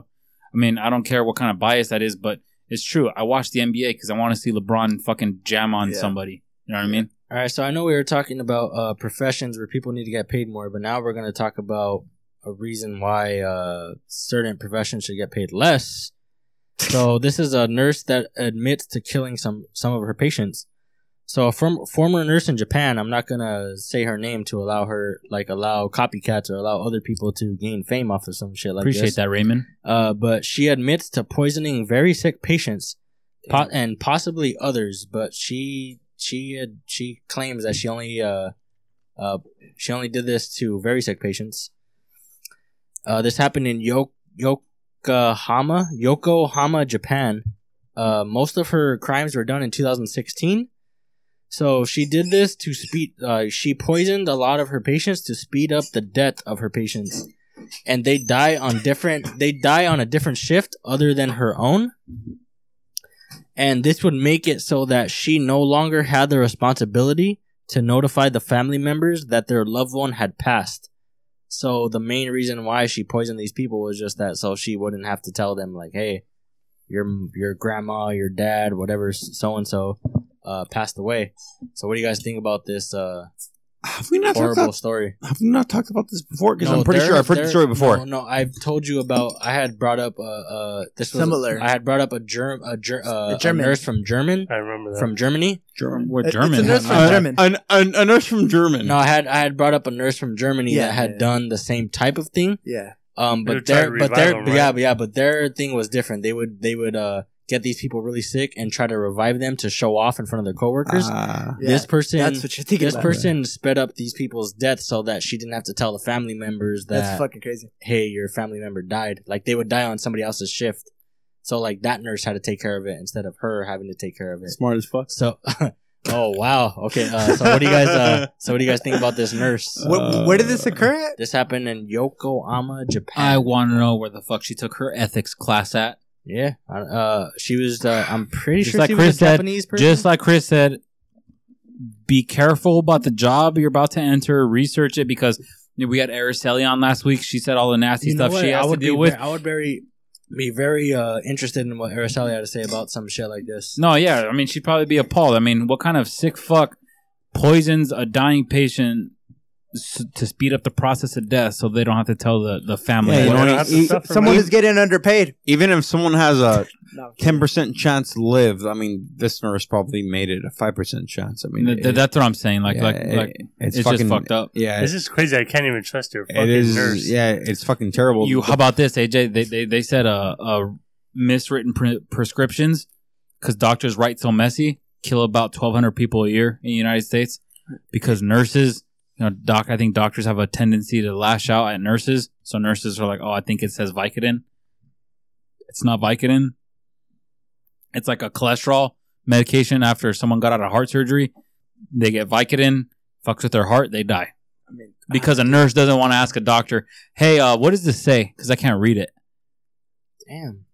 [SPEAKER 6] I mean, I don't care what kind of bias that is, but it's true. I watch the NBA because I want to see LeBron fucking jam on
[SPEAKER 3] Yeah.
[SPEAKER 6] somebody. You know what I mean?
[SPEAKER 7] All right, so I know we were talking about uh, professions where people need to get paid more, but now we're going to talk about a reason why uh, certain professions should get paid less. So this is a nurse that admits to killing some some of her patients. So a form, former nurse in Japan, I'm not going to say her name to allow her like allow copycats or allow other people to gain fame off of some shit like
[SPEAKER 6] Appreciate
[SPEAKER 7] this.
[SPEAKER 6] that, Raymond.
[SPEAKER 7] Uh, but she admits to poisoning very sick patients po- and possibly others. But she she uh, she claims that she only uh, uh, she only did this to very sick patients. Uh, this happened in Yok- Yokohama, Yokohama, Japan. Uh, most of her crimes were done in 2016. So she did this to speed. Uh, she poisoned a lot of her patients to speed up the death of her patients and they die on different they die on a different shift other than her own and this would make it so that she no longer had the responsibility to notify the family members that their loved one had passed so the main reason why she poisoned these people was just that so she wouldn't have to tell them like hey your your grandma your dad whatever so and so uh passed away so what do you guys think about this uh
[SPEAKER 4] have we not talked
[SPEAKER 7] horrible
[SPEAKER 4] about,
[SPEAKER 7] story
[SPEAKER 4] have we not talked about this before? Because
[SPEAKER 7] no,
[SPEAKER 4] I'm pretty
[SPEAKER 7] there-
[SPEAKER 4] sure I've heard the
[SPEAKER 7] there-
[SPEAKER 4] story before.
[SPEAKER 7] No, no, I've told you about. I had brought up uh, uh this was
[SPEAKER 3] Similar.
[SPEAKER 7] I had brought up a germ a, ger, uh,
[SPEAKER 3] A German.
[SPEAKER 7] a nurse from German
[SPEAKER 5] I remember that.
[SPEAKER 7] from Germany.
[SPEAKER 4] German.
[SPEAKER 6] We're
[SPEAKER 3] It- it's
[SPEAKER 6] German.
[SPEAKER 3] a nurse
[SPEAKER 6] huh?
[SPEAKER 3] from
[SPEAKER 6] Uh,
[SPEAKER 3] German.
[SPEAKER 4] An, an, a nurse from German.
[SPEAKER 7] No, I had I had brought up a nurse from Germany
[SPEAKER 3] Yeah,
[SPEAKER 7] that had
[SPEAKER 3] yeah.
[SPEAKER 7] done the same type of thing.
[SPEAKER 3] yeah,
[SPEAKER 7] Um,
[SPEAKER 5] They were
[SPEAKER 7] but
[SPEAKER 5] trying
[SPEAKER 7] their
[SPEAKER 5] to
[SPEAKER 7] but
[SPEAKER 5] revive
[SPEAKER 7] their
[SPEAKER 5] them,
[SPEAKER 7] yeah
[SPEAKER 5] right?
[SPEAKER 7] yeah but their thing was different. They would they would uh get these people really sick and try to revive them to show off in front of their coworkers.
[SPEAKER 4] Ah.
[SPEAKER 3] yeah.
[SPEAKER 7] This person
[SPEAKER 3] that's what you're thinking.
[SPEAKER 7] this
[SPEAKER 3] about.
[SPEAKER 7] person sped up these people's deaths so that she didn't have to tell the family members that
[SPEAKER 3] That's fucking crazy.
[SPEAKER 7] hey, your family member died. Like they would die on somebody else's shift. So like that nurse had to take care of it instead of her having to take care of it.
[SPEAKER 9] Smart as fuck.
[SPEAKER 7] So, oh wow, okay. Uh, so what do you guys? Uh, so what do you guys think about this nurse?
[SPEAKER 3] Where, where did this occur at?
[SPEAKER 7] This happened in Yokohama, Japan.
[SPEAKER 6] I want to know where the fuck she took her ethics class at.
[SPEAKER 7] yeah, uh, she was. Uh, I'm pretty
[SPEAKER 6] Just
[SPEAKER 7] sure
[SPEAKER 6] like
[SPEAKER 7] she
[SPEAKER 6] Chris
[SPEAKER 7] was a
[SPEAKER 6] said,
[SPEAKER 7] Japanese person.
[SPEAKER 6] Just like Chris said, be careful about the job you're about to enter. Research it because we had Araceli on last week. She said all the nasty
[SPEAKER 7] You know
[SPEAKER 6] stuff
[SPEAKER 7] what?
[SPEAKER 6] she
[SPEAKER 7] I
[SPEAKER 6] has to
[SPEAKER 7] would
[SPEAKER 6] deal
[SPEAKER 7] be,
[SPEAKER 6] with.
[SPEAKER 7] ver- I would very be very uh, interested in what Araceli had to say about some shit like this.
[SPEAKER 6] No, yeah. I mean, she'd probably be appalled. I mean, what kind of sick fuck poisons a dying patient s- to speed up the process of death so they don't have to tell the, the family?
[SPEAKER 4] Yeah, you
[SPEAKER 5] They
[SPEAKER 4] know,
[SPEAKER 5] don't
[SPEAKER 4] he-
[SPEAKER 5] have to
[SPEAKER 4] he-
[SPEAKER 5] suffer,
[SPEAKER 3] Someone
[SPEAKER 5] man.
[SPEAKER 3] is getting underpaid.
[SPEAKER 4] Even if someone has a
[SPEAKER 3] No.
[SPEAKER 4] ten percent chance to live, I mean, this nurse probably made it a five percent chance. I mean,
[SPEAKER 6] Th- th-
[SPEAKER 4] it-
[SPEAKER 6] that's what I'm saying. Like,
[SPEAKER 4] yeah,
[SPEAKER 6] like,
[SPEAKER 4] it-
[SPEAKER 6] like it's, just fucked up.
[SPEAKER 4] Yeah,
[SPEAKER 5] This is crazy. I can't even trust your fucking
[SPEAKER 4] it is.
[SPEAKER 5] nurse.
[SPEAKER 4] Yeah, it's fucking terrible.
[SPEAKER 6] You how about this, AJ? They they, they said uh, uh miswritten pre- prescriptions because doctors write so messy. kill about 1,200 people a year in the United States because nurses, you know, doc, I think doctors have a tendency to lash out at nurses. So nurses are like, oh, I think it says Vicodin. It's not Vicodin. It's like a cholesterol medication after someone got out of heart surgery. They get Vicodin, fucks with their heart, they die.
[SPEAKER 3] I mean,
[SPEAKER 6] Because a nurse doesn't want to ask a doctor, hey, uh, what does this say? Because I can't read it.
[SPEAKER 7] Damn.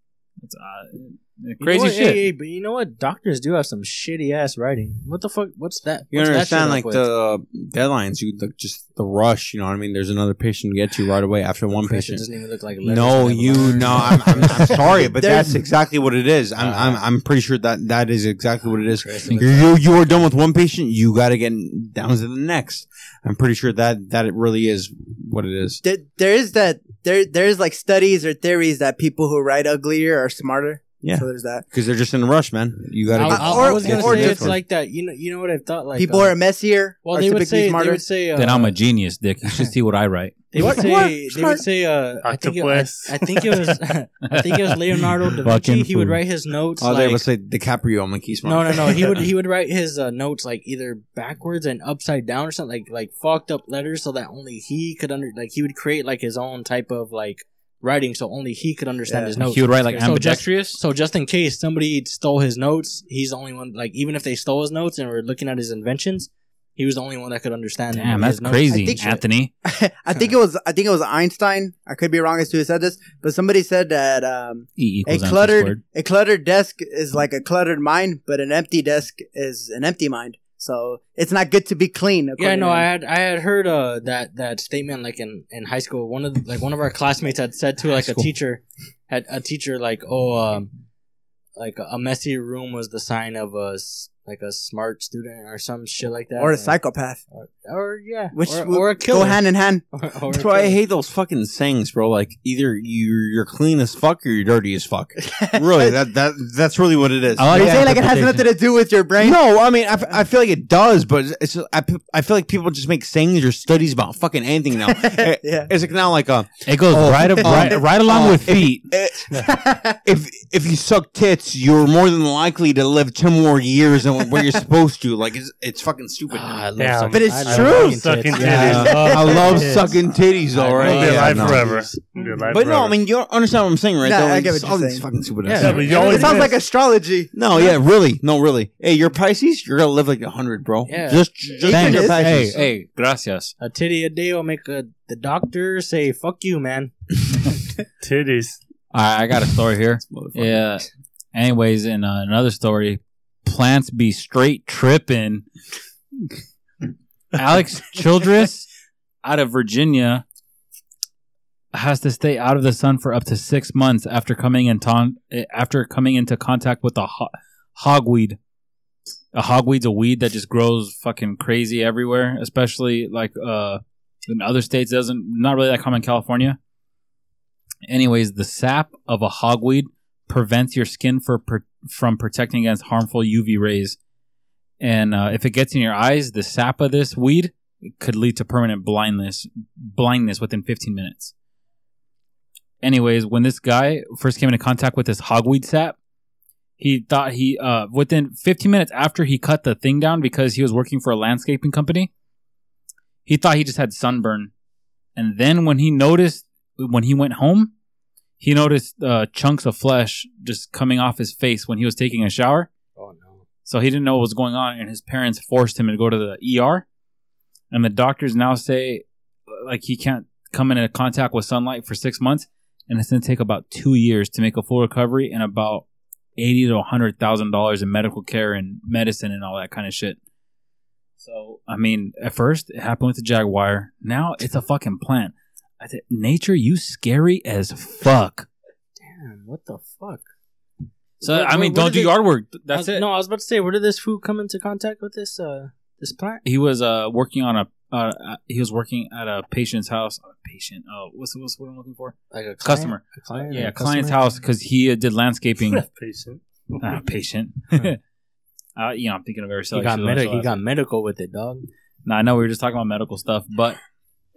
[SPEAKER 6] It's uh, crazy
[SPEAKER 7] you know what?
[SPEAKER 6] shit.
[SPEAKER 7] Hey, hey, but you know what? Doctors do have some shitty ass writing. What the fuck? What's that?
[SPEAKER 4] You
[SPEAKER 7] what's that shit
[SPEAKER 4] understand,
[SPEAKER 7] up
[SPEAKER 4] like
[SPEAKER 7] with?
[SPEAKER 4] the uh, deadlines, you the, just the rush. You know what I mean? There's another patient to get to right away after one
[SPEAKER 7] Christian
[SPEAKER 4] patient.
[SPEAKER 7] doesn't even look like. letters
[SPEAKER 4] No,
[SPEAKER 7] on the
[SPEAKER 4] you
[SPEAKER 7] line.
[SPEAKER 4] no. I'm, I'm, I'm sorry, but
[SPEAKER 3] There's-
[SPEAKER 4] that's exactly what it is. I'm, I'm
[SPEAKER 7] Uh-huh.
[SPEAKER 4] I'm pretty sure that that is exactly what it is.
[SPEAKER 7] Christian doesn't-
[SPEAKER 4] You you are done with one patient, you got to get down to the next. I'm pretty sure that that it really is what it is.
[SPEAKER 3] there, there is that there there is like studies or theories that people who write uglier are smarter.
[SPEAKER 4] Yeah.
[SPEAKER 3] So there's that.
[SPEAKER 4] Because they're just in a rush, man. You got
[SPEAKER 7] I,
[SPEAKER 4] to.
[SPEAKER 3] I'll-
[SPEAKER 7] I-
[SPEAKER 3] Or-
[SPEAKER 7] I was gonna
[SPEAKER 4] or
[SPEAKER 7] say
[SPEAKER 4] just-
[SPEAKER 7] it's like that. You know, you know what I thought. Like
[SPEAKER 3] people
[SPEAKER 7] uh,
[SPEAKER 3] are messier.
[SPEAKER 7] Well,
[SPEAKER 3] are
[SPEAKER 7] they would
[SPEAKER 3] typically
[SPEAKER 7] say. They
[SPEAKER 3] smarter.
[SPEAKER 7] would say. Uh,
[SPEAKER 6] Then I'm a genius, Dick. You should see what I write.
[SPEAKER 7] They would
[SPEAKER 3] What?
[SPEAKER 7] say.
[SPEAKER 3] What?
[SPEAKER 7] They
[SPEAKER 3] Smart.
[SPEAKER 7] would say. Uh, I think. It, I,
[SPEAKER 5] Octopus.
[SPEAKER 7] I think it was. I think it was Leonardo da Vinci.
[SPEAKER 6] Fucking
[SPEAKER 7] He would
[SPEAKER 6] fool.
[SPEAKER 7] write his notes.
[SPEAKER 4] oh, they
[SPEAKER 7] like,
[SPEAKER 4] would say DiCaprio. I'm like, he's
[SPEAKER 7] no,
[SPEAKER 4] smart.
[SPEAKER 7] no, no. He would he would write his uh, notes like either backwards and upside down or something like like fucked up letters so that only he could under like he would create like his own type of like writing so only he could understand
[SPEAKER 3] Yeah.
[SPEAKER 7] his notes.
[SPEAKER 6] He would write like
[SPEAKER 7] So just-
[SPEAKER 6] ambidextrous.
[SPEAKER 7] So just in case somebody stole his notes, he's the only one. Like even if they stole his notes and were looking at his inventions, he was the only one that could understand.
[SPEAKER 6] Damn,
[SPEAKER 7] his
[SPEAKER 6] that's
[SPEAKER 7] notes.
[SPEAKER 6] crazy,
[SPEAKER 3] think-
[SPEAKER 6] Anthony.
[SPEAKER 3] I think it was I think it was Einstein. I could be wrong as to who said this, but somebody said that um,
[SPEAKER 6] E
[SPEAKER 3] a
[SPEAKER 6] equals MC
[SPEAKER 3] cluttered
[SPEAKER 6] squared.
[SPEAKER 3] a cluttered desk is like a cluttered mind, but an empty desk is an empty mind. So it's not good to be clean.
[SPEAKER 7] Yeah,
[SPEAKER 3] according
[SPEAKER 7] no,
[SPEAKER 3] to
[SPEAKER 7] I
[SPEAKER 3] him.
[SPEAKER 7] had I had heard uh, that that statement like in, in high school. One of the, like one of our classmates had said to like a teacher, had a teacher like oh um, like a messy room was the sign of a s- like a smart student or some shit like that
[SPEAKER 3] or a psychopath,
[SPEAKER 7] or, or, yeah
[SPEAKER 3] which
[SPEAKER 7] or,
[SPEAKER 3] would
[SPEAKER 7] or a
[SPEAKER 3] go
[SPEAKER 7] killer
[SPEAKER 3] hand in hand.
[SPEAKER 7] Or- or a
[SPEAKER 4] That's why I
[SPEAKER 7] killer.
[SPEAKER 4] hate those fucking sayings, bro. Like either you you're clean as fuck or you're dirty as fuck. really, that that that's really what it is.
[SPEAKER 7] Oh,
[SPEAKER 6] I like
[SPEAKER 3] they
[SPEAKER 6] that
[SPEAKER 3] say like it has
[SPEAKER 6] interpretation.
[SPEAKER 3] nothing to do with your brain.
[SPEAKER 4] No, I mean, I, I feel like it does, but it's just, I, I feel like people just make sayings or studies about fucking anything now. It-
[SPEAKER 3] yeah.
[SPEAKER 4] it's like now like uh,
[SPEAKER 6] It goes
[SPEAKER 4] Oh,
[SPEAKER 6] right, up,
[SPEAKER 4] oh,
[SPEAKER 6] right, right along
[SPEAKER 4] oh,
[SPEAKER 6] with
[SPEAKER 4] if-
[SPEAKER 6] feet.
[SPEAKER 4] if if you suck tits, you're more than likely to live ten more years than what you're supposed to. Like it's it's fucking stupid.
[SPEAKER 7] Ah, I love
[SPEAKER 5] Damn.
[SPEAKER 7] sucking-
[SPEAKER 5] But
[SPEAKER 3] it's
[SPEAKER 7] I love
[SPEAKER 3] true.
[SPEAKER 7] fucking
[SPEAKER 5] Sucking
[SPEAKER 7] tits.
[SPEAKER 5] titties. Yeah.
[SPEAKER 4] I love
[SPEAKER 5] tits.
[SPEAKER 4] sucking titties. All right,
[SPEAKER 5] We'll be
[SPEAKER 4] Yeah,
[SPEAKER 5] alive
[SPEAKER 4] no.
[SPEAKER 5] forever. We'll be alive
[SPEAKER 4] But no, I
[SPEAKER 5] forever.
[SPEAKER 4] mean you don't understand what I'm saying, right?
[SPEAKER 3] Nah,
[SPEAKER 4] Though,
[SPEAKER 3] I
[SPEAKER 4] like,
[SPEAKER 3] get what
[SPEAKER 4] it's
[SPEAKER 3] you're
[SPEAKER 4] all these
[SPEAKER 3] saying.
[SPEAKER 4] fucking stupid.
[SPEAKER 7] Yeah,
[SPEAKER 4] ass-
[SPEAKER 5] yeah, but you always
[SPEAKER 3] It sounds
[SPEAKER 5] miss.
[SPEAKER 3] like astrology.
[SPEAKER 4] No, yeah, really, no, really. Hey, your Pisces, you're gonna live like a hundred, bro.
[SPEAKER 7] Yeah.
[SPEAKER 4] Just, just
[SPEAKER 6] Thanks.
[SPEAKER 4] your
[SPEAKER 6] Hey,
[SPEAKER 4] Pisces.
[SPEAKER 6] hey, gracias.
[SPEAKER 7] A titty a day will make uh the doctor say "fuck you, man."
[SPEAKER 5] titties.
[SPEAKER 6] I, I got a story here. yeah. Anyways, in uh, another story, plants be straight tripping. Alex Childress out of Virginia has to stay out of the sun for up to six months after coming in ton- eh, after coming into contact with a ho- hogweed. A hogweed's a weed that just grows fucking crazy everywhere, especially like uh, in other states. Doesn't not really that common in California. Anyways, the sap of a hogweed prevents your skin for, pr from protecting against harmful UV rays. And uh, if it gets in your eyes, the sap of this weed could lead to permanent blindness blindness within 15 minutes. Anyways, when this guy first came into contact with this hogweed sap, he thought he uh, within 15 minutes after he cut the thing down because he was working for a landscaping company, he thought he just had sunburn. And then when he noticed when he went home, he noticed uh, chunks of flesh just coming off his face when he was taking a shower.
[SPEAKER 7] Oh no!
[SPEAKER 6] So he didn't know what was going on, and his parents forced him to go to the ER. And the doctors now say, like, he can't come into contact with sunlight for six months, and it's going to take about two years to make a full recovery and about eighty to hundred thousand dollars in medical care and medicine and all that kind of shit. So I mean, at first it happened with the jaguar. Now it's a fucking plant. I said, nature, you scary as fuck.
[SPEAKER 7] Damn, what the fuck?
[SPEAKER 6] So
[SPEAKER 7] Where-
[SPEAKER 6] I
[SPEAKER 7] where-
[SPEAKER 6] mean,
[SPEAKER 7] where
[SPEAKER 6] don't do
[SPEAKER 7] did it-
[SPEAKER 6] yard work. Th-
[SPEAKER 7] I
[SPEAKER 6] That's
[SPEAKER 7] was-
[SPEAKER 6] it.
[SPEAKER 7] No, I was about to say, where did this food come into contact with this uh this plant?
[SPEAKER 6] He was uh working on a uh, uh, he was working at a patient's house. A patient. Uh, what's what's what I'm looking for?
[SPEAKER 7] Like a client?
[SPEAKER 6] Customer.
[SPEAKER 7] a client,
[SPEAKER 6] Yeah,
[SPEAKER 7] a
[SPEAKER 6] client's
[SPEAKER 7] customer?
[SPEAKER 6] house because he uh, did landscaping.
[SPEAKER 5] patient.
[SPEAKER 6] uh, patient. Uh, you know, I'm thinking of every
[SPEAKER 7] He got, medi- he got medical with it, dog.
[SPEAKER 6] No, I know we were just talking about medical stuff, but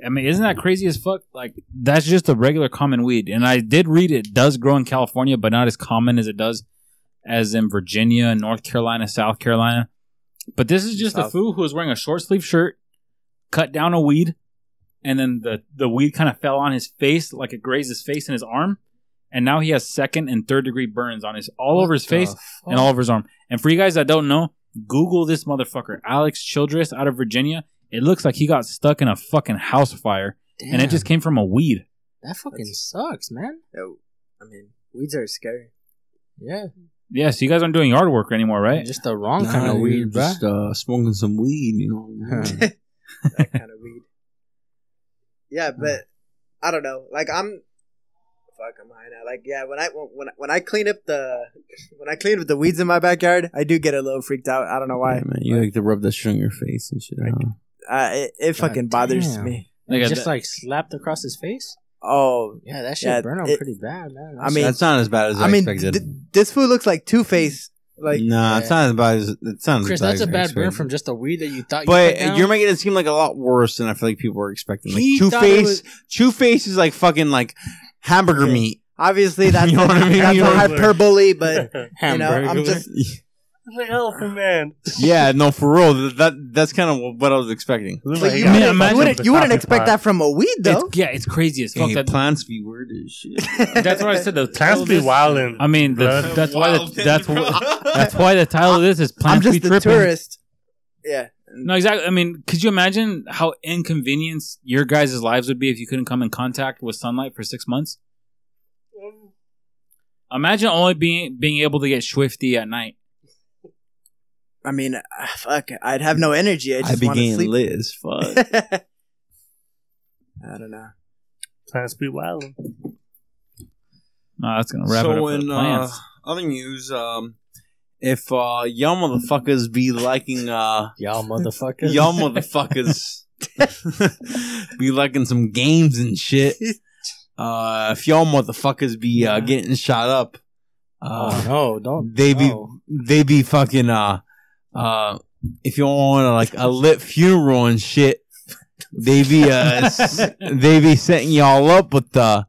[SPEAKER 6] I mean, isn't that crazy as fuck? Like that's just a regular common weed, and I did read it does grow in California, but not as common as it does as in Virginia, North Carolina, South Carolina. But this is just a
[SPEAKER 4] South.
[SPEAKER 6] fool who was wearing a short sleeve shirt, cut down a weed, and then the, the weed kind of fell on his face, like it grazed his face and his arm. And now he has second and third degree burns on his all over his face and all over his arm. And for you guys that don't know, Google this motherfucker, Alex Childress out of Virginia. It looks like he got stuck in a fucking house fire, and it just came from a weed.
[SPEAKER 7] that fucking sucks, man.
[SPEAKER 3] Oh, I mean, weeds are scary.
[SPEAKER 7] Yeah,
[SPEAKER 6] Yeah, so you guys aren't doing yard work anymore, right?
[SPEAKER 7] just the wrong kind of weed, bro.
[SPEAKER 4] Just uh, smoking some weed, you know.
[SPEAKER 3] that kind of weed. Yeah, but I don't know. Like I'm, fuck, I'm high now. Like yeah, when I when when I clean up the when I clean up the weeds in my backyard, I do get a little freaked out. I don't know why.
[SPEAKER 4] Yeah, man, you like to rub that shit on your face and shit. huh?
[SPEAKER 3] Uh, it it
[SPEAKER 7] God
[SPEAKER 3] fucking bothers
[SPEAKER 7] damn.
[SPEAKER 3] me.
[SPEAKER 6] Like, uh,
[SPEAKER 7] just
[SPEAKER 6] that-
[SPEAKER 7] like slapped across his face.
[SPEAKER 3] Oh,
[SPEAKER 7] Yeah, that shit
[SPEAKER 3] Yeah,
[SPEAKER 7] burned out
[SPEAKER 3] it-
[SPEAKER 7] pretty bad, man.
[SPEAKER 3] I mean-
[SPEAKER 4] that's not as bad as I,
[SPEAKER 3] I mean,
[SPEAKER 4] expected.
[SPEAKER 3] th- this food looks like Two Face. Like
[SPEAKER 4] nah, it's not as bad as it sounds.
[SPEAKER 7] Chris,
[SPEAKER 4] bad
[SPEAKER 7] that's a
[SPEAKER 4] as
[SPEAKER 7] bad
[SPEAKER 4] I
[SPEAKER 7] burn
[SPEAKER 4] expected.
[SPEAKER 7] from just the weed that you thought. you
[SPEAKER 4] But
[SPEAKER 7] put down.
[SPEAKER 4] you're making it seem like a lot worse than I feel like people are expecting. Like
[SPEAKER 7] He
[SPEAKER 4] Two
[SPEAKER 7] thought it
[SPEAKER 4] Face,
[SPEAKER 7] was-
[SPEAKER 4] Two Face is like fucking like hamburger meat.
[SPEAKER 3] obviously that's
[SPEAKER 4] You know
[SPEAKER 3] a-
[SPEAKER 4] what I mean?
[SPEAKER 3] that's
[SPEAKER 4] You
[SPEAKER 3] a
[SPEAKER 4] know what
[SPEAKER 5] I mean?
[SPEAKER 3] hyperbole, but you know
[SPEAKER 7] Hamburger.
[SPEAKER 3] I'm just
[SPEAKER 5] like elephant man.
[SPEAKER 4] yeah, no, for real. Th- That that's kind of what I was expecting.
[SPEAKER 3] but you,
[SPEAKER 6] I mean,
[SPEAKER 3] wouldn't,
[SPEAKER 6] imagine
[SPEAKER 3] you wouldn't you wouldn't expect that from a weed
[SPEAKER 6] it's,
[SPEAKER 3] though.
[SPEAKER 6] yeah, it's crazy as fuck.
[SPEAKER 4] Hey,
[SPEAKER 6] That,
[SPEAKER 4] plants be weird as shit.
[SPEAKER 6] that's what I said. The title
[SPEAKER 5] Plants
[SPEAKER 6] of
[SPEAKER 5] be
[SPEAKER 6] this-
[SPEAKER 5] wildin'.
[SPEAKER 6] I mean, the,
[SPEAKER 5] Blood.
[SPEAKER 6] that's why
[SPEAKER 7] Oh,
[SPEAKER 6] the, that's wh- that's why the title of this is
[SPEAKER 3] I'm
[SPEAKER 6] plants be
[SPEAKER 3] just a
[SPEAKER 6] tripping.
[SPEAKER 3] tourist. Yeah,
[SPEAKER 6] No, exactly. I mean, could you imagine how inconvenienced your guys' lives would be if you couldn't come in contact with sunlight for six months? Imagine only being being able to get swifty at night.
[SPEAKER 3] I mean, ah, fuck, I'd have no energy. I
[SPEAKER 4] I
[SPEAKER 3] just want to
[SPEAKER 4] began
[SPEAKER 3] sleep.
[SPEAKER 4] lit as fuck.
[SPEAKER 3] I don't know.
[SPEAKER 5] Plants be wildin'.
[SPEAKER 6] No, that's gonna wrap it up
[SPEAKER 4] so
[SPEAKER 6] for the
[SPEAKER 4] in uh,
[SPEAKER 6] plants.
[SPEAKER 4] other news, um, if uh, y'all motherfuckers be liking uh,
[SPEAKER 7] y'all motherfuckers.
[SPEAKER 4] y'all motherfuckers be liking some games and shit, uh, if y'all motherfuckers be uh, getting shot up,
[SPEAKER 7] Oh,
[SPEAKER 4] uh,
[SPEAKER 7] no,
[SPEAKER 6] Oh.
[SPEAKER 7] don't.
[SPEAKER 4] they be
[SPEAKER 7] no.
[SPEAKER 4] they be fucking uh, uh, if you want to like a lit funeral and shit, they be uh, s- they be setting y'all up with the.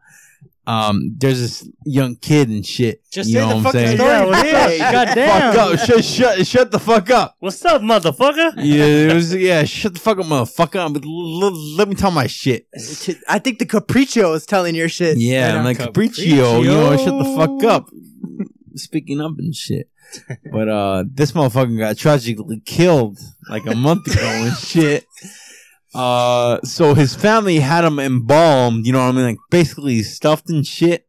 [SPEAKER 4] Um, there's this young kid and shit.
[SPEAKER 7] Just
[SPEAKER 4] you
[SPEAKER 7] say
[SPEAKER 4] know
[SPEAKER 7] the
[SPEAKER 4] what I'm
[SPEAKER 7] fucking
[SPEAKER 4] saying?
[SPEAKER 7] story.
[SPEAKER 5] Yeah, what's up?
[SPEAKER 7] God
[SPEAKER 4] Fuck
[SPEAKER 7] damn.
[SPEAKER 4] up! Shut, shut, shut the fuck up!
[SPEAKER 5] What's up, motherfucker?
[SPEAKER 4] Yeah, it was, yeah, shut the fuck up, motherfucker! But l- l- let me tell my shit.
[SPEAKER 3] I think the Capriccio is telling your shit.
[SPEAKER 4] Yeah,
[SPEAKER 7] Right
[SPEAKER 4] I'm
[SPEAKER 7] on,
[SPEAKER 4] like
[SPEAKER 7] Capriccio.
[SPEAKER 4] Capriccio, you know, shut the fuck up. Speaking up and shit. But uh this motherfucker got tragically killed like a month ago and shit. Uh so his family had him embalmed, you know what I mean? Like basically stuffed and shit.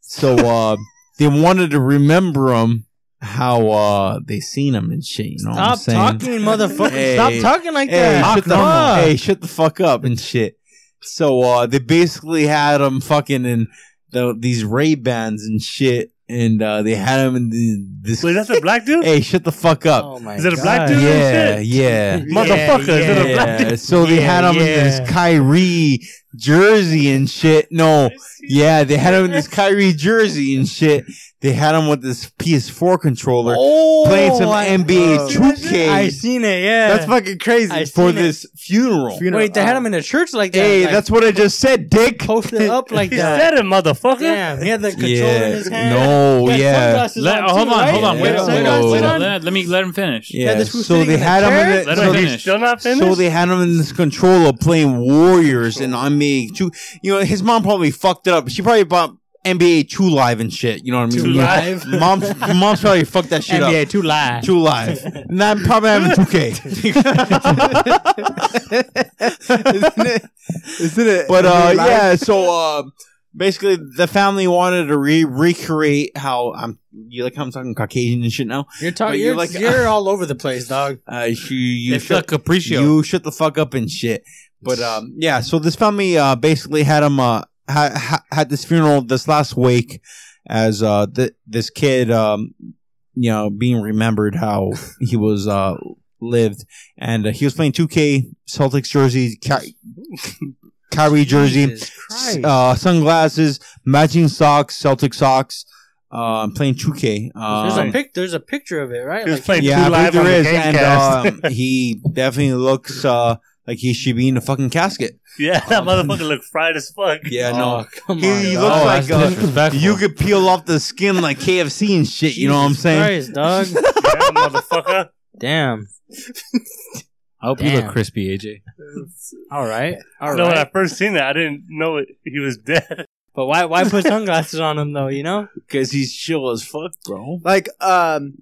[SPEAKER 4] So uh they wanted to remember him how uh they seen him and shit, you know what I'm
[SPEAKER 7] Stop
[SPEAKER 4] saying?
[SPEAKER 7] talking, motherfucker.
[SPEAKER 4] Hey.
[SPEAKER 7] Stop talking like
[SPEAKER 4] Hey,
[SPEAKER 7] that.
[SPEAKER 4] shut the, hey, shut the fuck up and shit. So uh, they basically had him fucking in the, these Ray Bans and shit, and uh, they had him in the, this.
[SPEAKER 5] Wait, that's a black dude?
[SPEAKER 4] hey, shut the fuck up.
[SPEAKER 7] Oh my
[SPEAKER 5] Is it a
[SPEAKER 7] God.
[SPEAKER 5] black dude?
[SPEAKER 4] yeah,
[SPEAKER 5] shit.
[SPEAKER 4] yeah.
[SPEAKER 5] Motherfucker, is it a black
[SPEAKER 4] Yeah, so they had him in this Kyrie jersey and shit. No, yeah, they had him in this Kyrie jersey and shit. They had him with this PS4 controller
[SPEAKER 7] Oh,
[SPEAKER 4] playing some
[SPEAKER 7] I-
[SPEAKER 4] NBA
[SPEAKER 7] Oh.
[SPEAKER 4] 2K.
[SPEAKER 7] I seen it. Yeah,
[SPEAKER 4] That's fucking crazy
[SPEAKER 7] I seen
[SPEAKER 4] for
[SPEAKER 7] it.
[SPEAKER 4] this funeral.
[SPEAKER 7] Wait, they had him in a church like that.
[SPEAKER 4] Hey,
[SPEAKER 7] like,
[SPEAKER 4] that's what I just said, Dick.
[SPEAKER 7] posted up like
[SPEAKER 5] He
[SPEAKER 7] that.
[SPEAKER 5] said it, motherfucker.
[SPEAKER 7] Damn, he had the controller in his hand.
[SPEAKER 4] No,
[SPEAKER 7] He had
[SPEAKER 4] yeah.
[SPEAKER 7] sunglasses
[SPEAKER 6] Let, oh,
[SPEAKER 7] on
[SPEAKER 6] hold
[SPEAKER 7] too,
[SPEAKER 6] on,
[SPEAKER 7] right?
[SPEAKER 6] hold on,
[SPEAKER 7] He
[SPEAKER 6] wait,
[SPEAKER 7] had
[SPEAKER 6] up, wait, up,
[SPEAKER 7] sunglasses
[SPEAKER 6] wait, up.
[SPEAKER 7] on?
[SPEAKER 6] Let, let me let him finish.
[SPEAKER 4] Yeah,
[SPEAKER 7] this was
[SPEAKER 4] so
[SPEAKER 7] sitting
[SPEAKER 4] they
[SPEAKER 7] in a
[SPEAKER 4] had
[SPEAKER 7] chair?
[SPEAKER 4] him in
[SPEAKER 5] Let
[SPEAKER 4] the,
[SPEAKER 5] him
[SPEAKER 4] so,
[SPEAKER 5] finish.
[SPEAKER 4] they,
[SPEAKER 5] Still not finished?
[SPEAKER 4] so they had him in this controller playing Warriors and NBA 2. You know, his mom probably fucked it up. She probably bought NBA 2 Live and shit. You know what I mean?
[SPEAKER 5] 2
[SPEAKER 4] You know,
[SPEAKER 5] Live?
[SPEAKER 4] Mom's, mom's probably fucked that shit
[SPEAKER 7] NBA
[SPEAKER 4] up.
[SPEAKER 7] two live.
[SPEAKER 4] 2 Live. And I'm probably having 2K.
[SPEAKER 3] isn't it? Isn't it?
[SPEAKER 4] But uh,
[SPEAKER 3] Live?
[SPEAKER 4] yeah, so uh, basically, the family wanted to re- recreate how I'm. You like how I'm talking Caucasian and shit now?
[SPEAKER 7] You're talking.
[SPEAKER 4] But you're
[SPEAKER 7] You're,
[SPEAKER 4] like-
[SPEAKER 7] you're all over the place, dog.
[SPEAKER 4] Uh, you you
[SPEAKER 6] it's
[SPEAKER 4] shut,
[SPEAKER 6] the Capriccio.
[SPEAKER 4] you shut the fuck up and shit. But um, yeah, so this family uh basically had him uh ha- ha- had this funeral this last week as uh th- this kid um you know being remembered how he was uh lived and uh, he was playing 2K Celtics jersey. Ky- Kyrie jersey,
[SPEAKER 7] Jesus Christ.
[SPEAKER 4] uh, sunglasses, matching socks, Celtic socks, uh, playing 2K.
[SPEAKER 7] there's a
[SPEAKER 4] Um,
[SPEAKER 7] pic. There's a picture of it, right?
[SPEAKER 5] He was
[SPEAKER 7] Like,
[SPEAKER 5] playing
[SPEAKER 4] yeah,
[SPEAKER 5] two
[SPEAKER 4] I
[SPEAKER 5] live
[SPEAKER 4] believe
[SPEAKER 5] on
[SPEAKER 4] there
[SPEAKER 5] the
[SPEAKER 4] is, and
[SPEAKER 5] Gamecast.
[SPEAKER 4] um, he definitely looks uh, Like he should be in a fucking casket.
[SPEAKER 5] Yeah, that motherfucker looked fried as fuck.
[SPEAKER 4] Yeah, no.
[SPEAKER 7] Come
[SPEAKER 4] He,
[SPEAKER 7] on,
[SPEAKER 4] he
[SPEAKER 7] dog.
[SPEAKER 4] looks
[SPEAKER 6] Oh,
[SPEAKER 4] like
[SPEAKER 6] that's
[SPEAKER 4] uh,
[SPEAKER 6] disrespectful.
[SPEAKER 4] you could peel off the skin like KFC and shit. You know what I'm
[SPEAKER 7] Jesus
[SPEAKER 4] saying?
[SPEAKER 7] Christ, dog.
[SPEAKER 5] Yeah, motherfucker.
[SPEAKER 7] Damn.
[SPEAKER 6] I hope you look
[SPEAKER 7] Damn.
[SPEAKER 6] crispy, AJ.
[SPEAKER 7] All right. All right.
[SPEAKER 5] No, when I first seen that, I didn't know it, he was dead.
[SPEAKER 7] But why why put sunglasses on him though? You know.
[SPEAKER 4] Because he's chill as fuck, bro.
[SPEAKER 3] Like, um,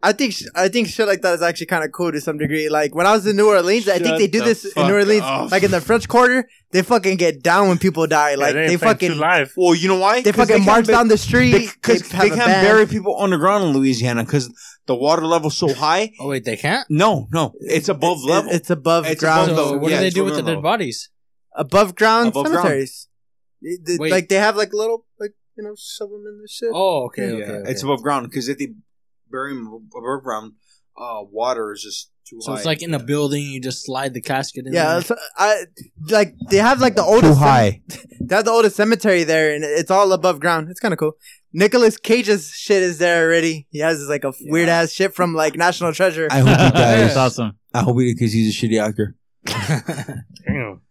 [SPEAKER 3] I think sh- I think shit like that is actually kind of cool to some degree. Like when I was in New Orleans, I think
[SPEAKER 4] Shut
[SPEAKER 3] they do
[SPEAKER 4] the
[SPEAKER 3] this in
[SPEAKER 4] fuck
[SPEAKER 3] New Orleans,
[SPEAKER 4] up.
[SPEAKER 3] like in the French Quarter. They fucking get down when people die. Like
[SPEAKER 5] Yeah,
[SPEAKER 3] they
[SPEAKER 5] ain't playing True
[SPEAKER 3] fucking
[SPEAKER 5] life.
[SPEAKER 4] Well, you know why?
[SPEAKER 3] they
[SPEAKER 4] 'Cause
[SPEAKER 3] fucking
[SPEAKER 4] can't
[SPEAKER 3] march
[SPEAKER 4] ba-
[SPEAKER 3] down the street.
[SPEAKER 4] because
[SPEAKER 3] have
[SPEAKER 4] they,
[SPEAKER 3] a
[SPEAKER 4] can't
[SPEAKER 3] band.
[SPEAKER 4] bury people underground in Louisiana because the water level's so high.
[SPEAKER 7] Oh wait, they can't.
[SPEAKER 4] No, no, it's above
[SPEAKER 3] It-
[SPEAKER 4] level.
[SPEAKER 3] It's above
[SPEAKER 4] It's
[SPEAKER 3] ground.
[SPEAKER 4] above
[SPEAKER 7] So
[SPEAKER 4] though,
[SPEAKER 7] what
[SPEAKER 4] yeah,
[SPEAKER 7] do they
[SPEAKER 4] it's
[SPEAKER 7] do with the
[SPEAKER 4] remote.
[SPEAKER 7] dead bodies?
[SPEAKER 3] above ground
[SPEAKER 4] Above ground.
[SPEAKER 3] cemeteries. They- they-
[SPEAKER 7] Wait.
[SPEAKER 3] like they have like little like you know shove them in the shit.
[SPEAKER 7] Oh, okay,
[SPEAKER 4] yeah,
[SPEAKER 7] okay. okay.
[SPEAKER 4] it's above ground because if they bury them above ground, uh, water is just too
[SPEAKER 7] so
[SPEAKER 4] high.
[SPEAKER 7] it's like in a building. You just slide the casket in.
[SPEAKER 3] yeah,
[SPEAKER 7] there.
[SPEAKER 3] so I like they have like the oldest
[SPEAKER 4] too
[SPEAKER 3] cem-
[SPEAKER 4] high.
[SPEAKER 3] they have the oldest cemetery there, and it's all above ground. It's kind of cool. Nicholas Cage's shit is there already. He has like a weird ass shit from like National Treasure.
[SPEAKER 4] I hope he
[SPEAKER 6] That's
[SPEAKER 4] dies.
[SPEAKER 6] awesome.
[SPEAKER 4] I hope he because he's a shitty actor.
[SPEAKER 5] Damn.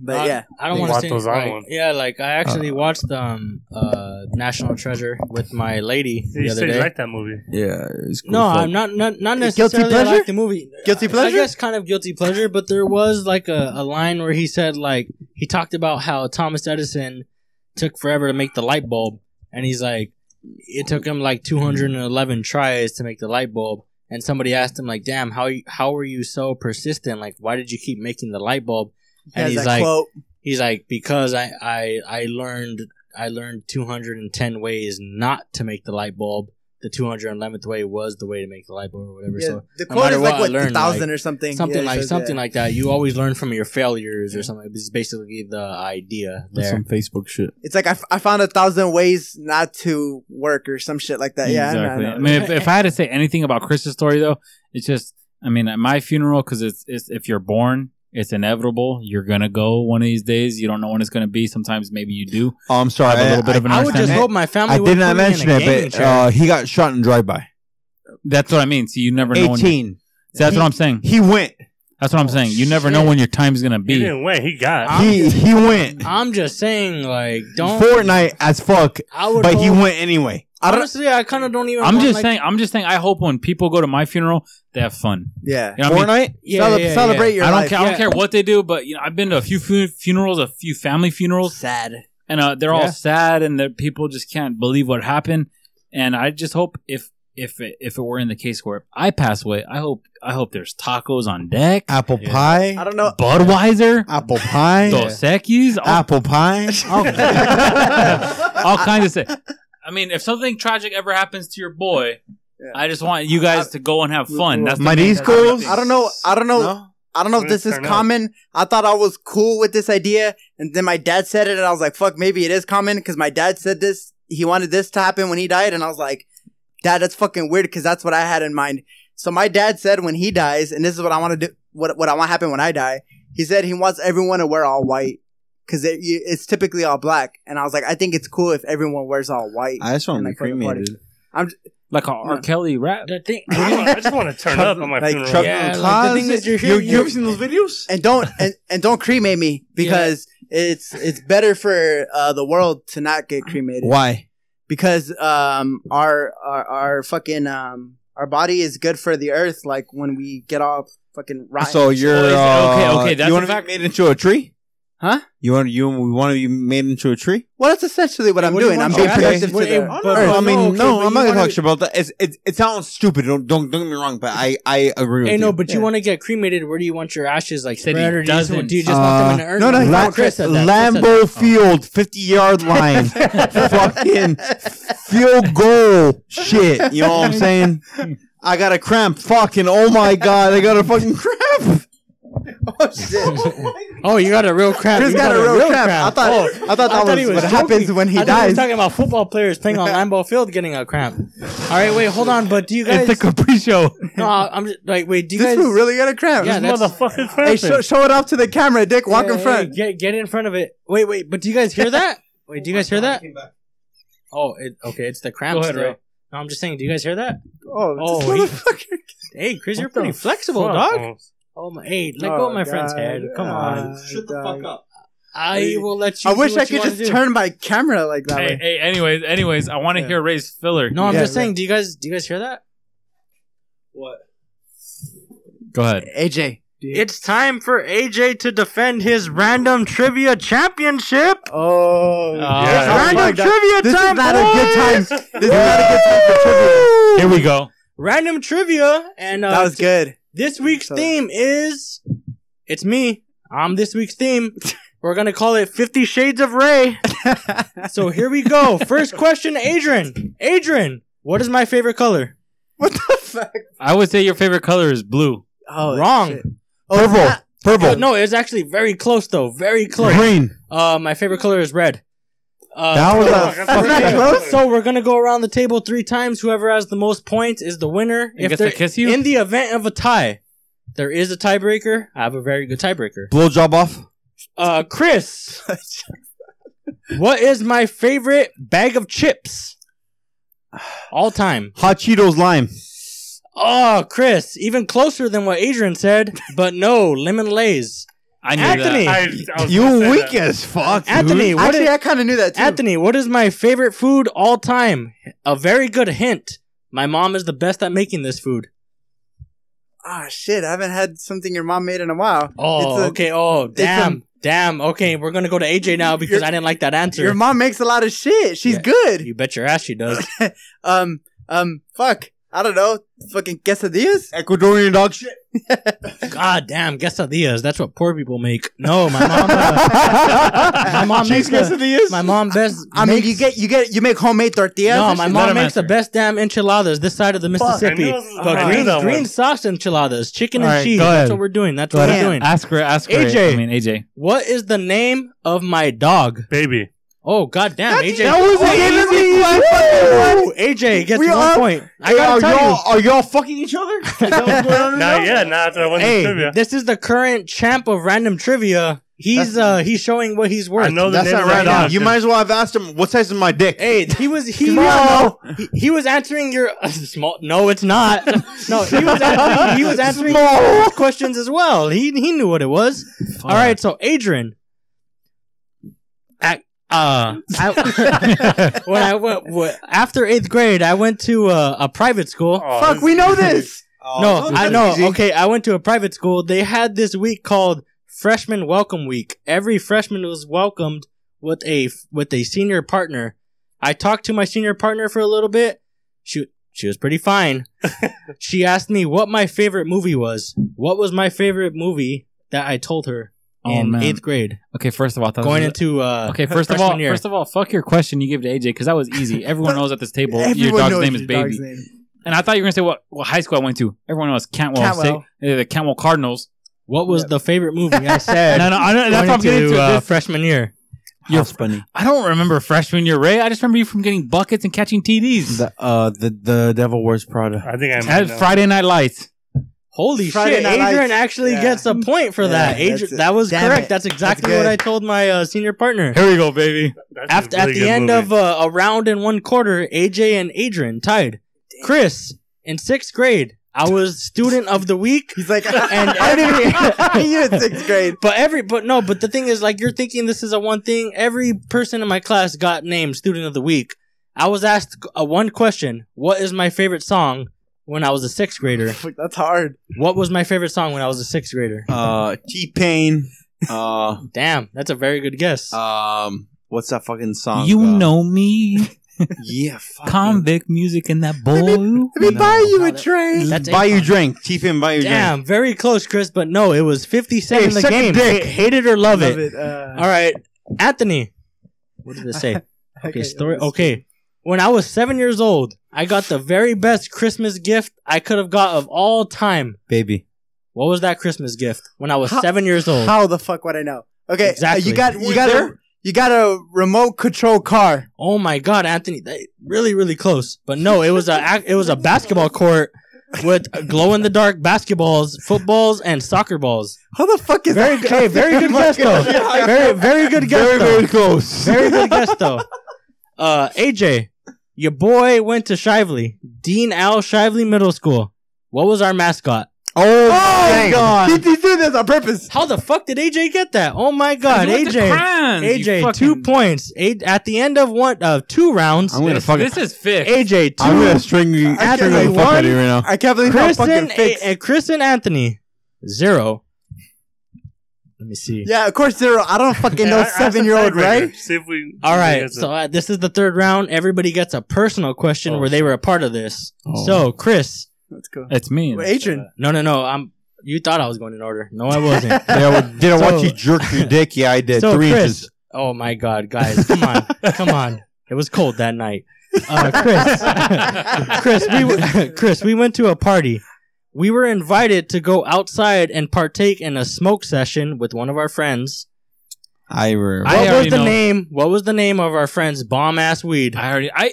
[SPEAKER 3] but yeah,
[SPEAKER 7] I don't
[SPEAKER 5] They
[SPEAKER 7] want to
[SPEAKER 5] want
[SPEAKER 7] say
[SPEAKER 5] those on
[SPEAKER 7] like-
[SPEAKER 5] one.
[SPEAKER 7] Yeah, like I actually watched um uh National Treasure with my lady the
[SPEAKER 5] You
[SPEAKER 7] other
[SPEAKER 5] said you
[SPEAKER 7] day.
[SPEAKER 5] liked that movie.
[SPEAKER 4] Yeah, it's
[SPEAKER 7] no, I'm not not not
[SPEAKER 3] Guilty
[SPEAKER 7] necessarily. I
[SPEAKER 3] pleasure?
[SPEAKER 7] like the movie.
[SPEAKER 3] Guilty pleasure?
[SPEAKER 7] I guess kind of guilty pleasure, but there was like a, a line where he said like he talked about how Thomas Edison took forever to make the light bulb, and he's like it took him like 211 tries to make the light bulb. And somebody asked him like, "Damn, how you, how were you so persistent? Like, why did you keep making the light bulb?"
[SPEAKER 3] he has
[SPEAKER 7] he's
[SPEAKER 3] that
[SPEAKER 7] like-
[SPEAKER 3] quote.
[SPEAKER 7] He's like, because I I I learned I learned 210 ways not to make the light bulb. The 211th way was the way to make the light bulb or whatever.
[SPEAKER 3] Yeah,
[SPEAKER 7] So
[SPEAKER 3] the
[SPEAKER 7] no
[SPEAKER 3] quote
[SPEAKER 7] matter
[SPEAKER 3] is like
[SPEAKER 7] what I
[SPEAKER 3] what
[SPEAKER 7] learn,
[SPEAKER 3] a thousand
[SPEAKER 7] like,
[SPEAKER 3] or something.
[SPEAKER 7] something
[SPEAKER 3] Yeah,
[SPEAKER 7] like
[SPEAKER 3] so-
[SPEAKER 7] something
[SPEAKER 3] yeah.
[SPEAKER 7] like that. You always learn from your failures or something. This is basically the idea there.
[SPEAKER 4] Facebook shit.
[SPEAKER 3] It's like I, f- I found a thousand ways not to work or some shit like that. Yeah, I know,
[SPEAKER 6] exactly.
[SPEAKER 3] I know.
[SPEAKER 6] I mean, if, if I had to say anything about Chris's story, though, it's just, I mean, at my funeral, because it's, it's if you're born, it's inevitable. You're gonna go one of these days. You don't know when it's gonna be. Sometimes maybe you do.
[SPEAKER 4] Oh, I'm
[SPEAKER 6] Have
[SPEAKER 4] sorry.
[SPEAKER 6] a little
[SPEAKER 4] I-
[SPEAKER 6] bit of an
[SPEAKER 4] I-
[SPEAKER 7] I would just
[SPEAKER 6] I-
[SPEAKER 7] hope my family.
[SPEAKER 4] I
[SPEAKER 7] would
[SPEAKER 4] did not
[SPEAKER 7] put me in
[SPEAKER 4] mention
[SPEAKER 7] a
[SPEAKER 4] it,
[SPEAKER 7] gaming
[SPEAKER 4] but
[SPEAKER 7] chair.
[SPEAKER 4] uh, he got shot in drive-by.
[SPEAKER 6] That's what I mean. So you never know. When, See,
[SPEAKER 4] 18.
[SPEAKER 6] that's what I'm saying.
[SPEAKER 4] He went.
[SPEAKER 6] That's what I'm saying. You never know
[SPEAKER 7] Oh, shit.
[SPEAKER 6] when your time's gonna
[SPEAKER 5] He
[SPEAKER 6] be.
[SPEAKER 5] didn't win. He got.
[SPEAKER 4] He he went.
[SPEAKER 7] I'm just saying, like, don't.
[SPEAKER 4] Fortnite as fuck,
[SPEAKER 7] I would.
[SPEAKER 4] but he
[SPEAKER 7] hope-
[SPEAKER 4] went anyway.
[SPEAKER 7] Honestly, I kind of don't even.
[SPEAKER 6] I'm
[SPEAKER 7] want,
[SPEAKER 6] just
[SPEAKER 7] like-
[SPEAKER 6] saying. I'm just saying. I hope when people go to my funeral, they have fun.
[SPEAKER 3] yeah.
[SPEAKER 6] You know what I mean?
[SPEAKER 4] Fortnite?
[SPEAKER 7] Yeah,
[SPEAKER 3] Cele-
[SPEAKER 7] yeah, yeah.
[SPEAKER 3] celebrate your
[SPEAKER 6] I don't
[SPEAKER 3] life.
[SPEAKER 6] care. I don't care what they do, but you know, I've been to a few fu- funerals, a few family funerals,
[SPEAKER 3] Sad.
[SPEAKER 6] and uh, they're
[SPEAKER 4] Yeah.
[SPEAKER 6] all sad, and the people just can't believe what happened. And I just hope if if it, if it were in the case where I pass away, I hope I hope there's tacos on deck,
[SPEAKER 4] Apple
[SPEAKER 6] Yeah.
[SPEAKER 3] I
[SPEAKER 4] pie.
[SPEAKER 3] don't know.
[SPEAKER 6] Budweiser,
[SPEAKER 4] Apple pie.
[SPEAKER 6] Dos Equis, all,
[SPEAKER 4] Apple pie. Oh,
[SPEAKER 6] all kinds of stuff. I mean, if something tragic ever happens to your boy,
[SPEAKER 3] Yeah.
[SPEAKER 6] I just want you guys to go and have fun. That's the main-
[SPEAKER 4] Mariscos.
[SPEAKER 3] I don't know. I don't know.
[SPEAKER 4] No?
[SPEAKER 3] I don't know if
[SPEAKER 5] Wouldn't
[SPEAKER 3] this is
[SPEAKER 5] turn out.
[SPEAKER 3] common. I thought I was cool with this idea, and then my dad said it, and I was like, "Fuck, maybe it is common." Because my dad said this. He wanted this to happen when he died, and I was like, "Dad, that's fucking weird," because that's what I had in mind. So my dad said when he dies, and this is what I want to do. What what I want to happen when I die? He said he wants everyone to wear all white because it, you- it's typically all black. And I was like, I think it's cool if everyone wears all white.
[SPEAKER 4] I just want
[SPEAKER 3] And
[SPEAKER 4] to be
[SPEAKER 3] like for the party.
[SPEAKER 4] cremated.
[SPEAKER 6] like a R.
[SPEAKER 3] Yeah.
[SPEAKER 6] Kelly rap.
[SPEAKER 7] The thing,
[SPEAKER 5] I, wanna- I just want to turn up on my
[SPEAKER 3] Like,
[SPEAKER 5] funeral.
[SPEAKER 4] Chuck
[SPEAKER 7] Yeah,
[SPEAKER 4] in the
[SPEAKER 7] like, the thing
[SPEAKER 4] closet.
[SPEAKER 7] is, you're
[SPEAKER 4] you
[SPEAKER 7] here-
[SPEAKER 4] you ever seen those videos?
[SPEAKER 3] and don't and, and don't cremate me because it's it's better for uh, the world to not get cremated.
[SPEAKER 4] Why?
[SPEAKER 3] Because um our our our fucking um our body is good for the earth. Like when we get all fucking rotten.
[SPEAKER 4] So you're
[SPEAKER 6] is it- okay,
[SPEAKER 4] uh,
[SPEAKER 6] okay, that's
[SPEAKER 4] you
[SPEAKER 6] a
[SPEAKER 4] want to
[SPEAKER 6] fact.
[SPEAKER 4] be made into a tree?
[SPEAKER 3] Huh?
[SPEAKER 4] You want you we want to be made into a tree?
[SPEAKER 3] well, that's essentially what I'm
[SPEAKER 4] what do you
[SPEAKER 3] doing. I'm
[SPEAKER 4] want
[SPEAKER 3] being
[SPEAKER 4] to do?
[SPEAKER 3] productive
[SPEAKER 4] What-
[SPEAKER 3] to the
[SPEAKER 4] I
[SPEAKER 3] earth.
[SPEAKER 4] don't know. I mean,
[SPEAKER 7] No, okay, but
[SPEAKER 4] no, I'm
[SPEAKER 7] you
[SPEAKER 4] not gonna
[SPEAKER 7] wanna-
[SPEAKER 4] talk shit about that. It's, it's, it sounds stupid. Don't, don't don't get me wrong, but I I agree with
[SPEAKER 7] Hey,
[SPEAKER 4] you.
[SPEAKER 7] no, but you
[SPEAKER 3] Yeah.
[SPEAKER 7] want to get cremated? Where do you want your ashes? Like
[SPEAKER 6] Said he
[SPEAKER 7] spread, or do you, just,
[SPEAKER 6] doesn't.
[SPEAKER 7] do you just want them in
[SPEAKER 3] Ah.
[SPEAKER 7] the urn?
[SPEAKER 4] Uh, no, no,
[SPEAKER 7] That's
[SPEAKER 4] La-
[SPEAKER 7] what Chris said that. Oh. Chris said
[SPEAKER 4] Lambeau Field, fifty yard line, fucking field goal, shit. You know what I'm saying? I got a cramp. Fucking oh my god, I got a fucking cramp.
[SPEAKER 7] that. Oh, you got a real crap.
[SPEAKER 3] Chris
[SPEAKER 7] You
[SPEAKER 3] got a real crap. I thought I thought
[SPEAKER 7] I
[SPEAKER 3] that
[SPEAKER 7] thought
[SPEAKER 3] was,
[SPEAKER 7] he was
[SPEAKER 3] what
[SPEAKER 7] joking.
[SPEAKER 3] happens when he
[SPEAKER 7] I thought he was
[SPEAKER 3] dies.
[SPEAKER 7] talking about football players playing on Lambeau Field getting a cramp. All right, wait, hold on. But do you guys?
[SPEAKER 6] It's a Capri Show.
[SPEAKER 7] no, I'm just, like, wait, do you
[SPEAKER 3] This
[SPEAKER 7] guys?
[SPEAKER 3] fool really got a cramp.
[SPEAKER 7] yeah, that's,
[SPEAKER 5] Motherfucking
[SPEAKER 3] Hey,
[SPEAKER 5] cramping.
[SPEAKER 3] show, show it off to the camera, Dick. Walk
[SPEAKER 7] yeah,
[SPEAKER 3] in
[SPEAKER 7] hey,
[SPEAKER 3] front.
[SPEAKER 7] get get in front of it. Wait, wait, but do you guys hear that? Wait, do you guys hear that? Oh, it, okay, it's the cramp.
[SPEAKER 6] Go ahead,
[SPEAKER 7] still.
[SPEAKER 6] Ray.
[SPEAKER 7] No, I'm just saying. Do you guys hear that?
[SPEAKER 3] Oh,
[SPEAKER 7] Oh,
[SPEAKER 3] this
[SPEAKER 7] he-
[SPEAKER 3] motherfucker.
[SPEAKER 7] Hey, Chris, you're
[SPEAKER 5] What the
[SPEAKER 7] pretty flexible,
[SPEAKER 5] fuck?
[SPEAKER 7] dog. Oh my! Hey, let go of my
[SPEAKER 3] Oh,
[SPEAKER 7] friend's head. Come on.
[SPEAKER 4] Shut the fuck up.
[SPEAKER 7] I will let you.
[SPEAKER 3] I
[SPEAKER 7] do
[SPEAKER 3] wish
[SPEAKER 7] what
[SPEAKER 3] I
[SPEAKER 7] you
[SPEAKER 3] could
[SPEAKER 7] wanna
[SPEAKER 3] just
[SPEAKER 7] do.
[SPEAKER 3] turn my camera like that.
[SPEAKER 2] Hey,
[SPEAKER 3] way.
[SPEAKER 2] hey, anyways, anyways, I want to hear Ray's filler.
[SPEAKER 7] No, I'm
[SPEAKER 3] Yeah,
[SPEAKER 7] just
[SPEAKER 3] right.
[SPEAKER 7] saying. Do you guys? Do you guys hear that?
[SPEAKER 2] Go ahead.
[SPEAKER 3] AJ.
[SPEAKER 7] It's time for AJ to defend his random trivia championship.
[SPEAKER 3] Oh,
[SPEAKER 2] yeah.
[SPEAKER 3] Oh
[SPEAKER 7] random
[SPEAKER 3] my God.
[SPEAKER 7] trivia
[SPEAKER 3] this
[SPEAKER 7] Uh, time.
[SPEAKER 3] is not a
[SPEAKER 7] boys!
[SPEAKER 3] good time. This is not a good time for trivia.
[SPEAKER 2] Here we go.
[SPEAKER 7] Random trivia, and uh,
[SPEAKER 3] That was good.
[SPEAKER 7] this week's
[SPEAKER 3] So-
[SPEAKER 7] theme is. It's me. I'm this week's theme. We're gonna call it Fifty Shades of Ray. so here we go. First question, Adrian. Adrian, what is my favorite color?
[SPEAKER 3] What the fuck?
[SPEAKER 2] I would say your favorite color is blue.
[SPEAKER 3] Oh,
[SPEAKER 7] Wrong.
[SPEAKER 3] shit. Oh, it's not-
[SPEAKER 7] Purple. No, it was actually very close though. Very close.
[SPEAKER 1] Green.
[SPEAKER 7] Uh, my favorite color is red. Uh,
[SPEAKER 1] That was
[SPEAKER 5] Oh,
[SPEAKER 1] a.
[SPEAKER 5] that's
[SPEAKER 3] fucking
[SPEAKER 5] pretty
[SPEAKER 3] close.
[SPEAKER 5] good.
[SPEAKER 7] So we're gonna go around the table three times. Whoever has the most points is the winner.
[SPEAKER 2] And gets
[SPEAKER 7] there-
[SPEAKER 2] to kiss you?
[SPEAKER 7] in the event of a tie, there is a tiebreaker. I have a very good tiebreaker.
[SPEAKER 1] Blow job off.
[SPEAKER 7] Uh, Chris, what is my favorite bag of chips all time?
[SPEAKER 1] Hot Cheetos lime.
[SPEAKER 7] Oh, Chris, even closer than what Adrian said, but no, lemon lays.
[SPEAKER 2] I knew
[SPEAKER 7] Anthony,
[SPEAKER 2] that.
[SPEAKER 5] I was
[SPEAKER 1] You
[SPEAKER 5] gonna say
[SPEAKER 1] weak
[SPEAKER 5] that.
[SPEAKER 1] as fuck. dude.
[SPEAKER 7] Anthony, what
[SPEAKER 3] Actually,
[SPEAKER 7] is-
[SPEAKER 3] I kind of knew that too.
[SPEAKER 7] Anthony, what is my favorite food all time? A very good hint. My mom is the best at making this food.
[SPEAKER 3] Ah, shit. I haven't had something your mom made in a while.
[SPEAKER 7] Oh,
[SPEAKER 3] It's a-
[SPEAKER 7] okay. Oh, damn. damn. Okay, we're going to go to AJ now because
[SPEAKER 3] Your-
[SPEAKER 7] I didn't like that answer.
[SPEAKER 3] Your mom makes a lot of shit. She's
[SPEAKER 7] Yeah.
[SPEAKER 3] good.
[SPEAKER 7] you bet your ass she does.
[SPEAKER 3] Um, um, fuck. I don't know. Fucking quesadillas?
[SPEAKER 1] Ecuadorian dog shit.
[SPEAKER 7] God damn, quesadillas. That's what poor people make. No, my mom. uh, my mom makes the, my mom best.
[SPEAKER 3] I mean,
[SPEAKER 7] makes,
[SPEAKER 3] you get, you get, you make homemade tortillas.
[SPEAKER 7] No,
[SPEAKER 3] and
[SPEAKER 7] my
[SPEAKER 3] shit?
[SPEAKER 7] mom
[SPEAKER 2] him
[SPEAKER 7] makes
[SPEAKER 2] answer.
[SPEAKER 7] the best damn enchiladas this side of the
[SPEAKER 5] I knew
[SPEAKER 7] Mississippi.
[SPEAKER 5] this was-
[SPEAKER 7] But
[SPEAKER 5] I knew
[SPEAKER 7] green,
[SPEAKER 5] that one.
[SPEAKER 7] green sauce enchiladas, chicken
[SPEAKER 2] All
[SPEAKER 7] and
[SPEAKER 2] right,
[SPEAKER 7] cheese.
[SPEAKER 2] go
[SPEAKER 7] That's
[SPEAKER 2] ahead.
[SPEAKER 7] what we're doing. That's
[SPEAKER 2] Go
[SPEAKER 7] what we're
[SPEAKER 3] ahead.
[SPEAKER 7] doing.
[SPEAKER 2] Ask her. Ask her.
[SPEAKER 7] AJ.
[SPEAKER 2] I mean AJ.
[SPEAKER 7] What is the name of my dog?
[SPEAKER 5] Baby.
[SPEAKER 7] Oh god damn, AJ.
[SPEAKER 1] was
[SPEAKER 7] Ooh, AJ gets
[SPEAKER 1] We
[SPEAKER 7] one
[SPEAKER 1] are-
[SPEAKER 7] point. I gotta
[SPEAKER 1] are
[SPEAKER 7] tell you.
[SPEAKER 1] y'all are y'all fucking each other?
[SPEAKER 5] Not yet. Not after I won the
[SPEAKER 7] Hey,
[SPEAKER 5] trivia.
[SPEAKER 7] this is the current champ of random trivia. He's uh he's showing what he's worth.
[SPEAKER 5] I know the
[SPEAKER 10] That's
[SPEAKER 5] name
[SPEAKER 10] not
[SPEAKER 5] of that
[SPEAKER 10] right on.
[SPEAKER 5] dog.
[SPEAKER 10] You might as well have asked him what size is my dick.
[SPEAKER 7] Hey, he was he,
[SPEAKER 1] Small.
[SPEAKER 7] he, he was answering your small. No, it's not. No, he was answering, he was answering your questions as well. He he knew what it was. All right, so Adrian, at uh,
[SPEAKER 2] Oh,
[SPEAKER 7] I, when I went wh- after eighth grade, I went to uh, a private school.
[SPEAKER 5] Oh,
[SPEAKER 3] Fuck,
[SPEAKER 5] this-
[SPEAKER 3] we know this.
[SPEAKER 1] Oh,
[SPEAKER 2] Oh,
[SPEAKER 7] No, I know. Okay, I went to a private school. They had this week called Freshman Welcome Week. Every freshman was welcomed with a with a senior partner. I talked to my senior partner for a little bit. She she was pretty fine. she asked me what my favorite movie was. What was my favorite movie that I told her
[SPEAKER 2] Oh,
[SPEAKER 7] in
[SPEAKER 2] man.
[SPEAKER 7] eighth grade,
[SPEAKER 2] Okay, first of all, that
[SPEAKER 7] going
[SPEAKER 2] was,
[SPEAKER 7] into uh,
[SPEAKER 2] Okay, first of
[SPEAKER 7] freshman
[SPEAKER 2] all,
[SPEAKER 7] year.
[SPEAKER 2] first of all, fuck your question you gave to AJ because that was easy. Everyone knows at this table your
[SPEAKER 3] Everyone
[SPEAKER 2] dog's
[SPEAKER 3] knows
[SPEAKER 2] name is
[SPEAKER 3] your dog's
[SPEAKER 2] Baby.
[SPEAKER 3] name.
[SPEAKER 2] And I thought you were gonna say what, what high school I went to. Everyone knows Cantwell,
[SPEAKER 3] Cantwell.
[SPEAKER 2] Cantwell. the Cantwell Cardinals.
[SPEAKER 7] what was the favorite movie I said?
[SPEAKER 2] No, no, I know, that's what I'm
[SPEAKER 7] going
[SPEAKER 2] getting to.
[SPEAKER 7] uh,
[SPEAKER 2] This-
[SPEAKER 7] freshman year.
[SPEAKER 2] You're-
[SPEAKER 4] funny.
[SPEAKER 2] I don't remember freshman year, Ray. I just remember you from getting buckets and catching TDs
[SPEAKER 1] The, uh, the the Devil Wears Prada.
[SPEAKER 5] I think I
[SPEAKER 2] at
[SPEAKER 5] might know.
[SPEAKER 2] Friday Night Lights.
[SPEAKER 7] Holy
[SPEAKER 3] Friday
[SPEAKER 7] shit!
[SPEAKER 3] Night Lights.
[SPEAKER 7] Adrian actually
[SPEAKER 3] Yeah.
[SPEAKER 7] gets a point for
[SPEAKER 3] Yeah,
[SPEAKER 7] that. Adrian,
[SPEAKER 3] that's it.
[SPEAKER 7] that was
[SPEAKER 3] Damn
[SPEAKER 7] correct.
[SPEAKER 3] it.
[SPEAKER 7] That's exactly
[SPEAKER 3] That's
[SPEAKER 7] what
[SPEAKER 3] good.
[SPEAKER 7] I told my uh, senior partner.
[SPEAKER 2] Here we go, baby.
[SPEAKER 5] That's a
[SPEAKER 7] After,
[SPEAKER 5] really
[SPEAKER 7] at the
[SPEAKER 5] good
[SPEAKER 7] end
[SPEAKER 5] movie.
[SPEAKER 7] of uh, a round and one quarter, AJ and Adrian tied. Chris in sixth grade, I was student of the week.
[SPEAKER 3] He's like,
[SPEAKER 7] And-
[SPEAKER 3] and I didn't even, I knew in sixth grade.
[SPEAKER 7] But every but no, but the thing is, like you're thinking this is a one thing. Every person in my class got named student of the week. I was asked a one question: What is my favorite song? When I was a sixth grader,
[SPEAKER 3] Fuck, That's hard.
[SPEAKER 7] what was my favorite song when I was a sixth grader?
[SPEAKER 4] Uh, T Pain. Uh,
[SPEAKER 7] Damn, that's a very good guess.
[SPEAKER 4] um, what's that fucking song?
[SPEAKER 2] you
[SPEAKER 4] Uh,
[SPEAKER 2] know me,
[SPEAKER 4] Yeah. Fucking,
[SPEAKER 2] convict music and that boy.
[SPEAKER 3] Let me
[SPEAKER 4] No,
[SPEAKER 3] buy you a
[SPEAKER 7] not it.
[SPEAKER 3] drink.
[SPEAKER 7] That's
[SPEAKER 4] buy
[SPEAKER 7] it.
[SPEAKER 4] you drink. T Pain, buy you drink.
[SPEAKER 7] Damn, very close, Chris, but no, it was 50 Cent
[SPEAKER 1] Hey,
[SPEAKER 7] in the
[SPEAKER 1] suck a
[SPEAKER 7] game.
[SPEAKER 1] dick.
[SPEAKER 7] Ha- Hate it or love, it.
[SPEAKER 3] uh,
[SPEAKER 7] All right, Anthony. What did it say? okay,
[SPEAKER 3] okay,
[SPEAKER 7] story. oh, Okay. When I was seven years old, I got the very best Christmas gift I could have got of all time.
[SPEAKER 1] Baby.
[SPEAKER 7] What was that Christmas gift when I was
[SPEAKER 3] How-
[SPEAKER 7] seven years old?
[SPEAKER 3] How the fuck would I know? Okay,
[SPEAKER 7] Exactly.
[SPEAKER 3] uh, you got
[SPEAKER 7] Were
[SPEAKER 3] you got a you got a remote control car.
[SPEAKER 7] Oh my God, Anthony, that, really, really close. But no, it was a ac- it was a basketball court with glow in the dark basketballs, footballs, and soccer balls.
[SPEAKER 3] How the fuck is
[SPEAKER 7] Very
[SPEAKER 3] that?
[SPEAKER 7] good. Hey, very good guess though. Very, very good guess
[SPEAKER 1] Very
[SPEAKER 7] though.
[SPEAKER 1] very close.
[SPEAKER 7] Very good guess though. Uh, AJ, your boy went to Shively, Dean Al Shively Middle School. What was our mascot?
[SPEAKER 1] Oh,
[SPEAKER 7] dang.
[SPEAKER 1] god.
[SPEAKER 3] He, he did this on purpose.
[SPEAKER 7] How the fuck did AJ get that? Oh my god,
[SPEAKER 6] You went to
[SPEAKER 7] AJ.
[SPEAKER 6] Crans, you
[SPEAKER 7] AJ,
[SPEAKER 6] fucking-
[SPEAKER 7] two points. A- at the end of one of two rounds,
[SPEAKER 1] I'm gonna fucking.
[SPEAKER 6] This is fixed.
[SPEAKER 7] AJ 2
[SPEAKER 1] I'm gonna string you.
[SPEAKER 3] I
[SPEAKER 1] string
[SPEAKER 3] can't
[SPEAKER 1] the fuck out
[SPEAKER 7] wait.
[SPEAKER 1] of you right now.
[SPEAKER 3] I can't believe how fucking
[SPEAKER 7] Kristen,
[SPEAKER 3] fixed.
[SPEAKER 7] a- a- Kristen Anthony, zero. Let me see.
[SPEAKER 3] yeah, of course zero. I don't fucking
[SPEAKER 5] Hey,
[SPEAKER 3] know
[SPEAKER 5] I- I asked the
[SPEAKER 3] seven year old,
[SPEAKER 5] tiebreaker.
[SPEAKER 3] right?
[SPEAKER 5] See if we.
[SPEAKER 7] All
[SPEAKER 5] we
[SPEAKER 7] right,
[SPEAKER 5] get
[SPEAKER 7] so uh, this is the third round. Everybody gets a personal question
[SPEAKER 5] Oh,
[SPEAKER 7] where they were a part of this.
[SPEAKER 6] Oh.
[SPEAKER 2] Oh.
[SPEAKER 7] So, Chris,
[SPEAKER 3] Let's go.
[SPEAKER 6] It's me.
[SPEAKER 3] Well, Adrian,
[SPEAKER 7] no, no, no. I'm. You thought I was going in order. No, I wasn't.
[SPEAKER 1] Yeah, well, did I watch
[SPEAKER 7] So-
[SPEAKER 1] you jerk your dick? Yeah, I did.
[SPEAKER 7] so,
[SPEAKER 1] Three
[SPEAKER 7] Chris.
[SPEAKER 1] inches.
[SPEAKER 7] Oh my God, guys, come on, come on. It was cold that night. Uh, Chris, Chris, we w- Chris, we went to a party. We were invited to go outside and partake in a smoke session with one of our friends.
[SPEAKER 1] I remember.
[SPEAKER 6] I
[SPEAKER 7] What was
[SPEAKER 6] already
[SPEAKER 7] the
[SPEAKER 6] know.
[SPEAKER 7] name? What was the name of our friend's bomb ass weed?
[SPEAKER 6] I already. I, I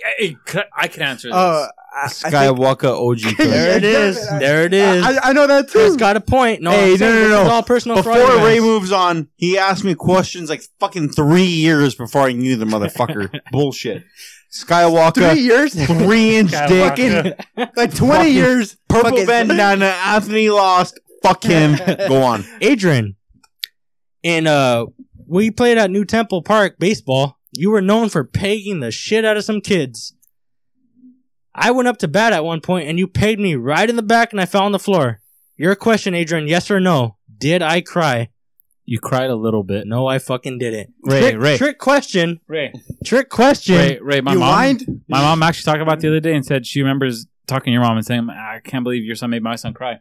[SPEAKER 6] I- I can answer this.
[SPEAKER 3] uh, I, I think,
[SPEAKER 1] Skywalker OG.
[SPEAKER 3] Yeah.
[SPEAKER 1] Chris.
[SPEAKER 7] There it is. There it is.
[SPEAKER 3] I, I know that too.
[SPEAKER 7] Chris got a point. No,
[SPEAKER 1] Hey,
[SPEAKER 7] I'm saying
[SPEAKER 1] no, no,
[SPEAKER 7] this is
[SPEAKER 1] no.
[SPEAKER 7] all personal. for all you
[SPEAKER 1] Before
[SPEAKER 7] guys.
[SPEAKER 1] Ray moves on, he asked me questions like fucking three years before I knew the motherfucker. Bullshit.
[SPEAKER 3] Three
[SPEAKER 1] Skywalker,
[SPEAKER 3] years,
[SPEAKER 1] three inch
[SPEAKER 5] Skywalker.
[SPEAKER 1] dick,
[SPEAKER 3] like twenty
[SPEAKER 1] Fucking
[SPEAKER 3] years.
[SPEAKER 1] purple
[SPEAKER 3] Fucking-
[SPEAKER 1] bandana. Anthony lost. Fuck him. Go on.
[SPEAKER 7] Adrian, and uh, we played at New Temple Park baseball. You were known for pegging the shit out of some kids. I went up to bat at one point, and you pegged me right in the back, and I fell on the floor. Your question, Adrian, yes or no? Did I cry?
[SPEAKER 6] you cried a little bit.
[SPEAKER 7] No, I fucking didn't.
[SPEAKER 6] Ray,
[SPEAKER 7] trick,
[SPEAKER 6] Ray.
[SPEAKER 7] trick question.
[SPEAKER 6] Ray,
[SPEAKER 7] Trick question.
[SPEAKER 6] Ray, Ray. My
[SPEAKER 3] you
[SPEAKER 6] mom.
[SPEAKER 3] whined.
[SPEAKER 6] My mom actually talked about it the other day and said she remembers talking to your mom and saying, "I can't believe your son made my son cry."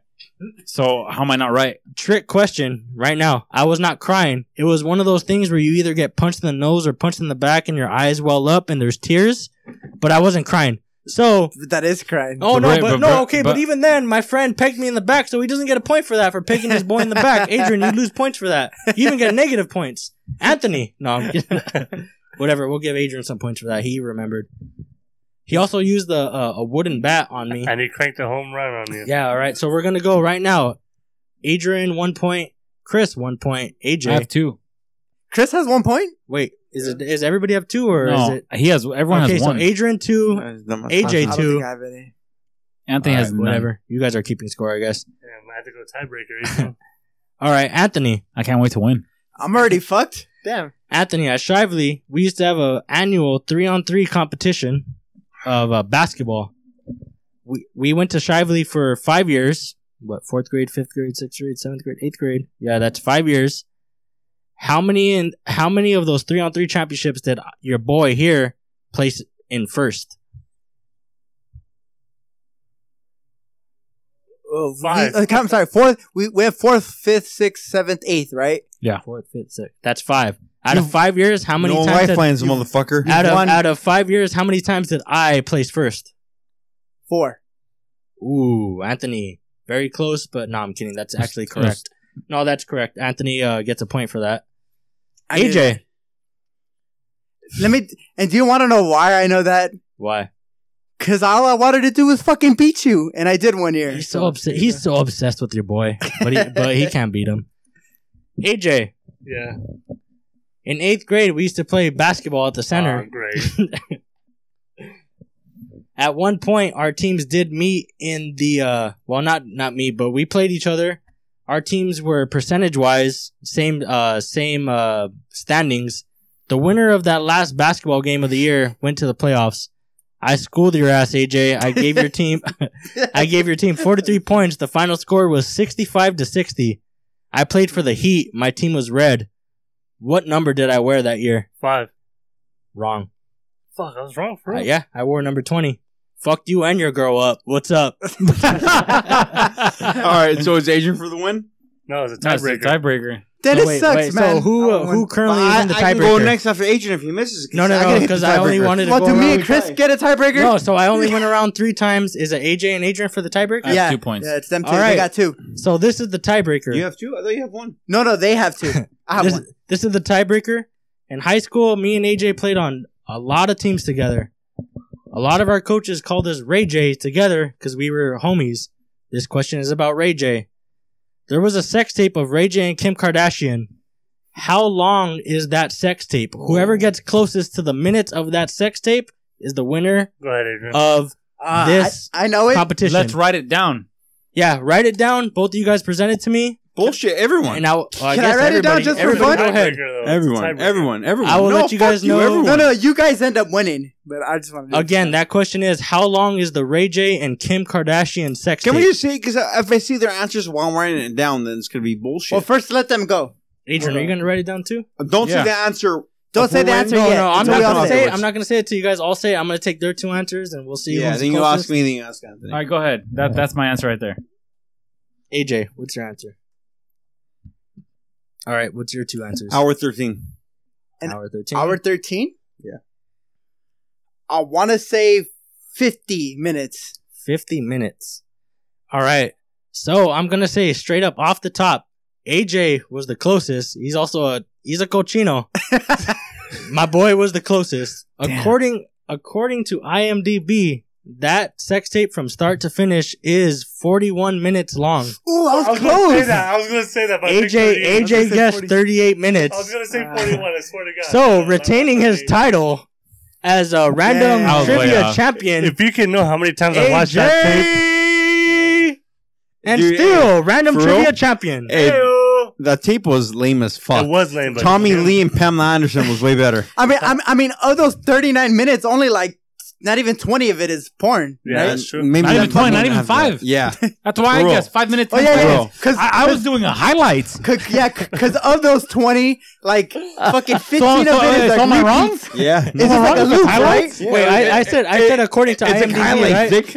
[SPEAKER 6] So how am I not right?
[SPEAKER 7] Trick question. Right now, I was not crying. It was one of those things where you either get punched in the nose or punched in the back, and your eyes well up, and there's tears. But I wasn't crying. So
[SPEAKER 3] That is crying.
[SPEAKER 7] Oh
[SPEAKER 6] But
[SPEAKER 7] no,
[SPEAKER 6] Ray-
[SPEAKER 7] but,
[SPEAKER 6] but-
[SPEAKER 7] no,
[SPEAKER 6] but-
[SPEAKER 7] okay, but,
[SPEAKER 6] but-
[SPEAKER 7] even then, my friend pegged me in the back, so he doesn't get a point for that for pegging his boy in the back. Adrian, you lose points for that. You even get negative points. Anthony, no, I'm kidding. whatever. We'll give Adrian some points for that. He remembered. He also used a uh, a wooden bat on me.
[SPEAKER 5] And he cranked a home run on you.
[SPEAKER 7] Yeah, all right. So we're gonna go right now. Adrian one point, Chris one point, AJ.
[SPEAKER 6] I have two.
[SPEAKER 3] Chris has one point.
[SPEAKER 7] Wait, is it is everybody have two or
[SPEAKER 6] No,
[SPEAKER 7] is it?
[SPEAKER 6] he has. Everyone
[SPEAKER 7] okay,
[SPEAKER 6] has
[SPEAKER 7] so
[SPEAKER 6] one.
[SPEAKER 7] Adrian two,
[SPEAKER 3] I
[SPEAKER 7] AJ
[SPEAKER 3] don't
[SPEAKER 7] two.
[SPEAKER 3] think I have any.
[SPEAKER 6] Anthony
[SPEAKER 7] All
[SPEAKER 6] has
[SPEAKER 7] right,
[SPEAKER 6] none.
[SPEAKER 7] whatever. You guys are keeping score, I guess.
[SPEAKER 5] Damn, I had to go tiebreaker. Adrian.
[SPEAKER 7] All right, Anthony.
[SPEAKER 6] I can't wait to win.
[SPEAKER 3] I'm already fucked. Damn.
[SPEAKER 7] Anthony at Shively, we used to have a annual three on three competition of uh, basketball. We we went to Shively for five years. What fourth grade, fifth grade, sixth grade, seventh grade, eighth grade? Yeah, that's five years. How many in how many of those three on three championships did your boy here place in first?
[SPEAKER 3] Uh, we-
[SPEAKER 5] Five.
[SPEAKER 3] okay, I'm sorry. Fourth. We, we have fourth, fifth, sixth, seventh, eighth. Right.
[SPEAKER 7] Fourth, fifth, sixth. That's five. Out of five years, how many
[SPEAKER 1] no
[SPEAKER 7] times? Did,
[SPEAKER 1] lifelines, motherfucker.
[SPEAKER 7] out of
[SPEAKER 3] won.
[SPEAKER 7] out of five years, how many times did I place first?
[SPEAKER 3] Four.
[SPEAKER 7] Ooh, Anthony, very close, but no, I'm kidding. That's actually correct. No, that's correct. Anthony uh, gets a point for that.
[SPEAKER 3] I knew
[SPEAKER 7] AJ,
[SPEAKER 3] that. Let me. And do you want to know why I know that?
[SPEAKER 7] why?
[SPEAKER 3] Because all I wanted to do was fucking beat you, and I did one year.
[SPEAKER 7] He's so obsessed. He's so obsessed with your boy, but he, but he can't beat him. AJ,
[SPEAKER 5] yeah.
[SPEAKER 7] in eighth grade, we used to play basketball at the
[SPEAKER 5] Oh,
[SPEAKER 7] center.
[SPEAKER 5] great.
[SPEAKER 7] At one point, our teams did meet in the uh, well, not not me, but we played each other. Our teams were percentage wise same uh, same uh, standings. The winner of that last basketball game of the year went to the playoffs. I schooled your ass, AJ. I gave your team, I gave your team forty three points. The final score was sixty five to sixty. I played for the Heat. My team was red. What number did I wear that year?
[SPEAKER 5] Five.
[SPEAKER 7] Wrong.
[SPEAKER 5] Fuck, I was wrong for
[SPEAKER 7] Uh,
[SPEAKER 5] real.
[SPEAKER 7] yeah, I wore number 20. Fuck you and your girl up. What's up?
[SPEAKER 1] All right, so it's Adrian for the win.
[SPEAKER 5] No, it was a
[SPEAKER 6] That's
[SPEAKER 5] tiebreaker.
[SPEAKER 6] a tiebreaker.
[SPEAKER 3] That
[SPEAKER 7] So
[SPEAKER 3] it
[SPEAKER 7] wait,
[SPEAKER 3] sucks,
[SPEAKER 7] wait,
[SPEAKER 3] man.
[SPEAKER 7] So who uh, who currently is in the
[SPEAKER 1] I can go
[SPEAKER 7] tiebreaker?
[SPEAKER 1] next after Adrian if he misses.
[SPEAKER 7] No, no, no, because I only wanted to
[SPEAKER 3] Well,
[SPEAKER 7] go
[SPEAKER 3] do
[SPEAKER 7] around-
[SPEAKER 3] me and Chris get a tiebreaker?
[SPEAKER 7] No, so I only went around three times. Is it AJ and Adrian for the tiebreaker?
[SPEAKER 6] I have
[SPEAKER 3] Yeah.
[SPEAKER 6] two points.
[SPEAKER 3] Yeah, it's them two.
[SPEAKER 7] All
[SPEAKER 3] They
[SPEAKER 7] right.
[SPEAKER 3] got two.
[SPEAKER 7] Uh, So this is the tiebreaker.
[SPEAKER 1] You have two. I thought you have one.
[SPEAKER 3] No, no, they have two. I have
[SPEAKER 7] this,
[SPEAKER 3] one.
[SPEAKER 7] this is the tiebreaker. In high school, me and AJ played on a lot of teams together. A lot of our coaches called us Ray J together because we were homies. This question is about Ray J. There was a sex tape of Ray J and Kim Kardashian. How long is that sex tape? Whoever gets closest to the minutes of that sex tape is the winner
[SPEAKER 5] Go ahead, Adrian.
[SPEAKER 7] of
[SPEAKER 3] Uh,
[SPEAKER 7] This
[SPEAKER 3] I, I know it.
[SPEAKER 7] competition.
[SPEAKER 6] Let's write it down.
[SPEAKER 7] Yeah, write it down. Both of you guys present it to me,
[SPEAKER 4] Bullshit, everyone.
[SPEAKER 7] and I. Well, I
[SPEAKER 4] Can I
[SPEAKER 7] guess
[SPEAKER 4] write it down
[SPEAKER 7] everybody-
[SPEAKER 4] just for
[SPEAKER 7] everybody
[SPEAKER 4] fun?
[SPEAKER 7] Go ahead.
[SPEAKER 4] Everyone, everyone, everyone.
[SPEAKER 7] I will
[SPEAKER 4] No,
[SPEAKER 7] let you
[SPEAKER 4] fuck
[SPEAKER 7] guys know-
[SPEAKER 4] everyone.
[SPEAKER 3] No, no, you guys end up winning, but I just want to
[SPEAKER 7] Again, that question is: How long is the Ray J and Kim Kardashian sex
[SPEAKER 4] Can
[SPEAKER 7] tape?
[SPEAKER 4] we just see? Because if I see their answers while I'm writing it down, then it's gonna be bullshit.
[SPEAKER 3] Well, first let them go.
[SPEAKER 7] Adrian, are you gonna write it down too?
[SPEAKER 4] Don't
[SPEAKER 11] yeah.
[SPEAKER 4] say the answer.
[SPEAKER 3] Don't
[SPEAKER 4] if
[SPEAKER 3] say
[SPEAKER 4] we're
[SPEAKER 3] the
[SPEAKER 4] writing-
[SPEAKER 3] answer
[SPEAKER 4] No,
[SPEAKER 3] yet.
[SPEAKER 4] no, I'm
[SPEAKER 7] I'm
[SPEAKER 3] Until
[SPEAKER 7] not
[SPEAKER 3] we all
[SPEAKER 7] gonna
[SPEAKER 3] say
[SPEAKER 7] say
[SPEAKER 3] it.
[SPEAKER 7] it. I'm not gonna say it to you guys. I'll say it. I'm gonna take their two answers, and we'll see.
[SPEAKER 4] Yeah,
[SPEAKER 7] who's
[SPEAKER 4] then you
[SPEAKER 7] closest.
[SPEAKER 4] ask me, then you ask Anthony.
[SPEAKER 6] All right, go ahead. That that's my answer right there.
[SPEAKER 7] AJ, what's your answer? All right, what's your two answers?
[SPEAKER 4] Hour thirteen.
[SPEAKER 3] An
[SPEAKER 7] hour thirteen.
[SPEAKER 3] Hour 13?
[SPEAKER 4] Yeah.
[SPEAKER 3] I want to say 50 minutes.
[SPEAKER 7] fifty minutes. All right. So I'm gonna say straight up off the top, AJ was the closest. He's also a he's a cochino. My boy was the closest. According according to IMDb, that sex tape from start to finish is 41 minutes long.
[SPEAKER 3] Ooh, I
[SPEAKER 5] I was
[SPEAKER 3] was,
[SPEAKER 5] gonna say
[SPEAKER 3] close.
[SPEAKER 5] that. I was gonna say that. But I picked
[SPEAKER 7] AJ
[SPEAKER 5] 38. I was
[SPEAKER 7] AJ
[SPEAKER 5] gonna say
[SPEAKER 7] guessed
[SPEAKER 5] 40.
[SPEAKER 7] 38
[SPEAKER 5] I was
[SPEAKER 7] minutes.
[SPEAKER 5] gonna say forty-one. I swear to God.
[SPEAKER 7] So retaining his title as a random
[SPEAKER 3] Yeah. I
[SPEAKER 6] was way
[SPEAKER 7] trivia
[SPEAKER 6] off.
[SPEAKER 7] champion.
[SPEAKER 5] If you can know how many times I watched that tape.
[SPEAKER 7] AJ and
[SPEAKER 4] Dude,
[SPEAKER 7] still random
[SPEAKER 4] for
[SPEAKER 7] trivia
[SPEAKER 4] real?
[SPEAKER 7] champion.
[SPEAKER 4] Hey,
[SPEAKER 5] Ew.
[SPEAKER 4] that tape was lame as
[SPEAKER 5] It
[SPEAKER 4] fuck.
[SPEAKER 5] was lame, but
[SPEAKER 4] Tommy Lee and Pamela Anderson was way better.
[SPEAKER 3] I mean, I, I mean, of those 39 minutes, only like not even 20 of it is porn.
[SPEAKER 5] Yeah, that's true.
[SPEAKER 4] Maybe
[SPEAKER 6] Not even
[SPEAKER 4] that
[SPEAKER 6] 20, not
[SPEAKER 4] one
[SPEAKER 6] even
[SPEAKER 4] have that.
[SPEAKER 6] five.
[SPEAKER 4] Yeah,
[SPEAKER 6] That's why
[SPEAKER 4] For
[SPEAKER 6] I
[SPEAKER 4] real.
[SPEAKER 6] guessed five minutes.
[SPEAKER 3] Oh, yeah, yeah, yeah.
[SPEAKER 6] ago.
[SPEAKER 3] Because
[SPEAKER 6] I, I was doing a highlights.
[SPEAKER 3] yeah, because of those 20, like fucking 15 of
[SPEAKER 6] so-
[SPEAKER 3] it is
[SPEAKER 6] so
[SPEAKER 3] like
[SPEAKER 6] am I
[SPEAKER 3] repeats.
[SPEAKER 6] wrong?
[SPEAKER 4] yeah.
[SPEAKER 3] Is this like a loop,
[SPEAKER 6] highlights?
[SPEAKER 3] right?
[SPEAKER 7] Wait, I, I said I said according to IMDb, right?
[SPEAKER 4] Dick.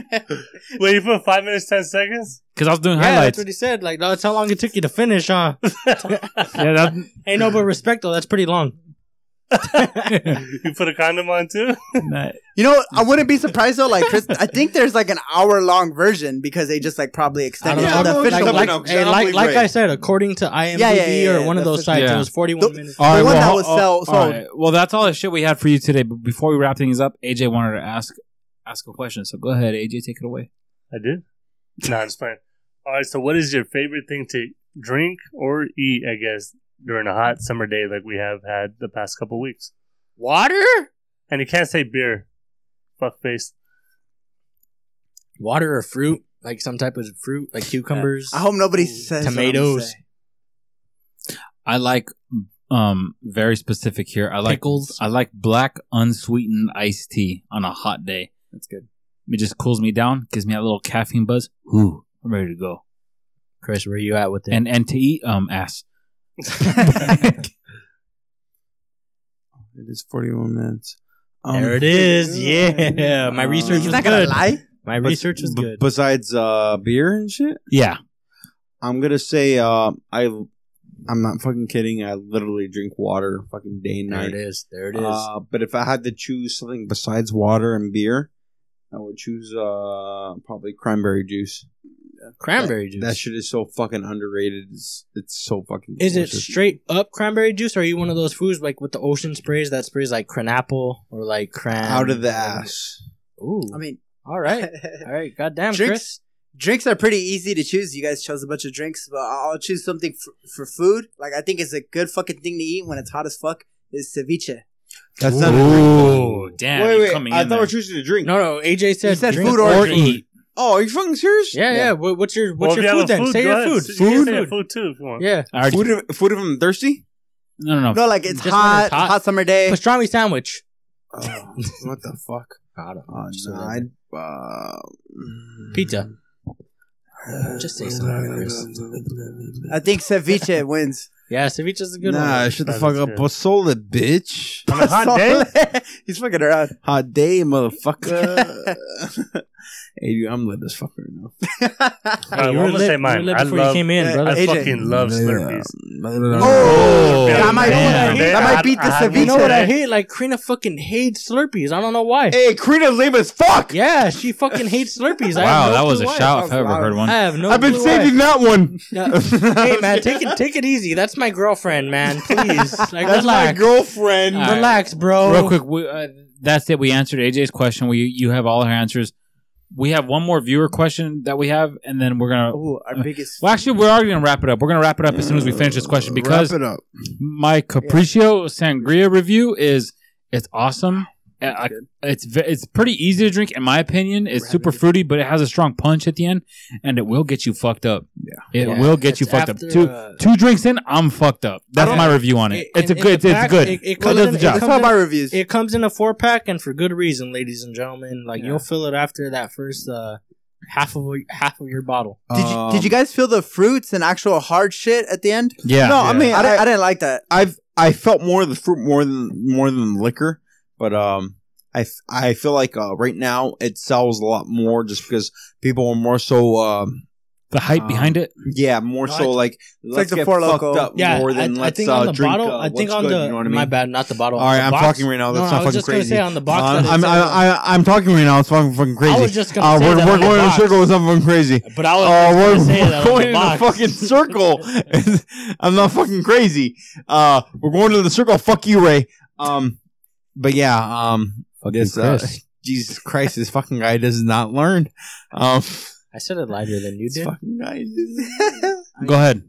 [SPEAKER 5] Wait, you put five minutes, ten seconds?
[SPEAKER 6] Because I was doing
[SPEAKER 7] Yeah, that's
[SPEAKER 6] highlights.
[SPEAKER 7] what he said. Like that's how long it took you to finish, huh?
[SPEAKER 6] Yeah, that,
[SPEAKER 7] hey, no, but respect though, that's pretty long.
[SPEAKER 5] You put a condom on too?
[SPEAKER 6] that-
[SPEAKER 3] You know, I wouldn't be surprised though. Like, Chris, I think there's like an hour long version because they just like probably extended
[SPEAKER 7] I don't
[SPEAKER 3] it to
[SPEAKER 7] know.
[SPEAKER 3] the
[SPEAKER 4] Like-
[SPEAKER 3] official.
[SPEAKER 7] like,
[SPEAKER 4] no, 'cause
[SPEAKER 7] hey,
[SPEAKER 4] I don't
[SPEAKER 7] like,
[SPEAKER 4] believe
[SPEAKER 7] like
[SPEAKER 4] Ray.
[SPEAKER 7] I said, according to IMDb
[SPEAKER 3] yeah, yeah,
[SPEAKER 7] or
[SPEAKER 3] yeah,
[SPEAKER 7] one of
[SPEAKER 3] the
[SPEAKER 7] those sites,
[SPEAKER 6] official-
[SPEAKER 7] it was 41
[SPEAKER 3] The-
[SPEAKER 7] minutes.
[SPEAKER 6] all right,
[SPEAKER 3] the one
[SPEAKER 6] well,
[SPEAKER 3] that was
[SPEAKER 6] oh,
[SPEAKER 3] sell,
[SPEAKER 6] all
[SPEAKER 3] sold.
[SPEAKER 6] right. Well, that's all the shit we had for you today. But before we wrap things up, AJ wanted to ask ask a question. So go ahead, AJ, take it away.
[SPEAKER 5] I did. No, I'm just playing. All right, so what is your favorite thing to drink or eat, I guess, during a hot summer day like we have had the past couple weeks?
[SPEAKER 7] Water?
[SPEAKER 5] And you can't say beer. Fuck face.
[SPEAKER 7] Water or fruit? Like some type of fruit, like cucumbers,
[SPEAKER 3] I hope nobody says what I'm
[SPEAKER 7] tomatoes,
[SPEAKER 3] saying.
[SPEAKER 6] I like um very specific here. I like
[SPEAKER 7] pickles.
[SPEAKER 6] I like black unsweetened iced tea on a hot day.
[SPEAKER 7] That's good.
[SPEAKER 6] It just cools me down, gives me a little caffeine buzz. Ooh, I'm ready to go.
[SPEAKER 7] Chris, where you at with it?
[SPEAKER 6] And and to eat um ass.
[SPEAKER 4] It is forty-one minutes. Um,
[SPEAKER 7] there it is. Yeah, my
[SPEAKER 4] Uh,
[SPEAKER 7] research
[SPEAKER 3] He's
[SPEAKER 7] was
[SPEAKER 3] not gonna
[SPEAKER 7] good.
[SPEAKER 3] lie.
[SPEAKER 7] My
[SPEAKER 4] but-
[SPEAKER 7] research was
[SPEAKER 4] b-
[SPEAKER 7] good.
[SPEAKER 4] Besides uh, beer and shit,
[SPEAKER 6] Yeah.
[SPEAKER 4] I'm gonna say uh, I. I'm not fucking kidding. I literally drink water fucking day and
[SPEAKER 7] There
[SPEAKER 4] night.
[SPEAKER 7] it is. There it is.
[SPEAKER 4] Uh, but if I had to choose something besides water and beer, I would choose uh, probably cranberry juice.
[SPEAKER 7] cranberry juice.
[SPEAKER 4] That shit is so fucking underrated. It's, it's so fucking.
[SPEAKER 7] Is it
[SPEAKER 4] delicious.
[SPEAKER 7] straight up cranberry juice, or are you one of those foods like with the ocean sprays that sprays like cranapple or like cran
[SPEAKER 4] out of the ass?
[SPEAKER 7] Ooh,
[SPEAKER 3] I mean,
[SPEAKER 7] all right, all right, goddamn,
[SPEAKER 3] Drinks? drinks are pretty easy to choose. You guys chose a bunch of drinks, but I- I'll choose something for, for food. Like I think it's a good fucking thing to eat when it's hot as fuck. Is ceviche?
[SPEAKER 4] That's not. A drink.
[SPEAKER 6] Ooh, damn.
[SPEAKER 4] wait,
[SPEAKER 6] you're
[SPEAKER 4] wait.
[SPEAKER 6] coming
[SPEAKER 4] I
[SPEAKER 6] in
[SPEAKER 4] thought we
[SPEAKER 6] there.
[SPEAKER 4] were choosing to drink.
[SPEAKER 7] Chris. No, no, AJ said,
[SPEAKER 3] You said
[SPEAKER 7] drink
[SPEAKER 3] food or drink.
[SPEAKER 7] eat.
[SPEAKER 4] Oh, are you fucking serious?
[SPEAKER 7] Yeah, yeah. What, what's your
[SPEAKER 5] Well,
[SPEAKER 7] what's
[SPEAKER 5] if
[SPEAKER 7] your
[SPEAKER 5] you have
[SPEAKER 7] food
[SPEAKER 5] a
[SPEAKER 7] then? Say
[SPEAKER 5] go
[SPEAKER 7] your
[SPEAKER 5] ahead.
[SPEAKER 7] food.
[SPEAKER 5] You can say your
[SPEAKER 7] Food.
[SPEAKER 5] Food too if you want.
[SPEAKER 7] Yeah,
[SPEAKER 6] I already-
[SPEAKER 4] Food if, food if I'm thirsty?
[SPEAKER 6] no, no, no.
[SPEAKER 3] No, like it's
[SPEAKER 7] Oh. Just when
[SPEAKER 3] hot,
[SPEAKER 7] it's
[SPEAKER 3] hot,
[SPEAKER 7] hot.
[SPEAKER 3] summer day.
[SPEAKER 7] pastrami sandwich.
[SPEAKER 4] Oh, what the fuck?
[SPEAKER 7] I don't
[SPEAKER 4] Uh,
[SPEAKER 7] Just a
[SPEAKER 4] nah,
[SPEAKER 7] little
[SPEAKER 4] I'd, uh,
[SPEAKER 7] Pizza. Just say something, Chris.
[SPEAKER 3] Uh, I think ceviche wins.
[SPEAKER 7] Yeah, ceviche is a good
[SPEAKER 4] nah,
[SPEAKER 7] one.
[SPEAKER 4] shut the
[SPEAKER 5] That
[SPEAKER 4] fuck
[SPEAKER 5] is
[SPEAKER 4] up.
[SPEAKER 5] good.
[SPEAKER 4] Pozole, bitch.
[SPEAKER 5] On a hot day?
[SPEAKER 3] day. He's fucking around.
[SPEAKER 4] Hot day, motherfucker. hey, dude, I'm lit as fuck right
[SPEAKER 5] All
[SPEAKER 4] now.
[SPEAKER 5] right,
[SPEAKER 7] you
[SPEAKER 5] well, I'm
[SPEAKER 7] were
[SPEAKER 5] gonna say
[SPEAKER 7] lit. You were
[SPEAKER 5] mine.
[SPEAKER 7] lit
[SPEAKER 5] I
[SPEAKER 7] before you
[SPEAKER 5] love.
[SPEAKER 7] came in,
[SPEAKER 3] Yeah,
[SPEAKER 7] brother.
[SPEAKER 5] I
[SPEAKER 3] AJ.
[SPEAKER 5] fucking love Slurpees.
[SPEAKER 3] Oh,
[SPEAKER 5] Yeah,
[SPEAKER 3] that might,
[SPEAKER 5] man.
[SPEAKER 3] that might beat the
[SPEAKER 5] I- I-
[SPEAKER 3] ceviche.
[SPEAKER 7] You know what I
[SPEAKER 5] Ceviche.
[SPEAKER 7] hate? Like Karina fucking hates Slurpees. I don't know why.
[SPEAKER 3] Eh.
[SPEAKER 4] Hey, Karina's lame as fuck.
[SPEAKER 7] Yeah, she fucking hates Slurpees. I
[SPEAKER 6] Wow,
[SPEAKER 7] have no
[SPEAKER 6] that was
[SPEAKER 7] clue
[SPEAKER 6] a
[SPEAKER 7] why.
[SPEAKER 6] shout if I ever heard one.
[SPEAKER 7] I have no.
[SPEAKER 4] I've been
[SPEAKER 7] clue why.
[SPEAKER 4] saving that one.
[SPEAKER 7] Yeah. hey man, take it take it easy. That's my girlfriend, man. Please, like
[SPEAKER 4] That's my
[SPEAKER 7] relax,
[SPEAKER 4] girlfriend.
[SPEAKER 6] All right.
[SPEAKER 7] relax, bro.
[SPEAKER 6] Real quick, we, uh, that's it. We answered AJ's question. We you have all her answers. We have one more viewer question that we have, and then we're gonna.
[SPEAKER 3] Ooh, our biggest.
[SPEAKER 6] Well, actually, we're already gonna wrap it up. We're gonna wrap it up as soon as we finish this question because
[SPEAKER 4] Wrap it up.
[SPEAKER 6] my Capriccio Sangria review is it's awesome. Uh, I- it's ve- it's pretty easy to drink in my opinion. It's super fruity, but it has a strong punch at the end, and it will get you fucked up. Yeah, it will get you fucked up. Two
[SPEAKER 7] uh,
[SPEAKER 6] two drinks in, I'm fucked up. That's my review on it. it's a good. It's, it's good.
[SPEAKER 7] It,
[SPEAKER 6] It,
[SPEAKER 7] it comes
[SPEAKER 6] does
[SPEAKER 7] in,
[SPEAKER 6] the
[SPEAKER 7] it
[SPEAKER 6] job.
[SPEAKER 7] comes in-
[SPEAKER 3] my reviews.
[SPEAKER 7] it comes in a four pack, and for good reason, ladies and gentlemen. Like you'll feel it after that first uh, half of half of your bottle.
[SPEAKER 4] Uh,
[SPEAKER 3] Did you, did you guys feel the fruits and actual hard shit at the end?
[SPEAKER 6] Yeah.
[SPEAKER 4] No, I mean,
[SPEAKER 3] I,
[SPEAKER 4] I,
[SPEAKER 3] didn't, I didn't like that.
[SPEAKER 4] I've I felt more of the fruit more than more than the liquor, but um, I f- I feel like uh, right now it sells a lot more just because people are more so um
[SPEAKER 6] the hype behind it.
[SPEAKER 4] yeah more
[SPEAKER 7] No, I
[SPEAKER 4] so
[SPEAKER 7] th-
[SPEAKER 4] like let's
[SPEAKER 3] like the
[SPEAKER 4] get
[SPEAKER 3] Four
[SPEAKER 4] fucked
[SPEAKER 3] Loko.
[SPEAKER 4] up
[SPEAKER 7] Yeah,
[SPEAKER 4] more than
[SPEAKER 7] I, I
[SPEAKER 4] let's
[SPEAKER 7] think
[SPEAKER 4] uh,
[SPEAKER 7] on the
[SPEAKER 4] drink.
[SPEAKER 7] bottle.
[SPEAKER 4] uh,
[SPEAKER 7] I think
[SPEAKER 4] what's
[SPEAKER 7] on
[SPEAKER 4] good,
[SPEAKER 7] the
[SPEAKER 4] you know what I mean.
[SPEAKER 7] my bad, not the bottle.
[SPEAKER 4] All right,
[SPEAKER 7] the
[SPEAKER 4] I'm
[SPEAKER 7] box.
[SPEAKER 4] talking right now.
[SPEAKER 7] No,
[SPEAKER 4] That's
[SPEAKER 7] I was
[SPEAKER 4] not fucking
[SPEAKER 7] just gonna
[SPEAKER 4] crazy.
[SPEAKER 7] say on the box.
[SPEAKER 4] Uh,
[SPEAKER 7] that it
[SPEAKER 4] I'm,
[SPEAKER 7] says-
[SPEAKER 4] I, I, I'm talking right now. It's fucking fucking crazy.
[SPEAKER 7] I was just gonna
[SPEAKER 4] uh,
[SPEAKER 7] say
[SPEAKER 4] we're
[SPEAKER 7] that
[SPEAKER 4] we're
[SPEAKER 7] on the
[SPEAKER 4] going in
[SPEAKER 7] box.
[SPEAKER 4] circles. I'm going crazy.
[SPEAKER 7] But I was
[SPEAKER 4] Uh,
[SPEAKER 7] just
[SPEAKER 4] we're,
[SPEAKER 7] gonna say
[SPEAKER 4] we're
[SPEAKER 7] that on
[SPEAKER 4] going
[SPEAKER 7] the
[SPEAKER 4] in a
[SPEAKER 7] box.
[SPEAKER 4] fucking circle. I'm not fucking crazy. Uh, we're going to the circle. Fuck you, Ray. Um, but yeah, um, this, uh, Jesus Christ, this fucking guy does not learn. Um,
[SPEAKER 7] I said it lighter than you
[SPEAKER 4] this
[SPEAKER 7] did.
[SPEAKER 4] fucking guy.
[SPEAKER 6] Go ahead.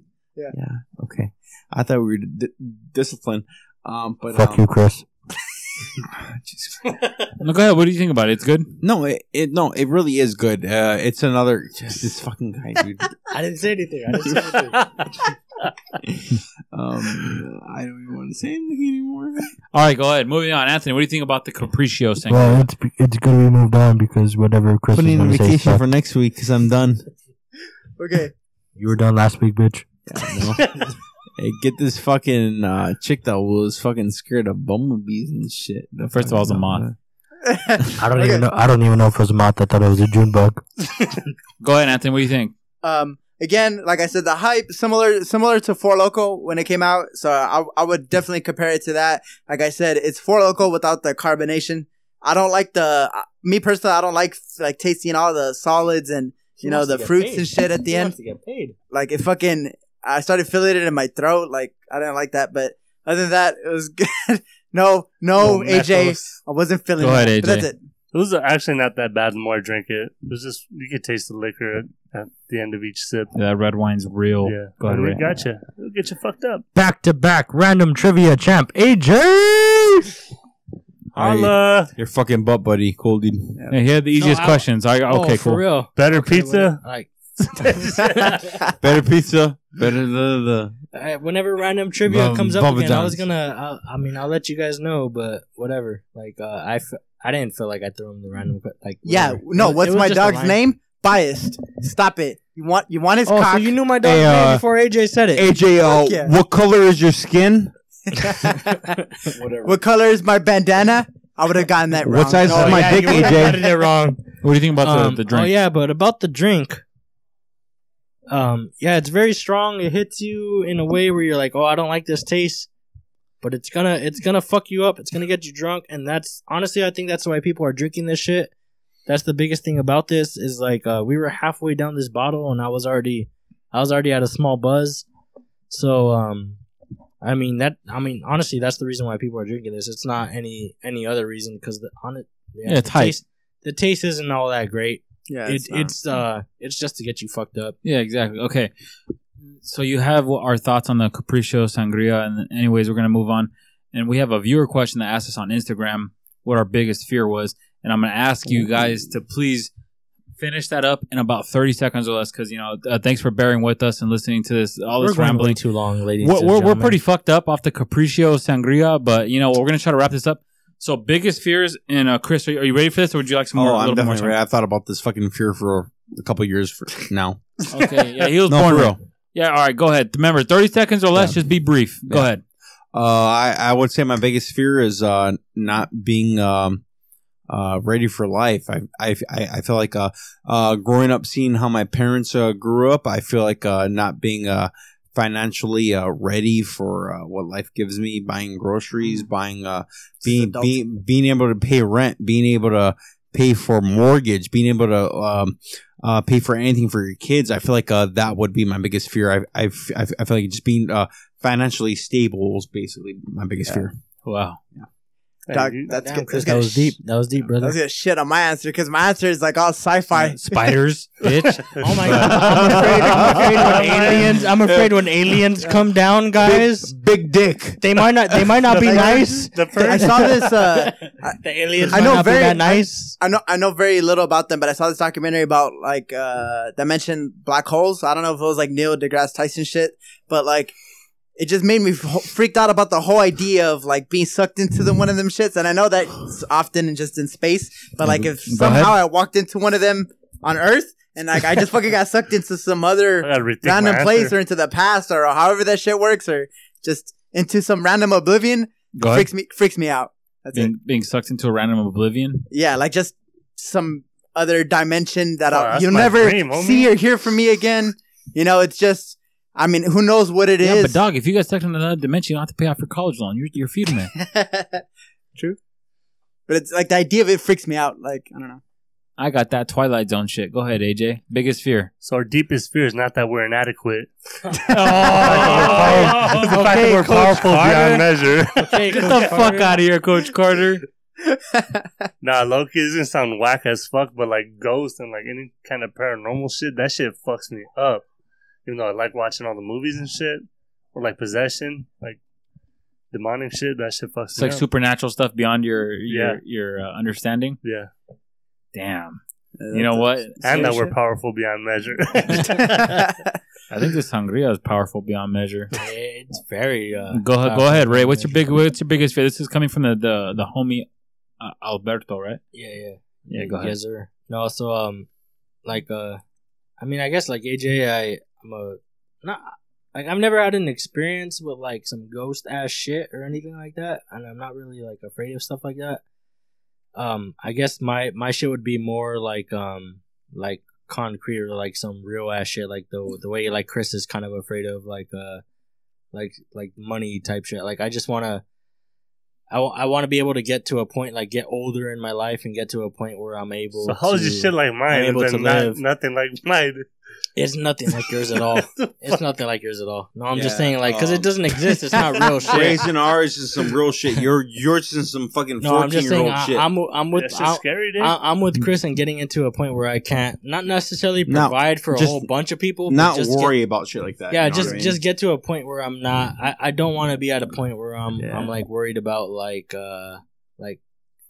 [SPEAKER 4] okay, I thought we were d- disciplined. Um, but um,
[SPEAKER 7] Chris.
[SPEAKER 4] Jesus
[SPEAKER 6] No, go ahead. What do you think about it? It's good.
[SPEAKER 4] No, it, it no, it really is good. Uh, it's another just this fucking guy, dude.
[SPEAKER 7] I didn't say anything. I didn't say anything.
[SPEAKER 4] um, I don't even want to say anything anymore.
[SPEAKER 6] All right, go ahead. Moving on, Anthony. What do you think about the Capriccio thing?
[SPEAKER 12] Well, it's it's good we moved on because whatever Chris was
[SPEAKER 4] Putting in
[SPEAKER 12] gonna say.
[SPEAKER 4] vacation
[SPEAKER 12] sucked.
[SPEAKER 4] for next week because I'm done.
[SPEAKER 3] Okay.
[SPEAKER 12] you were done last week, bitch.
[SPEAKER 4] Hey, get this fucking uh, chick that was fucking scared of bumblebees and shit. The
[SPEAKER 6] First of all, it's a
[SPEAKER 4] fucking-
[SPEAKER 6] moth.
[SPEAKER 12] I don't
[SPEAKER 3] Okay.
[SPEAKER 12] even know. I don't even know if it was a moth. I thought it was a June bug.
[SPEAKER 6] Go ahead, Anthony. What do you think?
[SPEAKER 3] Um, again, like I said, the hype similar similar to Four Loco when it came out. So I, I would definitely compare it to that. Like I said, it's Four Loco without the carbonation. I don't like the uh, me personally. I don't like like tasting all the solids and you know the fruits and shit at the end.
[SPEAKER 7] To get paid.
[SPEAKER 3] Like it fucking, I started feeling it in my throat. Like I didn't like that, but other than that, it was good. no, no, AJ, I wasn't feeling.
[SPEAKER 6] Go
[SPEAKER 3] it.
[SPEAKER 6] ahead, AJ.
[SPEAKER 3] But That's it.
[SPEAKER 5] It was actually not that bad the more I drank it. It was just, you could taste the liquor at, at the end of each sip.
[SPEAKER 6] That red wine's real.
[SPEAKER 5] Yeah.
[SPEAKER 6] Oh, Go ahead,
[SPEAKER 5] And
[SPEAKER 6] Ray.
[SPEAKER 5] it got you. It'll get you fucked up.
[SPEAKER 12] Back to back random trivia champ AJ.
[SPEAKER 5] Holla.
[SPEAKER 4] Your fucking butt, buddy. Cool, dude.
[SPEAKER 6] Yeah, he had the easiest
[SPEAKER 7] I-
[SPEAKER 6] questions. I okay,
[SPEAKER 7] oh,
[SPEAKER 6] cool.
[SPEAKER 7] For real.
[SPEAKER 5] Better
[SPEAKER 7] Okay,
[SPEAKER 5] pizza.
[SPEAKER 7] when- Like,
[SPEAKER 4] Better pizza. Better the
[SPEAKER 7] I- whenever random trivia
[SPEAKER 4] Bum-
[SPEAKER 7] comes up
[SPEAKER 4] Bubba
[SPEAKER 7] again, I was
[SPEAKER 4] John's.
[SPEAKER 7] gonna. I, I mean, I'll let you guys know, but whatever. Like, uh, I, f- I didn't feel like I threw him the random. que- Like,
[SPEAKER 3] Yeah,
[SPEAKER 7] whatever. It was-
[SPEAKER 3] no.
[SPEAKER 7] it
[SPEAKER 3] What's
[SPEAKER 7] was
[SPEAKER 3] my
[SPEAKER 7] just a
[SPEAKER 3] dog's
[SPEAKER 7] line.
[SPEAKER 3] name? Biased. Stop it. You want you want his
[SPEAKER 7] Oh,
[SPEAKER 3] cock.
[SPEAKER 7] so you knew my dog's
[SPEAKER 4] Hey, uh,
[SPEAKER 7] name before AJ said
[SPEAKER 4] the
[SPEAKER 7] it.
[SPEAKER 4] AJ. Uh,
[SPEAKER 3] Fuck yeah.
[SPEAKER 4] What color is your skin?
[SPEAKER 3] What color is my bandana? I would have gotten that wrong.
[SPEAKER 4] What size
[SPEAKER 7] Oh,
[SPEAKER 4] is my
[SPEAKER 7] yeah,
[SPEAKER 4] dick,
[SPEAKER 7] you would've
[SPEAKER 4] AJ?
[SPEAKER 7] gotten it wrong.
[SPEAKER 6] What do you think about
[SPEAKER 7] Um,
[SPEAKER 6] the, the drink?
[SPEAKER 7] Oh yeah, but about the drink. Um, yeah, it's very strong. It hits you in a way where you're like, "Oh, I don't like this taste," but it's gonna it's gonna fuck you up. It's gonna get you drunk, and that's honestly, I think that's why people are drinking this shit. That's the biggest thing about this is like uh, we were halfway down this bottle, and I was already I was already at a small buzz. So, um, I mean that I mean honestly, that's the reason why people are drinking this. It's not any any other reason because the on it
[SPEAKER 6] Yeah, it's hype.
[SPEAKER 7] taste- the taste isn't all that great.
[SPEAKER 3] Yeah,
[SPEAKER 7] It, it's uh, it's just to get you fucked up.
[SPEAKER 6] Yeah, exactly. Okay. So you have what our thoughts on the Capriccio Sangria. And anyways, we're going to move on. And we have a viewer question that asked us on Instagram what our biggest fear was. And I'm going to ask you guys to please finish that up in about 30 seconds or less because, you know, uh, thanks for bearing with us and listening to this, all
[SPEAKER 7] We're
[SPEAKER 6] this
[SPEAKER 7] going way
[SPEAKER 6] rambling.
[SPEAKER 7] too long, ladies.
[SPEAKER 6] We're,
[SPEAKER 7] and
[SPEAKER 6] we're, we're
[SPEAKER 7] gentlemen.
[SPEAKER 6] pretty fucked up off the Capriccio Sangria, but, you know, we're going to try to wrap this up. So biggest fears. And uh, Chris, are you, are you ready for this or would you like some more?
[SPEAKER 4] Oh,
[SPEAKER 6] a
[SPEAKER 4] I'm
[SPEAKER 6] little bit more
[SPEAKER 4] definitely
[SPEAKER 6] time?
[SPEAKER 4] right. I've thought about this fucking fear for a couple years for now.
[SPEAKER 6] Okay. Yeah, he was
[SPEAKER 4] No,
[SPEAKER 6] born
[SPEAKER 4] for
[SPEAKER 6] real.
[SPEAKER 4] real.
[SPEAKER 6] Yeah, all right, go ahead. Remember, 30 seconds or less,
[SPEAKER 4] Yeah.
[SPEAKER 6] just be brief. Go
[SPEAKER 4] Yeah.
[SPEAKER 6] ahead.
[SPEAKER 4] Uh, I, I would say my biggest fear is uh, not being um, uh, ready for life. I, I, I I feel like uh, uh, growing up, seeing how my parents uh, grew up, I feel like uh, not being uh, financially uh, ready for uh, what life gives me, buying groceries, buying, uh, being,
[SPEAKER 3] adult.
[SPEAKER 4] being, being able to pay rent, being able to pay for mortgage, being able to um, uh, pay for anything for your kids. I feel like uh, that would be my biggest fear. I, I, f- I f- I feel like just being uh, financially stable is basically my biggest fear.
[SPEAKER 6] Wow.
[SPEAKER 3] Doc,
[SPEAKER 5] you-
[SPEAKER 3] that's
[SPEAKER 7] Damn,
[SPEAKER 3] good.
[SPEAKER 7] Chris,
[SPEAKER 3] That's
[SPEAKER 7] that
[SPEAKER 3] gonna
[SPEAKER 7] was deep. That was deep,
[SPEAKER 3] I
[SPEAKER 7] brother.
[SPEAKER 3] was gonna shit on my answer because my answer is like all sci-fi.
[SPEAKER 6] Spiders, bitch.
[SPEAKER 7] Oh my god! I'm afraid, I'm afraid when aliens. I'm afraid when aliens come down, guys.
[SPEAKER 4] Big dick.
[SPEAKER 7] They might not. They might not be nice.
[SPEAKER 5] The
[SPEAKER 3] I
[SPEAKER 5] first,
[SPEAKER 3] saw this. Uh,
[SPEAKER 7] The aliens
[SPEAKER 3] I
[SPEAKER 7] might
[SPEAKER 3] know
[SPEAKER 7] not be
[SPEAKER 3] very-
[SPEAKER 7] that nice.
[SPEAKER 3] I know I know very little about them, but I saw this documentary about like uh, that mentioned black holes. I don't know if it was like Neil deGrasse Tyson shit, but like it just made me f- freaked out about the whole idea of like being sucked into the, one of them shits. And I know that's often just in space, but
[SPEAKER 4] Mm-hmm.
[SPEAKER 3] like if somehow I walked into one of them on Earth and like I just fucking got sucked into some other
[SPEAKER 5] I gotta rethink my
[SPEAKER 3] random place
[SPEAKER 5] answer.
[SPEAKER 3] or into the past or however that shit works or just into some random oblivion
[SPEAKER 6] Go ahead. Mm.
[SPEAKER 3] freaks me freaks me out. That's it.
[SPEAKER 6] Being, being sucked into a random oblivion.
[SPEAKER 3] Yeah, like just some other dimension that
[SPEAKER 6] Oh,
[SPEAKER 5] Wow,
[SPEAKER 3] I'll,
[SPEAKER 5] that's
[SPEAKER 3] you'll
[SPEAKER 5] my
[SPEAKER 3] never
[SPEAKER 5] dream, homie.
[SPEAKER 3] see or hear from me again. You know, it's just. I mean, who knows what it is?
[SPEAKER 6] yeah, but dog, if you got stuck in another dimension, you don't have to pay off your college loan. You're you're feuding man.
[SPEAKER 3] True. But it's like the idea of it freaks me out. Like I don't know.
[SPEAKER 6] I got that Twilight Zone shit. Go ahead, AJ. Biggest fear.
[SPEAKER 5] so our deepest fear is not that we're inadequate.
[SPEAKER 7] Oh,
[SPEAKER 5] It's the fact that
[SPEAKER 7] okay,
[SPEAKER 5] we're
[SPEAKER 7] Coach
[SPEAKER 5] powerful
[SPEAKER 7] Carter.
[SPEAKER 5] beyond measure.
[SPEAKER 7] Okay,
[SPEAKER 6] Get the fuck out of here, Coach Carter.
[SPEAKER 5] nah, Loki is gonna sound whack as fuck, but like ghosts and like any kind of paranormal shit, that shit fucks me up. Even though I like watching all the movies and shit, or like possession, like demonic shit, that shit fucks
[SPEAKER 6] It's
[SPEAKER 5] me
[SPEAKER 6] like
[SPEAKER 5] up.
[SPEAKER 6] supernatural stuff beyond your your
[SPEAKER 5] Yeah.
[SPEAKER 6] your uh, understanding.
[SPEAKER 5] yeah,
[SPEAKER 6] Damn. You know what?
[SPEAKER 5] and that we're powerful beyond measure.
[SPEAKER 6] I think this sangria is powerful beyond measure.
[SPEAKER 7] It's very. Uh,
[SPEAKER 6] Go ahead, go
[SPEAKER 7] powerful
[SPEAKER 6] ahead, Ray.
[SPEAKER 7] beyond
[SPEAKER 6] What's your
[SPEAKER 7] measure.
[SPEAKER 6] big? What's your biggest fear? This is coming from the the, the homie uh, Alberto, right?
[SPEAKER 7] Yeah, yeah.
[SPEAKER 6] Yeah, go ahead.
[SPEAKER 7] Yes, sir. No, so um, like uh, I mean, I guess like AJ, I I'm a not like I've never had an experience with like some ghost ass shit or anything like that, and I'm not really like afraid of stuff like that. Um, I guess my my shit would be more like um like concrete or like some real ass shit, like the the way like Chris is kind of afraid of like uh like like money type shit. Like I just want to I want to be able to get to a point like get older in my life and get to a point where I'm able.
[SPEAKER 5] so how's your
[SPEAKER 7] to-
[SPEAKER 5] shit like mine?
[SPEAKER 7] able
[SPEAKER 5] It's
[SPEAKER 7] to
[SPEAKER 5] not-
[SPEAKER 7] live.
[SPEAKER 5] nothing like mine.
[SPEAKER 7] It's nothing like yours at all. it's nothing like yours at all. No, I'm just
[SPEAKER 4] Yeah,
[SPEAKER 7] saying like because
[SPEAKER 4] um,
[SPEAKER 7] it doesn't exist. It's not real shit.
[SPEAKER 4] Raising ours is some real shit. Your yours is some fucking
[SPEAKER 7] No, I'm
[SPEAKER 4] fourteen
[SPEAKER 7] just
[SPEAKER 4] year
[SPEAKER 7] saying
[SPEAKER 4] old
[SPEAKER 7] I,
[SPEAKER 4] shit.
[SPEAKER 7] I'm I'm with
[SPEAKER 5] That's just
[SPEAKER 7] I,
[SPEAKER 5] scary, dude.
[SPEAKER 7] I, am with Chris and getting into a point where I can't not necessarily
[SPEAKER 4] No,
[SPEAKER 7] provide for a
[SPEAKER 4] just
[SPEAKER 7] whole bunch of people. but
[SPEAKER 4] Not
[SPEAKER 7] just get-
[SPEAKER 4] worry about shit like that.
[SPEAKER 7] yeah,
[SPEAKER 4] you know
[SPEAKER 7] just
[SPEAKER 4] what I mean?
[SPEAKER 7] just get to a point where I'm not. I, I don't want to be at a point where I'm
[SPEAKER 4] Yeah.
[SPEAKER 7] I'm like worried about like uh like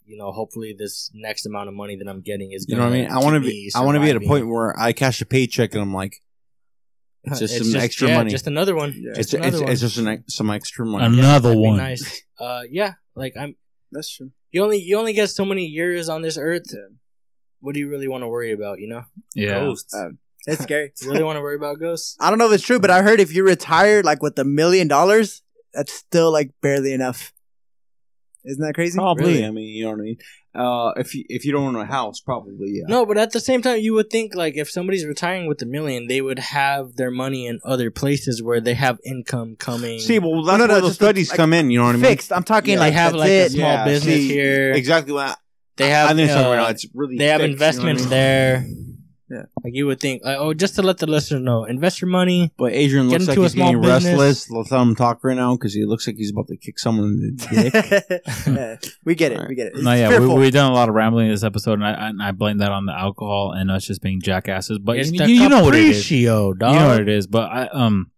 [SPEAKER 7] you know hopefully this next amount of money that I'm getting is
[SPEAKER 4] You know what I mean? I want to
[SPEAKER 7] keep
[SPEAKER 4] be.
[SPEAKER 7] me
[SPEAKER 4] I want to be at a
[SPEAKER 7] surviving.
[SPEAKER 4] point where I cash a paycheck and I'm like, it's just some extra
[SPEAKER 7] yeah,
[SPEAKER 4] money.
[SPEAKER 7] just another one.
[SPEAKER 4] it's
[SPEAKER 7] Just
[SPEAKER 4] it's,
[SPEAKER 7] another one.
[SPEAKER 4] it's just an, ex- some extra money.
[SPEAKER 6] Another
[SPEAKER 7] That'd be
[SPEAKER 6] one.
[SPEAKER 7] nice. Uh, yeah, like I'm.
[SPEAKER 3] That's true.
[SPEAKER 7] You only you only get so many years on this earth. What do you really want to worry about? You know,
[SPEAKER 6] Yeah.
[SPEAKER 5] Ghosts.
[SPEAKER 3] Uh, It's scary.
[SPEAKER 7] you really want to worry about ghosts?
[SPEAKER 3] I don't know if it's true, but I heard if you retire like with a million dollars, that's still like barely enough. Isn't that crazy?
[SPEAKER 4] Probably.
[SPEAKER 7] Really?
[SPEAKER 4] I mean, you know what I mean. Uh, if you if you don't own a house, probably yeah.
[SPEAKER 7] No, but at the same time, you would think like if somebody's retiring with a million, they would have their money in other places where they have income coming.
[SPEAKER 4] See, well, that's
[SPEAKER 3] No, no, no,
[SPEAKER 4] where the
[SPEAKER 3] just
[SPEAKER 4] studies
[SPEAKER 3] like-
[SPEAKER 4] come in. You know what I mean?
[SPEAKER 3] Fixed. I'm talking
[SPEAKER 7] Yeah,
[SPEAKER 3] like
[SPEAKER 7] they have
[SPEAKER 3] that's
[SPEAKER 7] like a
[SPEAKER 3] it.
[SPEAKER 7] small
[SPEAKER 4] Yeah,
[SPEAKER 7] business
[SPEAKER 4] see,
[SPEAKER 7] here.
[SPEAKER 4] Exactly. What I,
[SPEAKER 7] They have
[SPEAKER 4] I think it's
[SPEAKER 7] uh,
[SPEAKER 4] somewhere now. It's really
[SPEAKER 7] they have
[SPEAKER 4] fixed, you know what I
[SPEAKER 7] investments
[SPEAKER 4] mean?
[SPEAKER 7] there.
[SPEAKER 3] Yeah.
[SPEAKER 7] Like you would think, like, oh, just to let the listener know, invest your money.
[SPEAKER 4] But Adrian
[SPEAKER 7] Get
[SPEAKER 4] looks like
[SPEAKER 7] into a
[SPEAKER 4] he's
[SPEAKER 7] small
[SPEAKER 4] getting
[SPEAKER 7] business.
[SPEAKER 4] restless. Let's let him talk right now because he looks like he's about to kick someone in the dick.
[SPEAKER 3] Yeah, we get it.
[SPEAKER 4] Alright.
[SPEAKER 3] We get it. It's
[SPEAKER 6] No, yeah, we,
[SPEAKER 3] fearful.
[SPEAKER 6] we've done a lot of rambling in this episode, and I, and I blame that on the alcohol and us just being jackasses. But
[SPEAKER 7] It's
[SPEAKER 6] you,
[SPEAKER 7] the
[SPEAKER 6] you know what it is.
[SPEAKER 7] Capriccio, dog.
[SPEAKER 6] You know what it is, but I um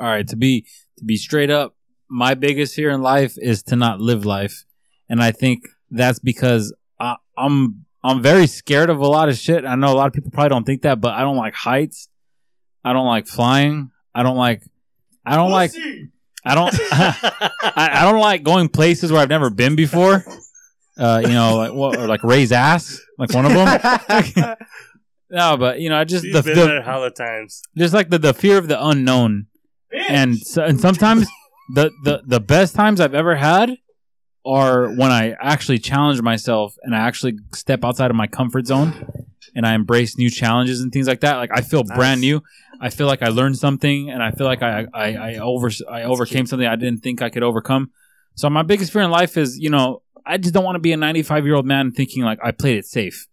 [SPEAKER 6] all right, to be to be straight up, my biggest fear in life is to not live life. And I think that's because I, I'm I'm very scared of a lot of shit. I know a lot of people probably don't think that, but I don't like heights. I don't like flying. I don't like I don't like I don't I, I don't like going places where I've never been before. Uh, you know, like what, or like Ray's ass, like one of them. no, but you know, I just
[SPEAKER 5] She's
[SPEAKER 6] the,
[SPEAKER 5] been
[SPEAKER 6] the
[SPEAKER 5] there hella times.
[SPEAKER 6] there's like the, the fear of the unknown and so, and sometimes the, the the best times i've ever had are when i actually challenge myself and i actually step outside of my comfort zone and i embrace new challenges and things like that like i feel brand new i feel like i learned something and i feel like i i, I over i overcame something i didn't think i could overcome so my biggest fear in life is you know i just don't want to be a 95 year old man thinking like i played it safe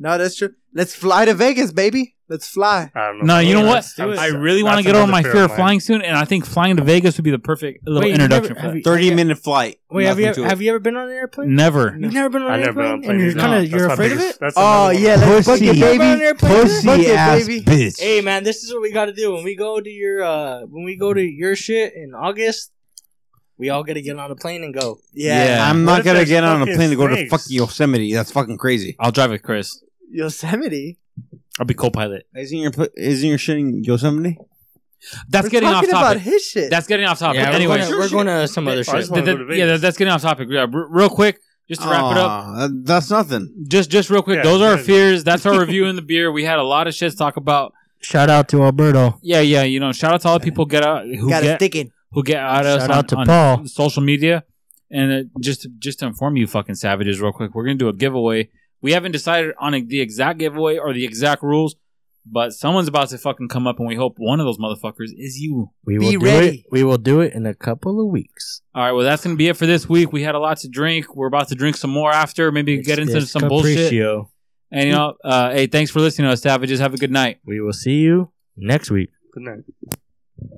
[SPEAKER 3] No, that's true. Let's fly to Vegas, baby. Let's fly.
[SPEAKER 5] I don't know.
[SPEAKER 6] No, you know what?
[SPEAKER 5] Let's do it.
[SPEAKER 6] I really want to
[SPEAKER 5] That's
[SPEAKER 6] get over
[SPEAKER 5] another
[SPEAKER 6] my
[SPEAKER 5] fear
[SPEAKER 6] fear
[SPEAKER 5] of
[SPEAKER 6] of
[SPEAKER 5] mine.
[SPEAKER 6] flying soon, and I think flying to Vegas would be the perfect little
[SPEAKER 7] Wait, you
[SPEAKER 6] introduction
[SPEAKER 7] never- have
[SPEAKER 6] for
[SPEAKER 7] you-
[SPEAKER 6] that.
[SPEAKER 4] Thirty minute flight.
[SPEAKER 7] Oh, Wait, have you,
[SPEAKER 4] Nothing to it.
[SPEAKER 7] have you ever been on an airplane?
[SPEAKER 6] Never.
[SPEAKER 7] You've never been on
[SPEAKER 5] I've
[SPEAKER 7] an
[SPEAKER 5] never been
[SPEAKER 7] airplane,
[SPEAKER 5] on a plane.
[SPEAKER 7] and you're
[SPEAKER 6] No,
[SPEAKER 7] kind of
[SPEAKER 5] That's
[SPEAKER 7] you're
[SPEAKER 5] my
[SPEAKER 7] afraid of
[SPEAKER 5] biggest-
[SPEAKER 7] it.
[SPEAKER 5] That's
[SPEAKER 3] Oh
[SPEAKER 5] another one.
[SPEAKER 3] yeah, let's book it,
[SPEAKER 4] Pussy.
[SPEAKER 7] You've never been on an
[SPEAKER 3] baby.
[SPEAKER 7] airplane, dude?
[SPEAKER 3] Fuck
[SPEAKER 4] pussy
[SPEAKER 3] it,
[SPEAKER 4] ass
[SPEAKER 3] baby.
[SPEAKER 4] bitch.
[SPEAKER 7] Hey man, this is what we got to do when we go to your uh when we go to
[SPEAKER 6] Mm-hmm.
[SPEAKER 7] your shit in August. We all got to get on a plane and go.
[SPEAKER 3] Yeah.
[SPEAKER 4] I'm
[SPEAKER 5] What
[SPEAKER 4] not
[SPEAKER 5] if
[SPEAKER 4] gonna
[SPEAKER 5] there's
[SPEAKER 4] get on a
[SPEAKER 5] fucking
[SPEAKER 4] plane to go to
[SPEAKER 5] snakes?
[SPEAKER 4] fucking Yosemite. That's fucking crazy.
[SPEAKER 6] I'll drive with Chris.
[SPEAKER 3] Yosemite.
[SPEAKER 6] I'll be co-pilot.
[SPEAKER 4] Isn't your pl- isn't your shit in Yosemite?
[SPEAKER 6] That's
[SPEAKER 3] We're
[SPEAKER 6] getting off
[SPEAKER 3] talking about
[SPEAKER 6] topic.
[SPEAKER 3] his shit.
[SPEAKER 6] That's getting off topic.
[SPEAKER 7] we're
[SPEAKER 6] anyway,
[SPEAKER 7] going to- we're going to some other
[SPEAKER 5] I
[SPEAKER 7] shit.
[SPEAKER 5] just wanna
[SPEAKER 6] Th-
[SPEAKER 5] go to
[SPEAKER 6] th- yeah,
[SPEAKER 5] Vegas.
[SPEAKER 6] that's getting off topic. Yeah, r- real quick, just to wrap it up.
[SPEAKER 4] Aw, that- that's nothing.
[SPEAKER 6] Just, just real quick.
[SPEAKER 5] Yeah,
[SPEAKER 6] those are our
[SPEAKER 5] good.
[SPEAKER 6] fears. That's our review in the beer. We had a lot of shit to talk about.
[SPEAKER 12] Shout out to Alberto.
[SPEAKER 6] Yeah, yeah. You know, shout out to all the people get out who
[SPEAKER 3] Got us
[SPEAKER 6] get
[SPEAKER 3] thinking.
[SPEAKER 6] who get out of us
[SPEAKER 12] Shout
[SPEAKER 6] on,
[SPEAKER 12] out to
[SPEAKER 6] on
[SPEAKER 12] Paul.
[SPEAKER 6] social media. And uh, just just to inform you, fucking savages, real quick, we're gonna do a giveaway. We haven't decided on a, the exact giveaway or the exact rules, but someone's about to fucking come up, and we hope one of those motherfuckers is you.
[SPEAKER 7] We
[SPEAKER 3] Be
[SPEAKER 7] will do
[SPEAKER 3] ready.
[SPEAKER 7] it. We will do it in a couple of weeks.
[SPEAKER 6] All right, well, that's gonna be it for this week. We had a lot to drink. We're about to drink some more after. Maybe get into
[SPEAKER 7] It's
[SPEAKER 6] some bullshit.
[SPEAKER 7] Capriccio.
[SPEAKER 6] And you know, uh, hey, thanks for listening to us, savages. Have a good night.
[SPEAKER 7] We will see you next week.
[SPEAKER 5] Good night.